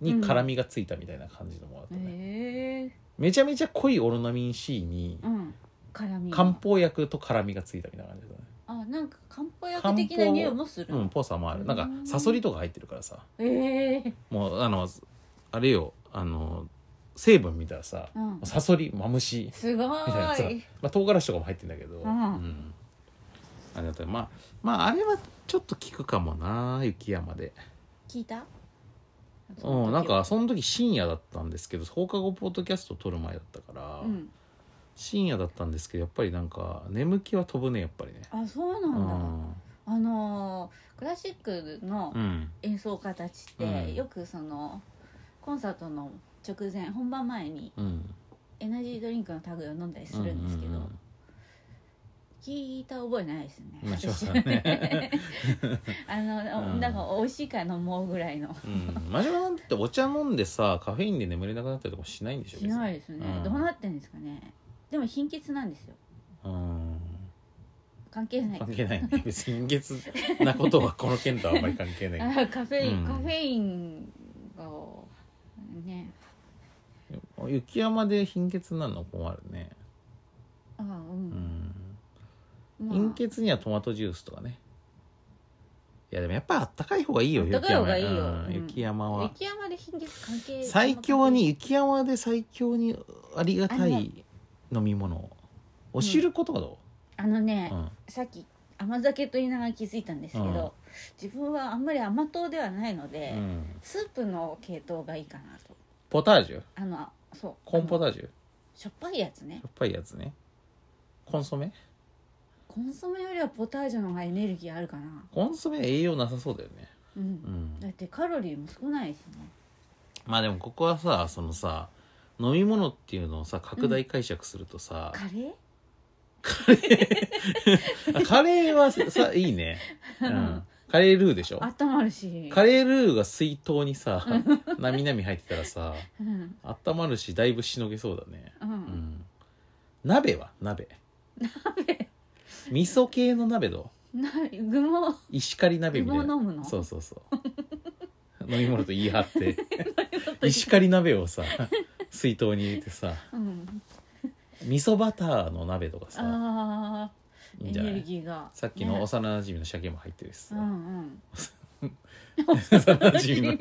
に辛みがついたみたいな感じのもあったね、
へえ
めちゃめちゃ濃いオロナミン C に
うん辛み
漢方薬と辛みがついたみたいな感じだね
あなんか漢方薬的な匂いもする
うん
の、
ぽさもあるなん
う
か
ん
サソリとか入ってるからさ
ええ
もうあのあれよあの成分見たらさ
うん
サソリマムシ
すご
みたいなさ
ーい
まあ、唐辛子とかも入ってんだけど、
うん
んあれだったらまあまああれはちょっと効くかもな雪山で
聞いた
うんなんかその時深夜だったんですけど放課後ポッドキャスト撮る前だったから、
うん
深夜だったんですけどやっぱりなんか眠気は飛ぶねやっぱりね
あそう
う
なんだ
ん
あのークラシックの
うん
演奏家たちって、
うん
よくそのコンサートの直前本番前に
うん
エナジードリンクの類を飲んだりするんですけ
う
ど、
んうんうん
聞いた覚えないですね
ま
[laughs]
あ
私
そうだね
あの、
うん
なんか美味しいから飲もうぐらいの
うん真島さんってお茶飲んでさカフェインで眠れなくなったりとかしないんでしょ
しないですね、
うん
どうなってんですかねでも貧血なんですよ
うん
関係ない
関係ないね別に月なことはこの件とはあんまり関係ない
あカフェイン、
うん
カフェインがね
雪山で貧血になるの困るね
あうん
う、ん、
まあ
貧血にはトマトジュースとかねいやでもやっぱあったかい方がいいよ
あったかい方がいいよ
うん
うん
雪山は
雪山で貧血関係
最強に雪山で最強にありがたい飲み物お汁粉とかど
あの
う、
ね、
うん
さっき甘酒と言いながら気づいたんですけど、
うん
自分はあんまり甘党ではないので、
うん
スープの系統がいいかなと
ポタージュ
あのそう
コーンポタ
あの
ージュし
しょっぱいやつね
ょっぱいやつねコンソメ
コンソメよりはポタージュの方がエネルギーあるかな
コンソメ栄養なさそうだよね
う、
うんん
だってカロリーも少ないしね
まあでもここはさそのさ飲み物っていうのをさ拡大解釈するとさ、
カレー
あカレーはさいいね、うん、カレールーでしょ
あったまるし
カレールーが水筒にさなみなみ入ってたらさ
うん
あったまるしだいぶしのげそうだね
うん、
うん鍋は鍋鍋味噌系の鍋どう
な具も
石狩鍋
具
みたいな
も飲むの
そうそうそう [laughs] 飲み物と言い張
[laughs]
って石狩鍋をさ [laughs] 水筒に入れてさ
うん、
味噌バターの鍋とかさ
あ
いいん
ーエ
じゃな
ネル
い
ギーが
さっきの
ね
幼なじみの鮭も入ってるしさ、
うんうん
[laughs] 幼なじみ
[laughs]
の、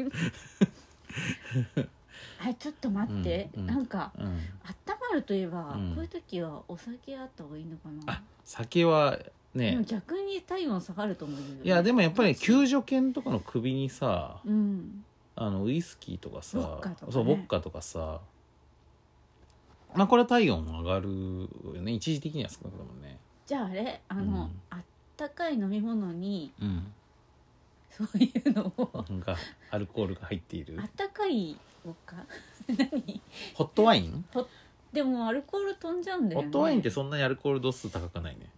あちょっと待って、
うんうん
なんか
うん、
あったまるといえば、
うん
こういう時はお酒あった方がいいのかな
あ酒は
でも
ね
逆に体温下がると思う
いやでもやっぱり
急
救助犬とかの首にさ
うん
あのウイスキーとかさ
ウォッカとかね
そうウォッカとかさまあこれは体温上がるよね一時的には少なくともね
じゃああれあの、
うん
あったかい飲み物に
うん
そういうのを
なんかアルコールが入っている
あったかいのか [laughs] 何
ホットワイン
でもアルコール飛んじゃうんだ
ホ
よね
ットワインってそんなにアルコール度数高くないね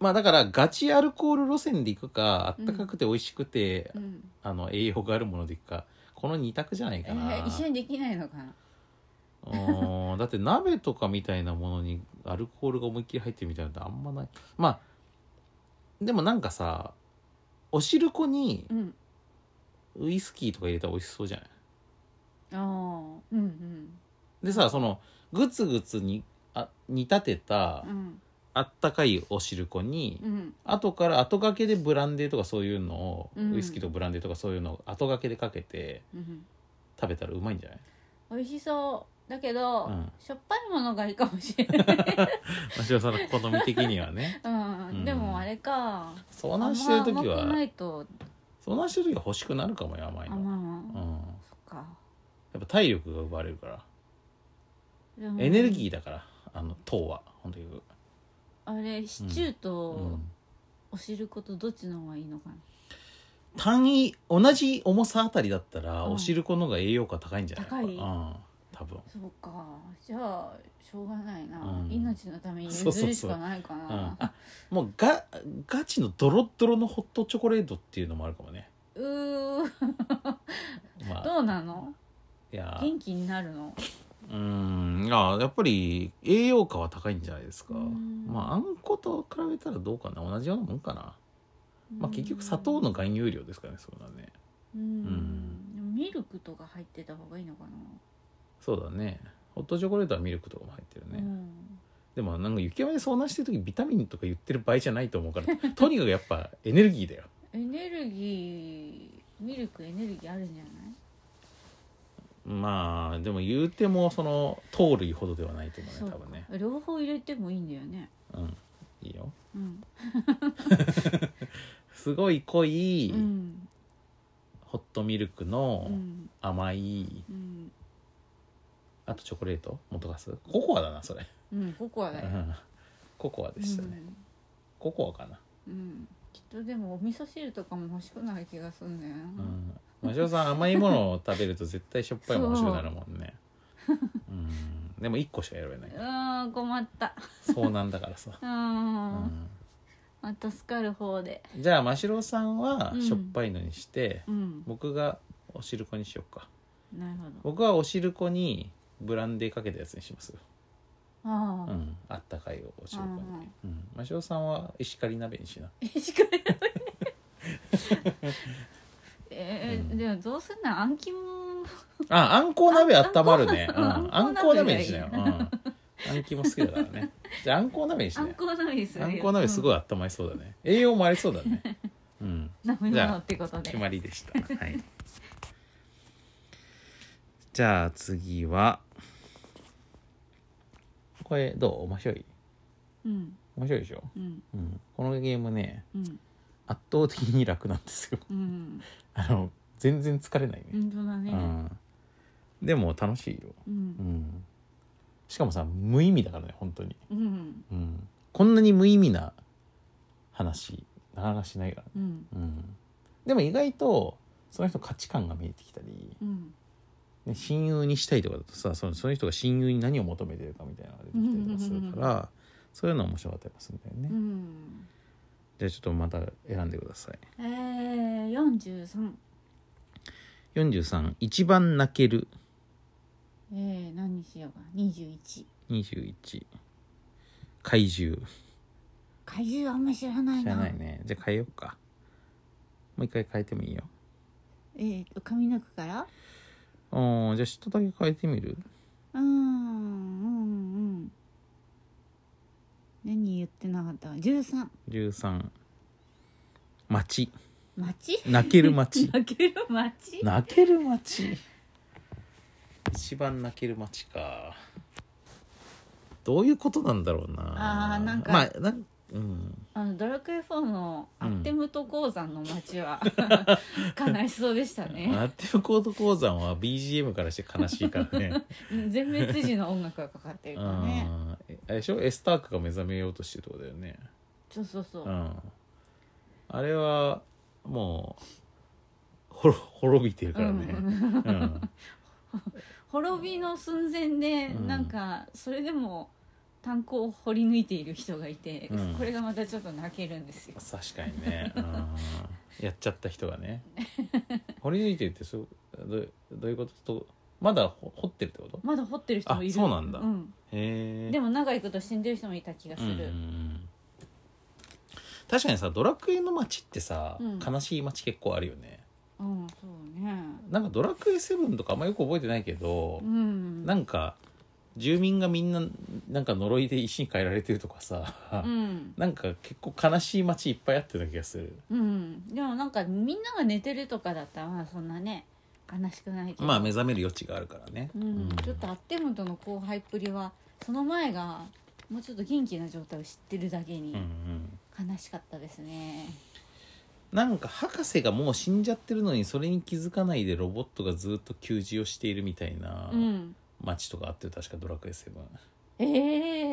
まあだからガチアルコール路線で行くかあったかくて美味しくて、
うん、
あの栄養があるもので行くかこの二択じゃない
え
かな、
ー一緒にできないのかな
うーんだって鍋とかみたいなものにアルコールが思いっきり入ってるみたいなのってあんまないまあでもなんかさお汁粉に
うん
ウイスキーとか入れたら美味しそうじゃない
ああうんうん
でさそのグツグツにあ煮立てた
うん
あったかいお汁粉に、
うん
後から後掛けでブランデーとかそういうのを、
うん
ウイスキーとかブランデーとかそういうのを後掛けでかけて
うん
食べたらうまいんじゃない、
美味しそうだけど、
うん
しょっぱいものがいいかもしれ
[laughs]
ない、
真汐さんの好み的には
[laughs]
ね
うん
うん
でもあれか
遭
甘
難してる時
甘くな
はい
と
遭難してる時は欲しくなるかもよ甘い
甘
の
いも
うんん、
そっか
やっぱ体力が奪われるから、
でも
エネルギーだからあの糖は本当に、
あれシチュー
う
と
ん、
お汁粉とどっちの方がいいのかな、
単位同じ重さあたりだったら、
うん
お汁粉の方が栄養価高いんじゃない
高い
うん多分
そうかじゃあしょうがないな、
うん
命のために
そうそうそ
譲
う
るしかないかな
うんあもうガガチのドロッドロのホットチョコレートっていうのもあるかもね
うーん
まあ
どうなの
いや
元気になるの
うーんいややっぱり栄養価は高いんじゃないですか
うん
まああんこと比べたらどうかな同じようなもんかな、まあ、結局砂糖の含有量ですからねそうだね
うん
ん
でもミルクとか入ってた方がいいのかな
そうだねホットチョコレートはミルクとかも入ってるね、
うん
でもなんか雪山で遭難してる時ビタミンとか言ってる場合じゃないと思うからとにかくやっぱエネルギーだよ
エネルギーミルクエネルギーあるんじゃない
まあでも言うてもその盗塁ほどではないと思うね多分ね
両方入れてもいいんだよね
うんいいよ
うん、
すごい濃い、
うん
ホットミルク
う
の
ん
甘い
うん
あとチョコレート元ガスココアだなそれ、
うんココア
う
だよ、
ん、 [laughs] ココアでしたね、ココアかな
うん、うんきっとでもお味噌汁とかも欲しくなる気がするんだよな、
うんマシオさん甘いものを食べると絶対しょっぱいもの欲しくなるもんねうんでも1個しか選べないう
ーん困った
そうなんだからさ、
うー、
うんん、
また助かる方で
じゃあマシロさんはしょっぱいのにして、
うん
僕がおしるこにしよっか
なるほど
僕はおしるこにブランデーかけたやつにします
あ
う
あ、
んあったかいおしるこに
うんうん
うんマシロさんは石狩鍋にしな
えしかも [laughs] えー
うん
でもどうすんのあん肝
ああんこう鍋あったまるねうんあ [laughs]
あ
ん
ん
こ
こ
う
う
鍋
鍋
にしなよ、うん、あんきも好きだからねじゃああんこう鍋にし
あ
なよ
んこ鍋です
あんこう鍋すご
い、
い温まりそうだね栄養もありそうだ [laughs] ねうん
うん、飲み
じゃあ
物ってことで
決まりでしたはいじゃあ次はこれどう面白い
うん
面白いでしょ、
うん
うん、このゲームね
うん
圧倒的に楽なんですよ
うん
あの全然疲れないね、
本当だね、
うん、でも楽しいよ、
う
うんん、しかもさ無意味だからね本当に、
うん
うん、こんなに無意味な話なかなかしないからね、
うん
うん、でも意外とその人の価値観が見えてきたり、
うん
ね、親友にしたいとかだとさそのその人が親友に何を求めてるかみたいなのが出てきたりとかするから、そういうのは面白かったりもするんだよね、
うん
じゃあちょっとまた選んでください
えー、43
43一番泣ける
えー、何にしようか21
21怪獣
怪獣あんま知らない
知
な
らないねじゃあ変えようかもう一回変えてもいいよ
えー、上の句から
あーじゃあちょっとだけ変えてみる
うーんうんうん何言ってなかった13
13町
町
泣ける
[laughs]
町
泣ける町
泣ける町一番泣ける町かどういうことなんだろうな
あーなんか
まあなうん
あのドラクエ4のアッテムト鉱山の町は、 [laughs] 悲しそうでしたね
アテムコード鉱山は BGM からして悲しいからね
[laughs] 全滅時の音楽がかかってるからね
あーえあれでしょエスタークが目覚めようとしてるとこだよね
そうそうそううん
あれはもうほろ [laughs] 滅びてるからね、
う
うん
滅びの寸前で、
うん
なんかそれでも炭鉱を掘り抜いている人がいて、
うん
これがまたちょっと泣けるんですよ
確かにね、うんやっちゃった人がね掘り抜いてるってそうどうどういうこととまだ掘掘ってるってこと
まだ掘ってる人もいる
あそうなんだ
うん、
へえ
でも長いこと死んでる人もいた気がす
うんうんう
る、
ん確かにさドラクエの街ってさ、
うん
悲しい街結構あるよね
うん、そうね。
なんかドラクエ7とかあんまよく覚えてないけど
う、ん。
なんか住民がみんななんか呪いで石に変えられてるとかさ、
うん。
なんか結構悲しい街いっぱいあってた気がする
うん。でもなんかみんなが寝てるとかだったらまあそんなね悲しくないけど。
まあ目覚める余地があるからね、
うん。ちょっとアッテムとの後輩っぷりはその前がもうちょっと元気な状態を知ってるだけ
うんう
に
ん
悲しかったですね。
なんか博士がもう死んじゃってるのにそれに気づかないでロボットがずっと給仕をしているみたいな
うん。
街とかあって確かドラクエ7、
え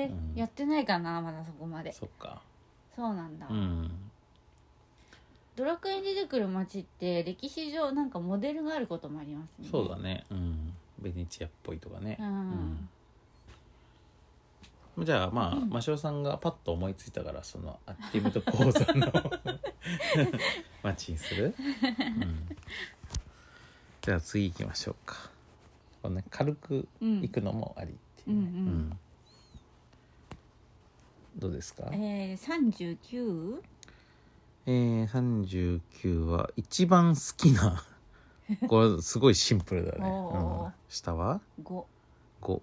え
うん
やってないかなまだそこまで。
そっか
そうなんだ。
うん
ドラクエに出てくる街って歴史上なんかモデルがあることもありますね。
そうだねうんベネチアっぽいとかね
うん。
じゃあまあ、
うん
マシオさんがパッと思いついたからそのアッティブと鉱山
[laughs]
の街にする、うんじゃあ次行きましょうかこんな軽く
うん
行くのもありっていうね、
うんうん
うんどうですか
ええ三十九。
えー、39は一番好き
[laughs]
なこれすごいシンプルだね、
おー
うん下は
五。
5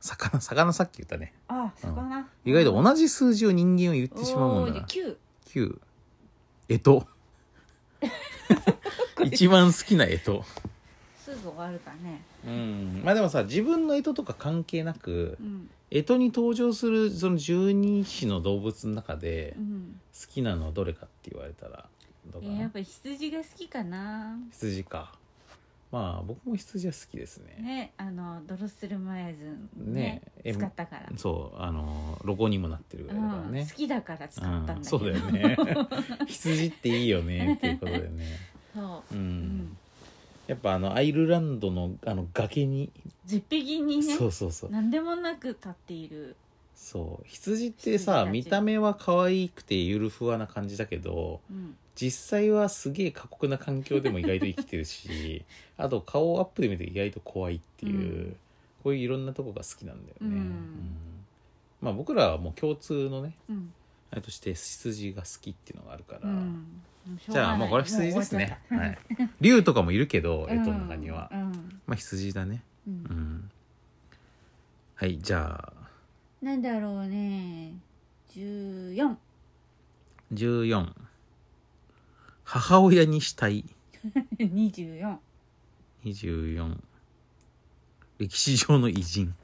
魚魚さっき言ったね
あ、魚、
意外と同じ数字を人間は言ってしまうもんだな
九。
9えと一番好きなえと
そ数度があるからね、
うんまあでもさ自分の干支とか関係なく
うん
干支に登場するその12種の動物の中で
うん
好きなのはどれかって言われたらどう
え
か
ーや
な
っぱ羊が好きかな
羊かまあ僕も羊は好きですね
ねあのドロッセルマイズン
ね
ね
え
使ったから、
そうあのロゴにもなってるぐらいだから
う
ね
ん、好きだから使ったんだけど、
うん、そうだよ
[laughs]
ね羊っていいよねっていうことでね
そう
うん、
ん
やっぱあのアイルランドのあの崖に、
絶壁にね
そうそうそう
何でもなく立っている
そう羊ってさ
羊たち
見た目は可愛くてゆるふわな感じだけど
うん
実際はすげえ過酷な環境でも意外と生きてる
[laughs]
しあと顔をアップで見て意外と怖いっていう、
うん
こういういろんなとこが好きなんだよね、
うん
まあ僕らはもう共通のね
うん
あれとして羊が好きっていうのがあるから、
うんしょ
じゃあ
がない
もうこれは羊ですね
もう終わ
は
っちゃ
い
[laughs]
竜とかもいるけど
った
干支の中には、
うん
まあ羊だね
うん
う
うん
んはいじゃあ
なんだろうね14 [laughs]
14母親にしたい
24
24歴史上の偉人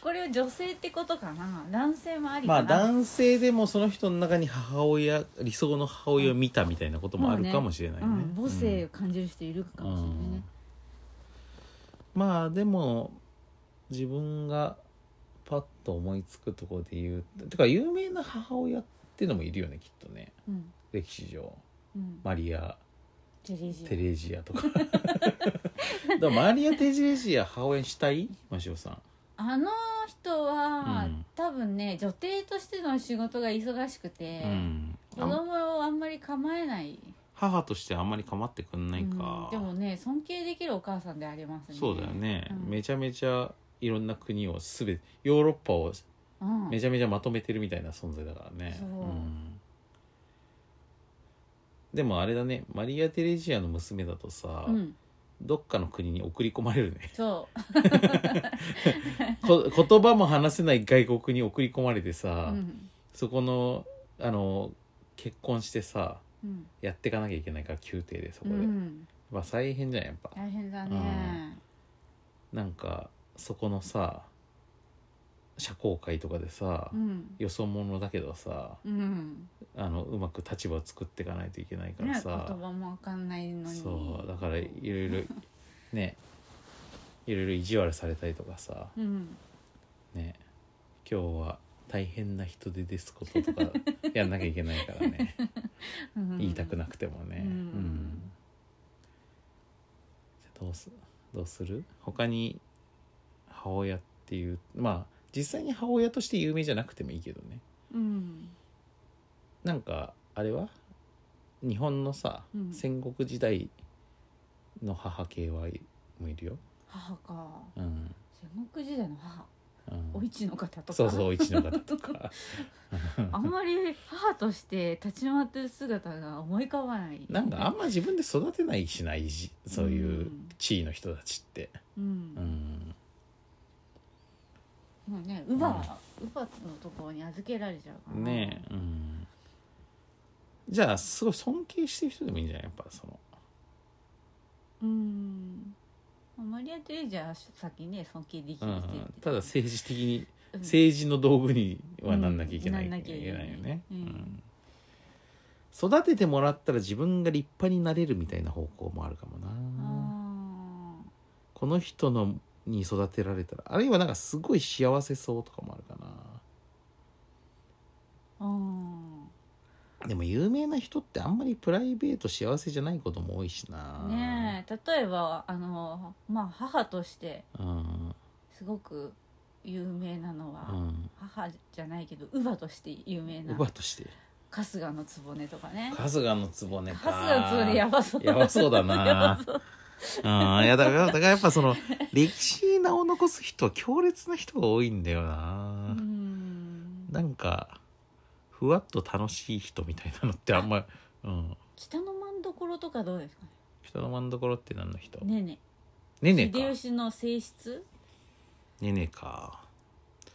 これは女性ってことかな男性もあり
ま
かな
あ男性でもその人の中に母親理想の母親を見たみたいなこともあるかもしれないね,
う
うん、
ん、母性を感じる人いるかもしれないね、
うんまあでも自分がパッと思いつくところで言うてか有名な母親っていうのもいるよねきっとね
うん
歴史上
うん
マリア・
テレジ
テレジアとか
[laughs]
だからマリア・テレジア母親にしたいマシオさん
あの人は、
うん
多分ね女帝としての仕事が忙しくて、
うん
子供をあんまり構えない、
母としてあんまり構ってくんないか、
うんでもね尊敬できるお母さんでありますね
そうだよ、ね、
うん
めちゃめちゃいろんな国をすべてヨーロッパを
うん、
めちゃめちゃまとめてるみたいな存在だからね、
そうん
でもあれだねマリア・テレジアの娘だとさ、
うん
どっかの国に送り込まれる
[laughs]
ね
そ
こ言葉も話せない外国に送り込まれて
う、う
さ、
ん
そこのあの結婚してさ
うん
やっていかなきゃいけないから宮廷でそこ
う
で、
ん、
まあ大変じゃんやっぱ
大変だね、
なんかそこのさ社交界とかでさ、
うん
よそ者だけどさ
うん、
あのうまく立場を作っていかないといけないか
ね
ら
言葉
さ、
もわかんないのに
そうだからいろいろねいろいろ意地悪されたりとかさ
うん
ね今日は大変な人手ですこととかやんなきゃいけないから
[laughs]
ね
うん
言いたくなくてもね、
うん
じゃあどうすどうする他に母親っていうまあ実際に母親として有名じゃなくてもいいけどね
うん
なんかあれは日本のさ、
うん
戦国時代の母系はいもういるよ、
母か
うん
戦国時代の母
うん
お市の方とか
そうそうお市の方 [laughs] とか
あんまり母として立ち回ってる姿が思い浮かばない
なんかあんま自分で育てないしないしそういううん地位の人たちって、
うん
うん
もうね乳母は乳母のところに預けられちゃうから
ねえ、うん、じゃあすごい尊敬してる人でもいいんじゃないやっぱその
うんまあマリア・テレジャー先ね尊敬できる人って言って
ただ政治的に
うん
政治の道具にはなんなきゃいけない,、
うんなんなきゃ
い
い
け
け
な
ないい
よね、
うん
育ててもらったら自分が立派になれるみたいな方向もあるかもな
あ
この人のに育てられたらあるいはなんかすごい幸せそうとかもあるか
ーあー
なでも有名な人ってあんまりプライベート幸せじゃないことも多いしな
ねえ例えばあのまあ母として
うん
すごく有名なのは、
うん
母じゃないけど乳母として有名
乳
な
母として
春日の局とかね
春日の壺ね
春日の局やばそう
やばそうだな
やばそう
ああ、いやだから、だからやっぱその、歴史に名を残す人は強烈な人が多いんだよ
う
な。
ん
なんか、ふわっと楽しい人みたいなのってあんま、うん。
北の真んどころとかどうですか
北の真ん所って何の人
ねねえね
ね
え
ねか。
秀吉の性質
ねねか。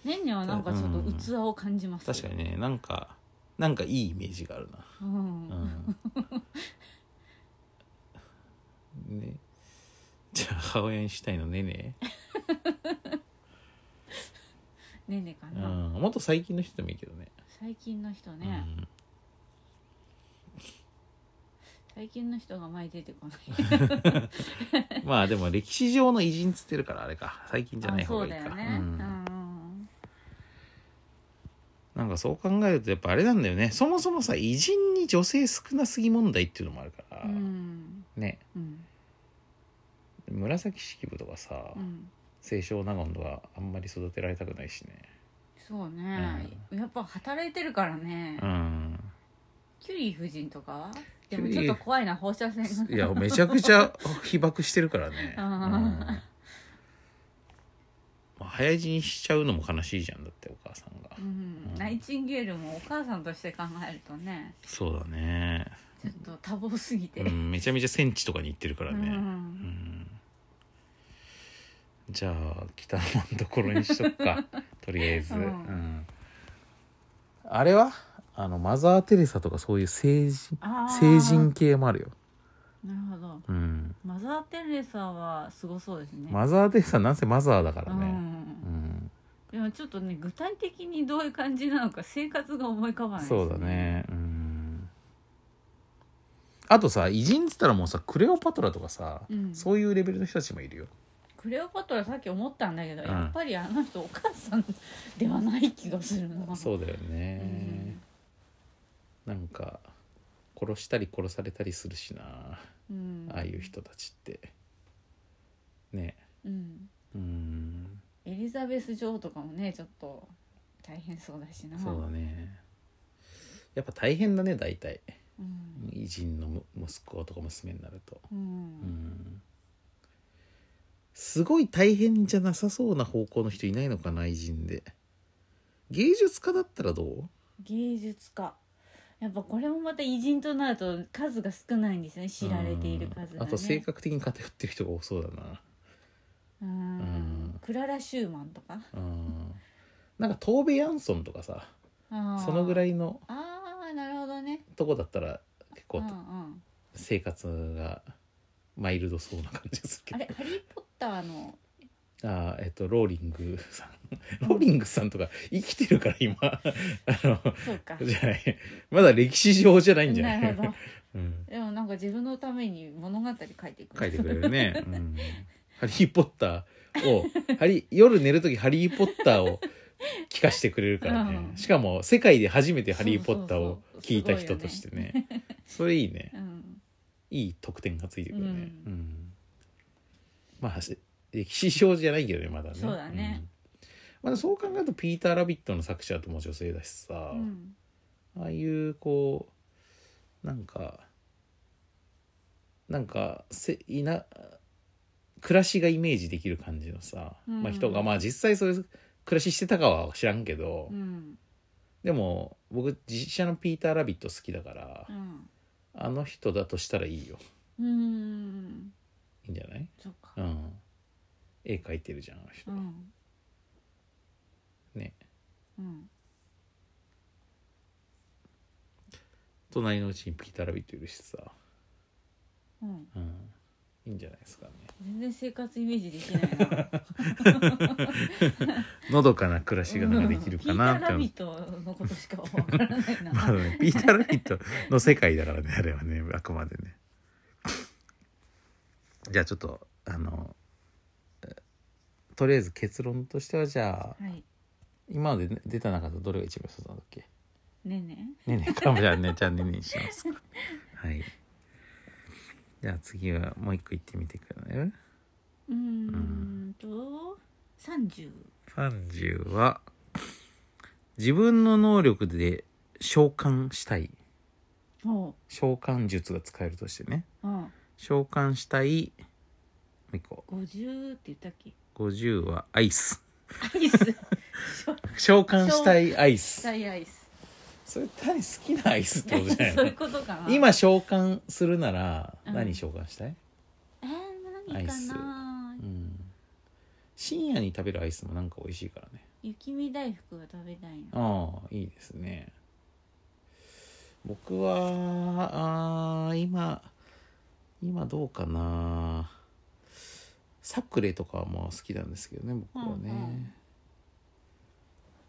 ねねはなんかちょっと器を感じます、
確かにね、なんか、なんかいいイメージがあるな。
うん、
うん。ね。じゃあ母親にしたいのねね、
ねえねえか
うん
な、、
もっと最近の人でもいいけどね
最近の人ね、最近の人が前に出てこない
うん、まあでも歴史上の偉人っつってるからあれか最近じゃない
あ
方
そ
が
う
いい
だ
か
よね、
う
うんんうん
なんかそう考えるとやっぱあれなんだよねそもそもさ偉人に女性少なすぎ問題っていうのもあるから、
うん
ね
うん
紫式部とかさ、
うん
清少納言とかあんまり育てられたくないしね
そうね、やっぱ働いてるからね、
うん
キュリー夫人とか
キュ
でも
リー
ちょっと怖いな放射線が
いやめちゃくちゃ被爆してるから
[laughs]
ね、
う
うんんまあ、早死にしちゃうのも悲しいじゃんだってお母さんが
うん
うん
ナイチンゲールもお母さんとして考えるとね
そうだね、
ちょっと多忙すぎて、
うん、めちゃめちゃ戦地とかに行ってるからね、
う
うん
ん
じゃあ北の真んところにしとく
[laughs]
かとりあえず、
うん
うんあれはあのマザー・テレサとかそういう成人
あー
成人系もあるよ、
なるほど
うん、
マザー・テレサはすごそうですね
マザー・テレサなんせマザーだから
う、
ね、うんん
でもちょっとね具体的にどういう感じなのか生活が思い浮かばないです
そうだねうんあとさ偉人っつったらもうさクレオパトラとかさ、
うん
そういうレベルの人たちもいるよ
クレオパトラさっき思ったんだけど、
うん
やっぱりあの人お母さんではない気がするな
そうだよ
う
ね
ん、、
なんか殺したり殺されたりするしな、
うん
ああいう、人たちってね
うん、
うん
エリザベス女王とかもねちょっと大変そうだしな
そうだねやっぱ大変だね大体
うん
偉人のむ息子とか娘になると
う
うんんすごい大変じゃなさそうな方向の人いないのかな偉人で芸術家だったらどう
芸術家やっぱこれもまた偉人となると数が少ないんですよね知られている数が、ね
うんあと性格的に偏ってる人が多そうだな
うん
うん
クララ・シューマンとか
うんなんかトーベ・ヤンソンとかさそのぐら
い
いの
あーあーなるほどね
とこだったら結
うん
構
うん
生活がマイルドそうな感じがする
あ
け
れ「ハリー・ポッターの」
どあーえっとローリングさん [laughs] ローリングさんとか生きてるから今 [laughs] あの
そうか
じゃないまだ歴史上じゃないんじゃない
なるほど
[laughs] うん、
でもなんか自分のために物語書いていく
書いてくれるね、うんハリー・ポッターをハリ夜寝る時ハリー・ポッターを聞かしてくれるからね、
うん
しかも世界で初めて「ハリー・ポッター」
そう
を
そうそう
聞いた人としてねそれいいね
うん
いい得点がついてくるね、
うん
うんまあし歴史上じゃないけどねまだね
そうだね、
うんまあ、そう考えるとピーター・ラビットの作者とも女性だしさ
う、ん
ああいうこうなんかなんかせいな暮らしがイメージできる感じのさ、
うん
まあ、人がまあ実際そういう暮らししてたかは知らんけど、
うん
でも僕実写のピーター・ラビット好きだから、
うん
あの人だとしたらいいよ
うん
いいんじゃない
そうか
うん、絵描いてるじゃんあの人、
うん
ね
うん
隣のうちにピーター・ラビットいるしさ、
うん
うん、いいんじゃないですかね
全然生活イメージできない
[laughs]
な
のどかな暮らしがなんかできるかな
うん
っ
ピータ
て
ー・ラ
思う
ビットのことしかわからない
[laughs]
な
まあねピーター・ラビットの世界だからねあれはねあくまでねじゃあちょっとあのえとりあえず結論としてはじゃあ
はい
今までね出た中でどれが一番良さそうなんだっけ
ねえね
ねえねえかもじゃあねじゃあねえねえにしますかはいじゃあ次はもう一個言ってみてください
えうーんと30
30は自分の能力で召喚したい
おう
召喚術が使えるとしてね
うん
召喚したいもう一個
50って言ったっけ
50はアイス
アイス
召喚したいアイス
ダイアイス
それ単に好きなアイスってことじゃない
[laughs] そういう
の
ことかな
今召喚するなら
うん
何召喚したい、
えー、何かな
うん、深夜に食べるアイスもなんか美味しいからね
雪見大福が食べたいな
ああいいですね僕はあー今今どうかなサクレとかはまあ好きなんですけどね僕はね、
うんうん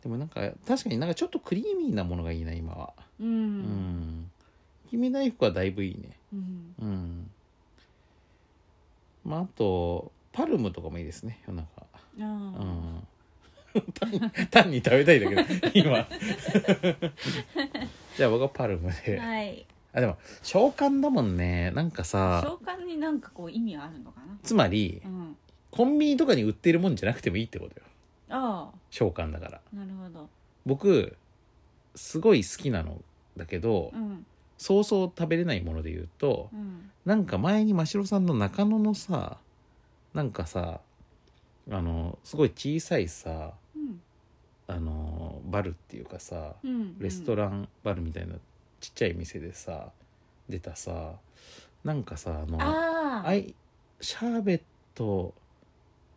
でもなんか確かになんかちょっとクリーミーなものがいいな今は
う
うんん君大福はだいぶいいね
うん
うんまああとパルムとかもいいですね夜中
あ
う
ー
ん単に単に食べたいだけど今 [laughs] じゃあ僕はパルムで、
はい
あでも召喚だもんねなんかさ
召喚になんかこう意味あるのかな
つまり
うん
コンビニとかに売ってるもんじゃなくてもいいってことよ
あ
召喚だから
あなるほど
僕すごい好きなのだけど、
うん
そうそう食べれないもので言うと
うん
なんか前に真城さんの中野のさなんかさあのすごい小さいさ
うん
あのバルっていうかさ
うん
レスト
ラ
ランバルみたいなちっちゃい店でさ出たさなんかさあの
あ
ア
あ
イシャーベット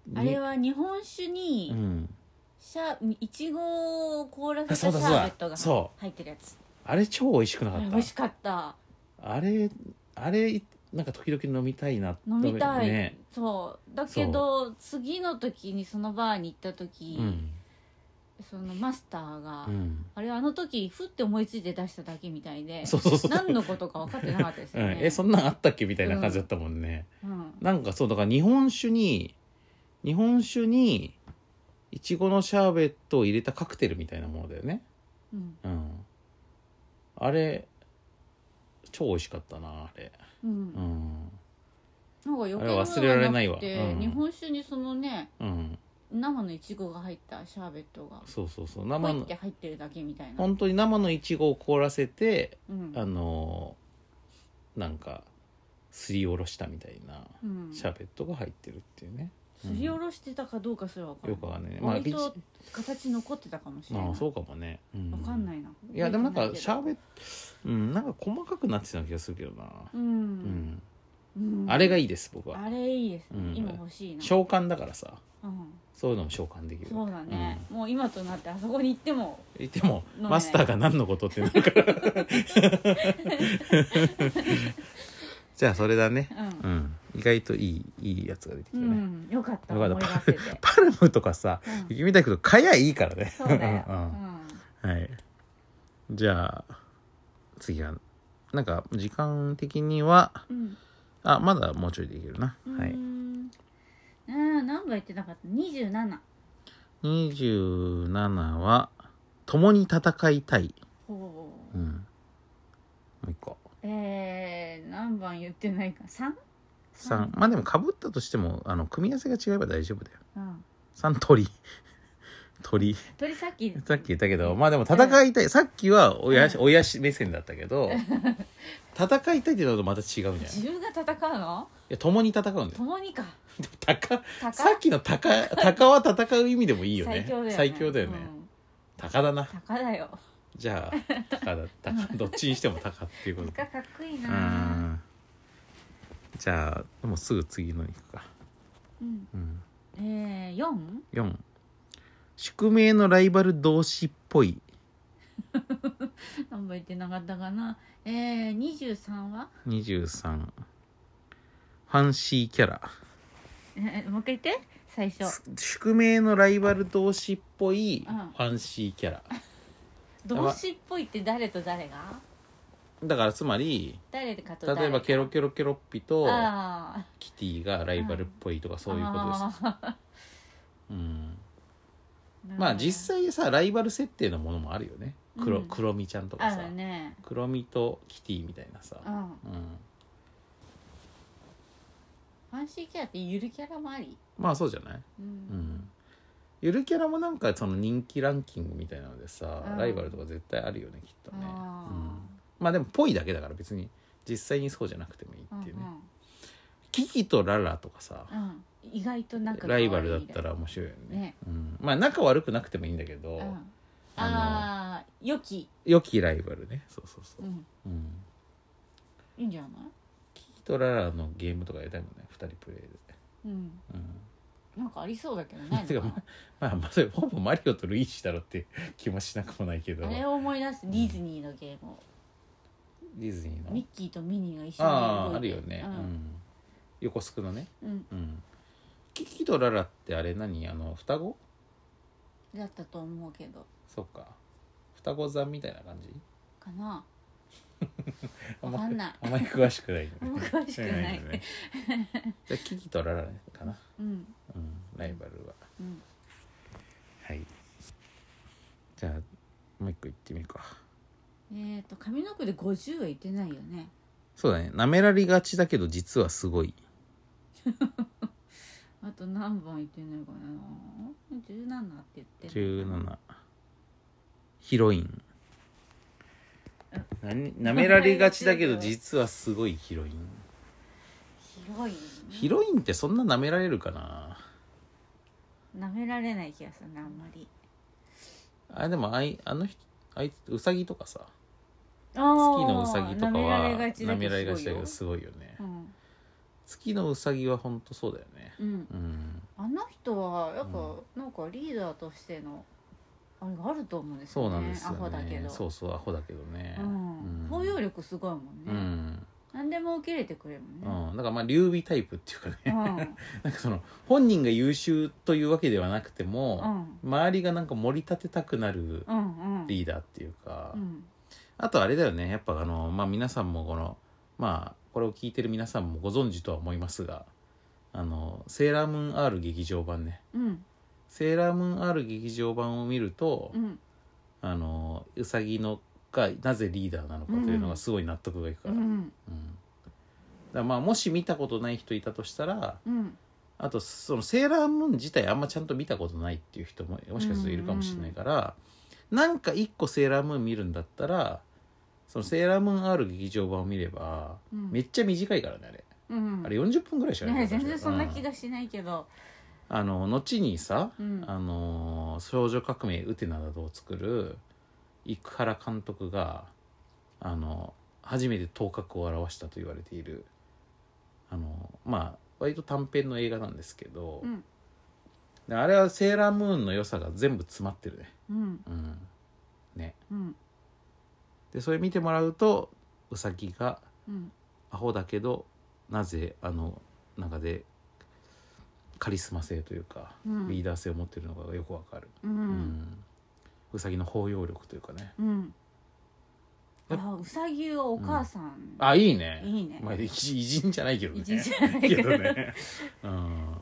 に
あれは日本酒
う
に
ん
シャいちごを凍らせ
あ
た
そ
シ
う
ャ
だそう
ーベッ
だ
トが
そ
入ってるやつ
うあれ超美味しくな
あ
か
れ
っ
美
た
味しかった
あれあれなんか時々飲みたいな
飲みたい、
ね
そうだけど次の時にそのバーに行った時、
うん
そのマスターが、
うん
あれあの時ふって思いついて出しただけみたいで
そうそうそう
何のことか分かってなかったです
う
よ
ん
ね、
えそんなんあったっけみたいな感じだったもんね、
うん
なんかそうだから日本酒に日本酒にいちごのシャーベットを入れたカクテルみたいなものだよね
うん
うんあれ超美味しかったなあれ
う
うんん
なんか余計
あれ忘れられないわ
なくて
うん
日本酒にそのね
うん
生のいちごが入ったシャーベットが
そうそうそう
ポ
生
イっ
の
て入ってるだけみたいな、
本当に生のいちごを凍らせて
うん
あのーなんかすりおろしたみたいな
うん、
シャーベットが入ってるっていうね、
すりおろしてたかどうかそれは分かん
よくわか
ない
んないね、
割と
まあビ
形残ってたかもし
チ
れない
ああそうかもね、うん、
分かんないない
やでもなんかシャー
ッ
ベットうんなんか細かくなってたような気がするけどな、
トう
うん
ん、うん
あれがいいです僕は
あれいいですね、
うん
今欲しいな、
召喚だからさ
うん、
そういうのも召喚できる
そうだね、もう今となってあそこに行っても
いても
飲めない
マスターが何のことってな
[laughs]
るからじゃあそれだね
う
うん意外といいいいやつが出てきた
ん、う
ね、
んよかった
よかった
思い出せて、
パルムとかさ [laughs]
うん、
雪見たいけどかやいいからね
そうだ
[laughs]
よ、
う
うんん、
うんはいじゃあ次はなんか時間的には
うん
あまだもうちょいでいけるな、
う
は
ー
い
んあー何番言ってなかった27
27は「共に戦いたい」
ほ
う
うん
もう一個
えー、何番言ってないか 3?
3まあでもかぶったとしてもあの組み合わせが違えば大丈夫だよ
うん、
3鳥 [laughs] 鳥
鳥さっき
さっき言ったけどまあでも戦いたいさっきは親し親し目線だったけ
[laughs]
ど戦いたいっていうのとまた違うんじゃない
自
い
分が戦うの
や共に戦うんだよ
共にか
でも鷹 [laughs]
高
さっきの鷹鷹は戦う意味でもいいよね
最強だよね
最強だよね
うん
鷹だな
鷹だよ
じゃあ鷹だ
[laughs]
鷹どっちにしても鷹っていうこと
鷹かっこいいうなん
じゃあもうすぐ次のに行くか、
うん
うん、
えー、4?
4宿命のライバル同士っぽい
何番言ってなかったかなえー、23は
23ファンシーキャラ
えもう一回言って最初
す宿命のライバル同士っぽい
うん
ファンシーキャラ、
動詞っぽいって誰と誰が
だからつまり
誰かと誰
例えばケロケロケロッピと
ああ
キティがライバルっぽいとかそういうことです、うん、まあ実
際
際さライバル設定のものもあるよね黒,、
うん
黒みちゃんとか
あ
さ、
るね
黒みとキティみたいなさ、
うん
うん、
ファンシーキャラってゆるキャラもあり
まあそうじゃない、
う
うんん、ゆるキャラもなんかその人気ランキングみたいなのでさ、
うん
ライバルとか絶対あるよねきっとね、
あ
う
ー
んまあでもぽいだけだから別に実際にそうじゃなくてもいいっていうね、キキとララとかさ
うんうんうん意外となんか
ライバルだったら面白いよね
ね
うん、まあ仲悪くなくてもいいんだけど、
うんああ良き
良きライバルねそうそうそう
う、ん
うん、
いいんじゃない
キキとララのゲームとかやりたいもんね2人プレイで、
うん
うん、
なんかありそうだけどね
てかまあ、まあ、まあそれほぼマリオとルイージだろって気もしなくもないけど
あれ
デ
を思い出すディズニーのゲームを
ィズニーの
ミッキーとミニーが一緒に
あああ
動
る
いて
よね、うん横須賀のね、
うん
うん、キキとララってあれ何あの双子
だったと思うけど
そっか双子座みたいな感じ
かな
あ
わ
ん
か
ま
んない
あんまり [laughs] 詳しくない、ね、
あんま詳しくない
よねじゃあキキとララかな
うん
うんライバルは
うん
はいじゃあもう一個行ってみるか
えっ、と髪の毛で50はいってないよね
そうだねなめられがちだけど実はすごい
あと何本いってないかな17って言ってる
17ヒロインなめられがちだけど実はすごいヒロイン
広い
ヒロインってそんな舐められるかな
なめられない気がするなあんまり
あでもあいあの人あいつウサギとかさ
月
月のウサギとかは
められがちだ
舐め
け
られが
ど
ち
す
だけ
ごいよ
どすごいよね
うん、
月のウサギはほんとそうだよね
うん、
うん
あの人はやっぱ、
う
なんかリーダーとしてのあれがあると思うんです
そ
よね
うなんですよね
アホだけど
そうそうアホだけどね
うん、包容力すごいもんね、
うん
何でも受け入れてくれるもん
う
ね、
ん、だからまあ劉備タイプっていうか
う
ね、
ん
[laughs] なんかその本人が優秀というわけではなくても、
うん
周りがなんか盛り立てたくなる
うんうん
リーダーっていうか、
うん
あとあれだよねやっぱあの、まあ、皆さんもこのまあこれを聞いてる皆さんもご存知とは思いますがあのセーラームーン R 劇場版ね
うん
セーラームーン R 劇場版を見ると、
うん
あのうさぎのがなぜリーダーなのかというのがすごい納得がいくか
う
ら,、うん
ん
だからまあもし見たことない人いたとしたら
うん
あとそのセーラームーン自体あんまちゃんと見たことないっていう人ももしかするといるかもしれないから、なんか一個セーラームーン見るんだったらそのセーラームーン R 劇場版を見れば
うん
めっちゃ短いからねあれ、
うん
あれ40分ぐらいしかない
ね全然そんな
う
気がしないけど
あの後にさ、
うん
あの少女革命ウテナなどを作る生原監督があの初めて頭角を現したと言われているあのまあ割と短編の映画なんですけど、
うん
であれはセーラームーンの良さが全部詰まってるね。
うん
うん、ね
うん
でそれ見てもらうとウサギが
うん
アホだけどなぜあの中でカリスマ性というか、
うん
リーダー性を持ってるのがよくわかる。
う
うんんうさぎの包容力というかね
うんあうさぎはお母さん
あいいね
いいね [laughs]
まあ、偉人じゃ [laughs] ないけどね
偉人じゃないけ
け
ど
どね [laughs] うん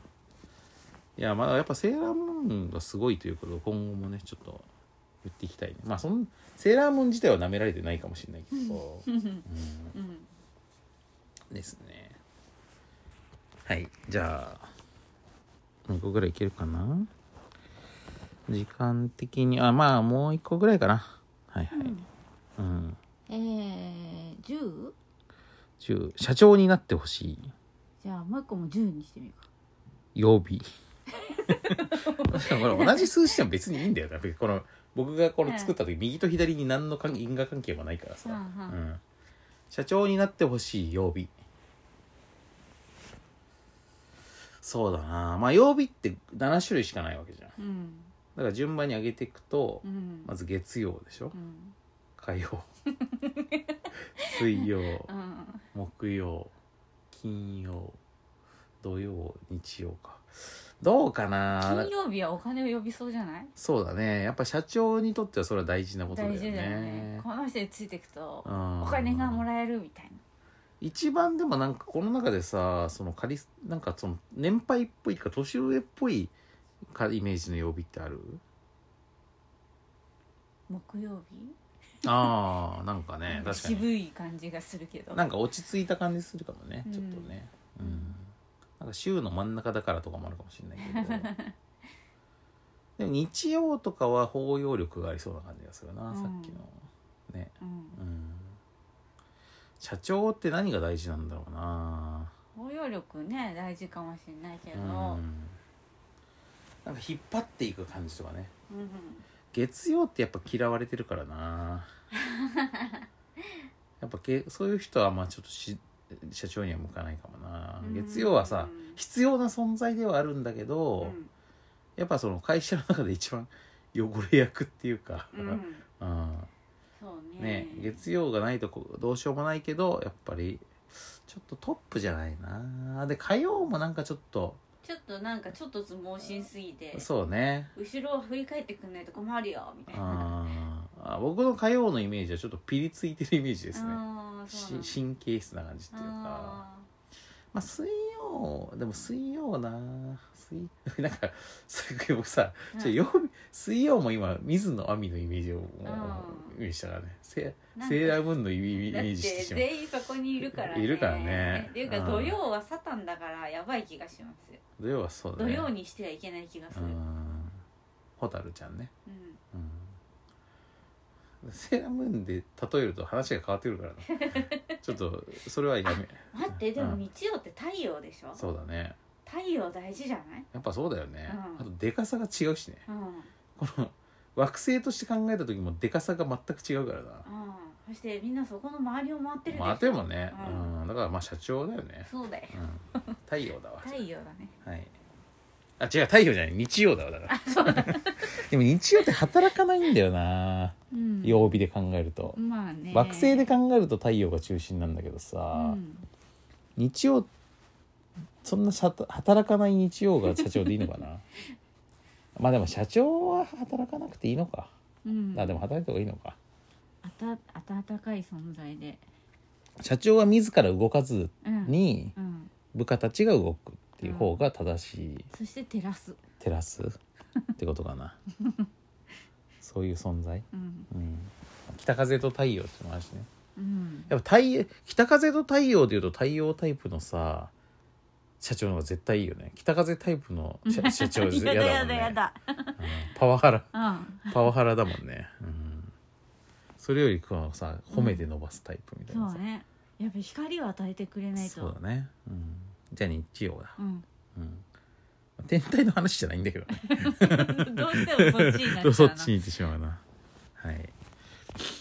いやまだやっぱセーラームーンがすごいということを今後もねちょっと言っていきたいねまあそのセーラームーン自体は舐められてないかもしれないけど、
うん
うん
うん
ですねはいじゃあもう一個ぐらいいけるかな時間的にあまあもう一個ぐらいかなはいはい、うん
えー、10?
10社長になってほしい
じゃあもう一個も10にしてみようか
曜日 [laughs] これ同じ数字でも別にいいんだよな別にこの僕がこの作った時、右と左に何の関因果関係もないからさ、
うんうん
うん社長になってほしい曜日そうだなまあ曜日って7種類しかないわけじゃんだ
うん
から順番に上げていくと、
うん
まず月曜でしょ
うん
火
[laughs]
曜水曜
うん
木曜金曜土曜日曜かどうかな
金曜日はお金を呼びそうじゃない
そうだねやっぱ社長にとってはそれは大事なことだよ
大
ね
事だよねこの人についていくと
うん
お金がもらえるみたいな
一番でもなんかこの中でさそのカリスなんかその年配っぽいか年上っぽいかイメージの曜日ってある
木曜日
ああなんかね確かに
渋い感じがするけど
なんか落ち着いた感じするかもね
うん
ちょっとねうん、なんか週の真ん中だからとかもあるかもしれないけど
[laughs]
でも日曜とかは包容力がありそうな感じがするな、
うん
さっきのね
うん
うん社長って何が大事なんだろうな
包容力ね大事かもしれないけ
う
ど、
んなんか引っ張っていく感じとかね
うん
月曜ってやっぱ嫌われてるから
[laughs]
なやっぱけそういう人はまあちょっとし社長には向かないかもな
うん
月曜はさ
うん
必要な存在ではあるんだけど、
うん
やっぱその会社の中で一番汚れ役っていうか、
うん
うん
そうね
ね、月曜がないとこどうしようもないけどやっぱりちょっとトップじゃないなで火曜もなんかちょっと
ちょっとなんかちょっとず盲信すぎて
そうね
後ろを振り返ってくんないと困るよみたいな
あーあ僕の火曜のイメージはちょっとピリついてるイメージですね
あーそうなんだ
し神経質な感じっていうか
あ
まあ水曜でも水曜な水 [laughs] なんかすごい僕さ
ー
ちょ曜日水曜も今水野亜美のイメージをもう
う
イメージしたからねセ
なんか
セーラームーンのイメイメ
だっ
ー
て
ジしてしまう
全員そこにいるからね
いるからね
っていうか
うん
土曜はサタンだからやばい気がしますよ
土曜はそうだ
土
ね
曜にしてはいけない気がす
う
る
ん蛍ちゃんね、
うん
うん、セーラームーンで例えると話が変わってくるから
[laughs]
なちょっとそれはやめ
待ってで
う
も
ん
日曜って太陽でしょ
そうだね
太陽大事じゃない
やっぱそうだよね、
うん
あとでかさが違うしね
うんうん
この惑星として考えた時もでかさが全く違うからな
そしてみんなそこの周りを回ってるでしょ
まあでもね、
う
うんんだからまあ社長だよね、
そうだよ
うん、太陽だわ
太陽だね
はいあ違う太陽じゃない日曜だわだからでも日曜って働かないんだよな
うん
曜日で考えると、
まあね
惑星で考えると太陽が中心なんだけどさ、
うん
日曜そんなさた働かない日曜が社長でいいのか
[laughs]
なまあでも社長は働かなくていいのか、
うん
あでも働いた方がいいのか
あた温かい存在で
社長は自ら動かず
うん
に
うん
部下たちが動くっていう方が正しい
そして照らす
照らすってことか
[laughs]
なそういう存在、
うん
うん、北風と太陽っていうのもあるしね
うん
やっぱ太陽北風と太陽でいうと太陽タイプのさ社長の方が絶対いいよね北風タイプの社
[laughs]
社長です
やだやだ
ね
やだ
うんパワハラ
うん
パワハラだもんね、うん、それよりこのさ褒めて伸ばすタイプみたい
そ
な
う
さ、
ねやっぱ光を与えてくれないと
そうだね、うん、じゃあ日曜だ、
うん、 [laughs]
うん、天体の話じゃないんだけどね
どうしてもそっちになっちゃう
[laughs]
な
そっちに行ってしまうなはい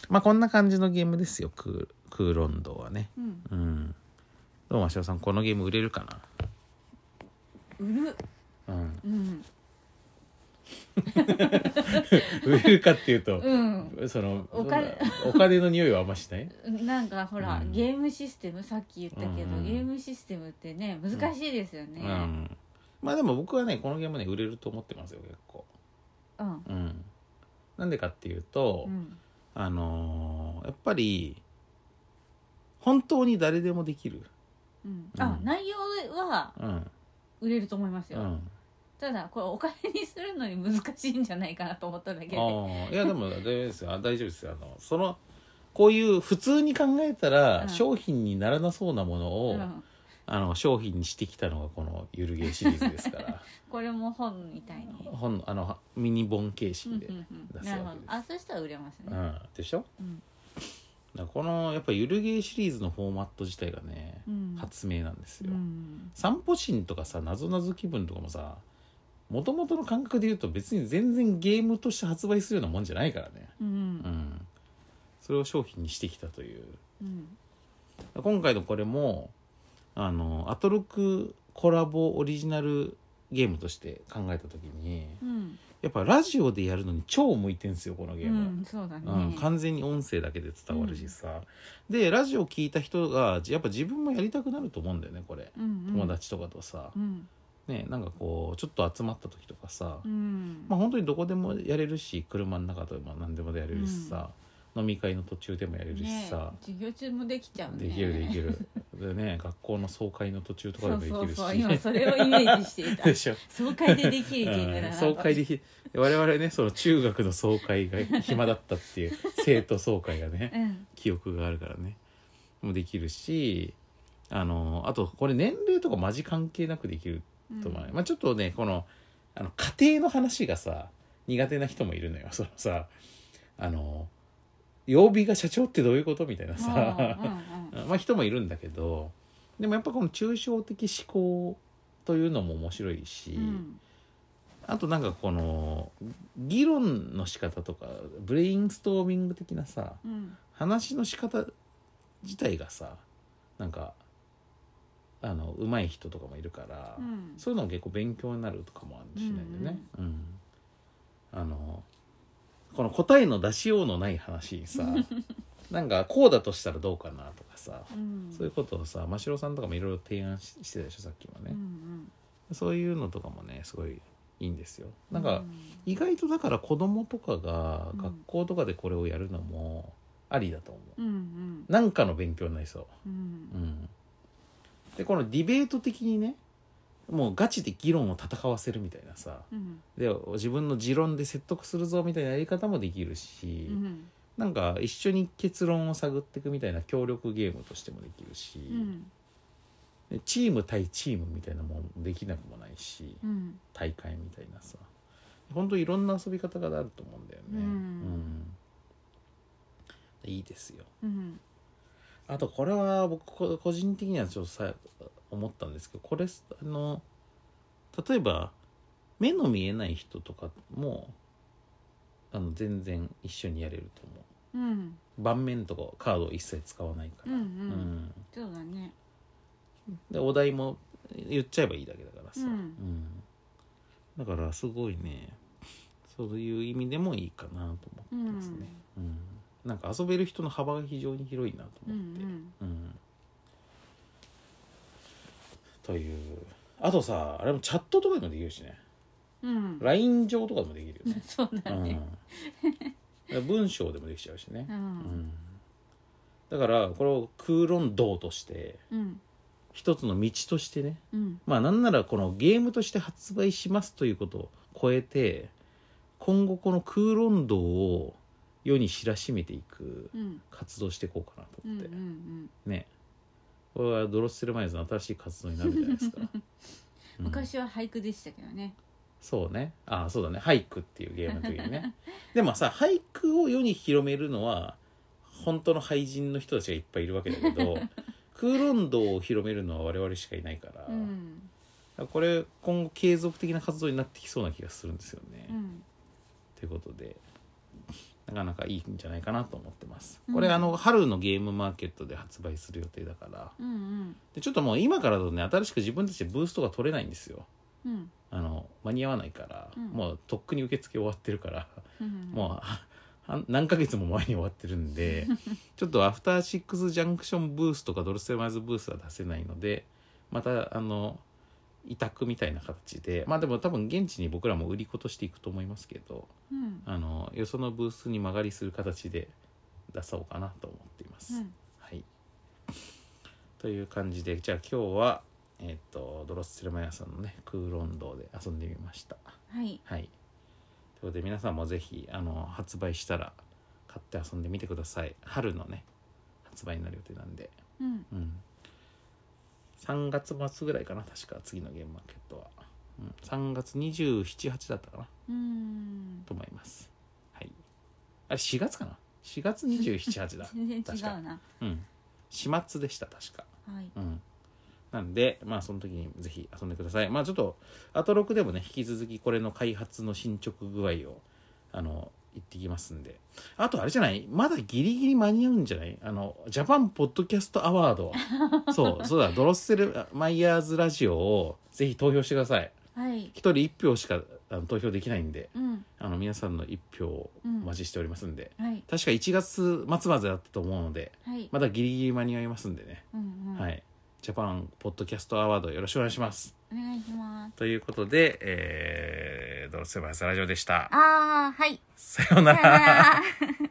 まあこんな感じのゲームですよクークーロンドはね
うん、
うんどうも翔さんこのゲーム売れるか
売る
なうん
うん
売れるかっていうと、
うん
その
お金
そんなお金の匂いはあんましない
なんかほら、
うん
ゲームシステムさっき言ったけど、
うん
ゲームシステムってね難しいですよね
う、んまあでも僕はねこのゲームね売れると思ってますよ結構
うん
うんなんでかっていうと、
うん
あのーやっぱり本当に誰でもできる
うんあ、
うん
内容は
うん
売れると思います
う
よ、
ん
ただこれお金にするのに難しいんじゃないかなと思っただけで
ああいやでも大丈夫ですよあ大丈夫ですよあのそのこういう普通に考えた
う
ら
ん
商品にならなそうなものを、
うん
あの商品にしてきたのがこの「ゆるゲー」シリーズですから
これも本みたいに
本あのミニ本形
うん
式で、
うんうん
出すわけです
なるほどあそしたら売れます
う
ね
ん、でしょ
うん
だからこのやっぱ「ゆるゲー」シリーズのフォーマット自体がね、
うん
発明なんですよ、
うん
散歩心とかさなぞなぞ気分とかもさもともとの感覚で言うと別に全然ゲームとして発売するようなもんじゃないからね
うん
うんそれを商品にしてきたという
うん
今回のこれもあのアトロクコラボオリジナルゲームとして考えた時に
うん
やっぱラジオでやるのに超向いてんすよこのゲー
う
ム、
んそうだね
うん完全に音声だけで伝わるしさ、でラジオ聞いた人がやっぱ自分もやりたくなると思うんだよねこれ
うんうん
友達とかとさ
う、ん
ねなんかこうちょっと集まった時とかさ、
うん
まあ本当にどこでもやれるし車の中でも何でもやれるしさ、飲み会の途中でもやれるしさ
ね、授業中もできちゃうね
できるできるでね学校の総会の途中とかでもできるし
そうそうそう今それをイメージしていた
[laughs] でしょ、
爽快でできるゲームだ
う、
なんと
総会でひ我々ねその中学の総会が暇だったって
[laughs]
いう生徒総会がね
うん
記憶があるからねもできるしあのあとこれ年齢とかマジ関係なくできる
うん
と思う、まあちょっとねこのあの家庭の話がさ苦手な人もいるのよそのさあの曜日が社長ってどういうことみたいなさ、
うん
[laughs] まあ人もいるんだけどでもやっぱこの抽象的思考というのも面白いし、
うんうん
あとなんかこの議論の仕方とかブレインストーミング的なさ
うん
話の仕方自体がさなんかあの上手い人とかもいるから、
うん
そういうのも結構勉強になるとかもあるしないでね、うんあのこの答えの出しようのない話に [laughs] さなんかこうだとしたらどうかなとかさ、
うん
そういうことをさ真城さんとかもいろいろ提案ししてたでしょさっきは
う
ね、
ん
そういうのとかもねすごいいいんですよ
な
なんか意外とだから子供とかが学校とかでこれをやるのもありだと思う、
うんうん
なんかの勉強になりそうう、うんん、でこのディベート的にねもうガチで議論を戦わせるみたいなさ
うん
で自分の持論で説得するぞみたいなやり方もできるし、
うん
なんか一緒に結論を探っていくみたいな協力ゲームとしてもできるし、
うん
でチーム対チームみたいなもんできなくもないし、
うん
大会みたいなさ本当いろんな遊び方があると思うんだよね、
うん
うんいいですよ
うん
あとこれは僕こ個人的にはちょっとさ思ったんですけどこれあの例えば目の見えない人とかもあの全然一緒にやれると思
うん
う盤面とかカードを一切使わないから、
うんうん
うん
そうだね
でお題も言っちゃえばいいだけだからさ、
うん
うんだからすごいねそういう意味でもいいかなと思ってますね、うんなんか遊べる人の幅が非常に広いなと
うんう
思って、
ん
うんというあとさあれもチャットとかでもできるしね
うん、
LINE 上とかでもできるよね
そうだね
うん、文章でもできちゃうしね
う、
うん
ん
だからこれを空論道として
うん
一つの道としてね
うん
まあなんならこのゲームとして発売しますということを超えて今後この空論道を世に知らしめていく
うん
活動していこうかなと
うん
思
う
って、
ん
ねこれはドロッセルマイズの新しい活動になるじゃないですか、うん
[laughs] 昔は俳句でしたけどね
そうねああそうだね「俳句」っていうゲームの時に
[laughs]
ねでもさ俳句を世に広めるのは本当の俳人の人たちがいっぱいいるわけだけ
[laughs]
ど空論道を広めるのは我々しかいないから、
うん
これ今後継続的な活動になってきそうな気がするんですよね。
うん
ということでなかなかいいんじゃないかなと思ってます。
うん
これ、あの春のゲームマーケットで発売する予定だから
うんうん
でちょっともう今からだとね新しく自分たちでブーストが取れないんですよ。
うん
あの間に合わないから、
うん
もうとっくに受付終わってるから、
うん
もうはは何ヶ月も前に終わってるん
[laughs]
でちょっとアフターシックスジャンクションブースとかドルセマイズブースは出せないのでまたあの委託みたいな形でまあでも多分現地に僕らも売り子としていくと思いますけど
うん
あのよそのブースに間借りする形で出そうかなと思っています。
うん
はい、という感じでじゃあ今日は、えっとドロッセルマヤさんのね空論道で遊んでみました。
はい
はい。ということで皆さんもぜひあの発売したら買って遊んでみてください。春のね発売になる予定なんで、
うん
うん。3月末ぐらいかな確か次のゲームマーケットは、うん、3月27、8だったかな
うん
と思います。はい。あれ4月かな？4月27、8だ。
[laughs] 全然違うな
うん。始末でした確か。
はい
うん。なんで、まあその時にぜひ遊んでください。まあちょっと、アトロクでもね、引き続きこれの開発の進捗具合を、あの、言ってきますんで。あとあれじゃないまだギリギリ間に合うんじゃないあの、ジャパンポッドキャストアワード。そう、そうだ、ドロッセル・マイヤーズラジオをぜひ投票してください。
はい
一人一票しかあの投票できないんで、
うん
あの、皆さんの一票をお待ちしておりますんで。
はい
確か1月末までだったと思うので、
はい
まだギリギリ間に合いますんでね。
うんうん
はい。ジャパンポッドキャストアワードよろしくお願いします。
お願いします
ということで、えー、ドロッセバイスラジオでした。
あーはい
さような
さよ
ら。
なら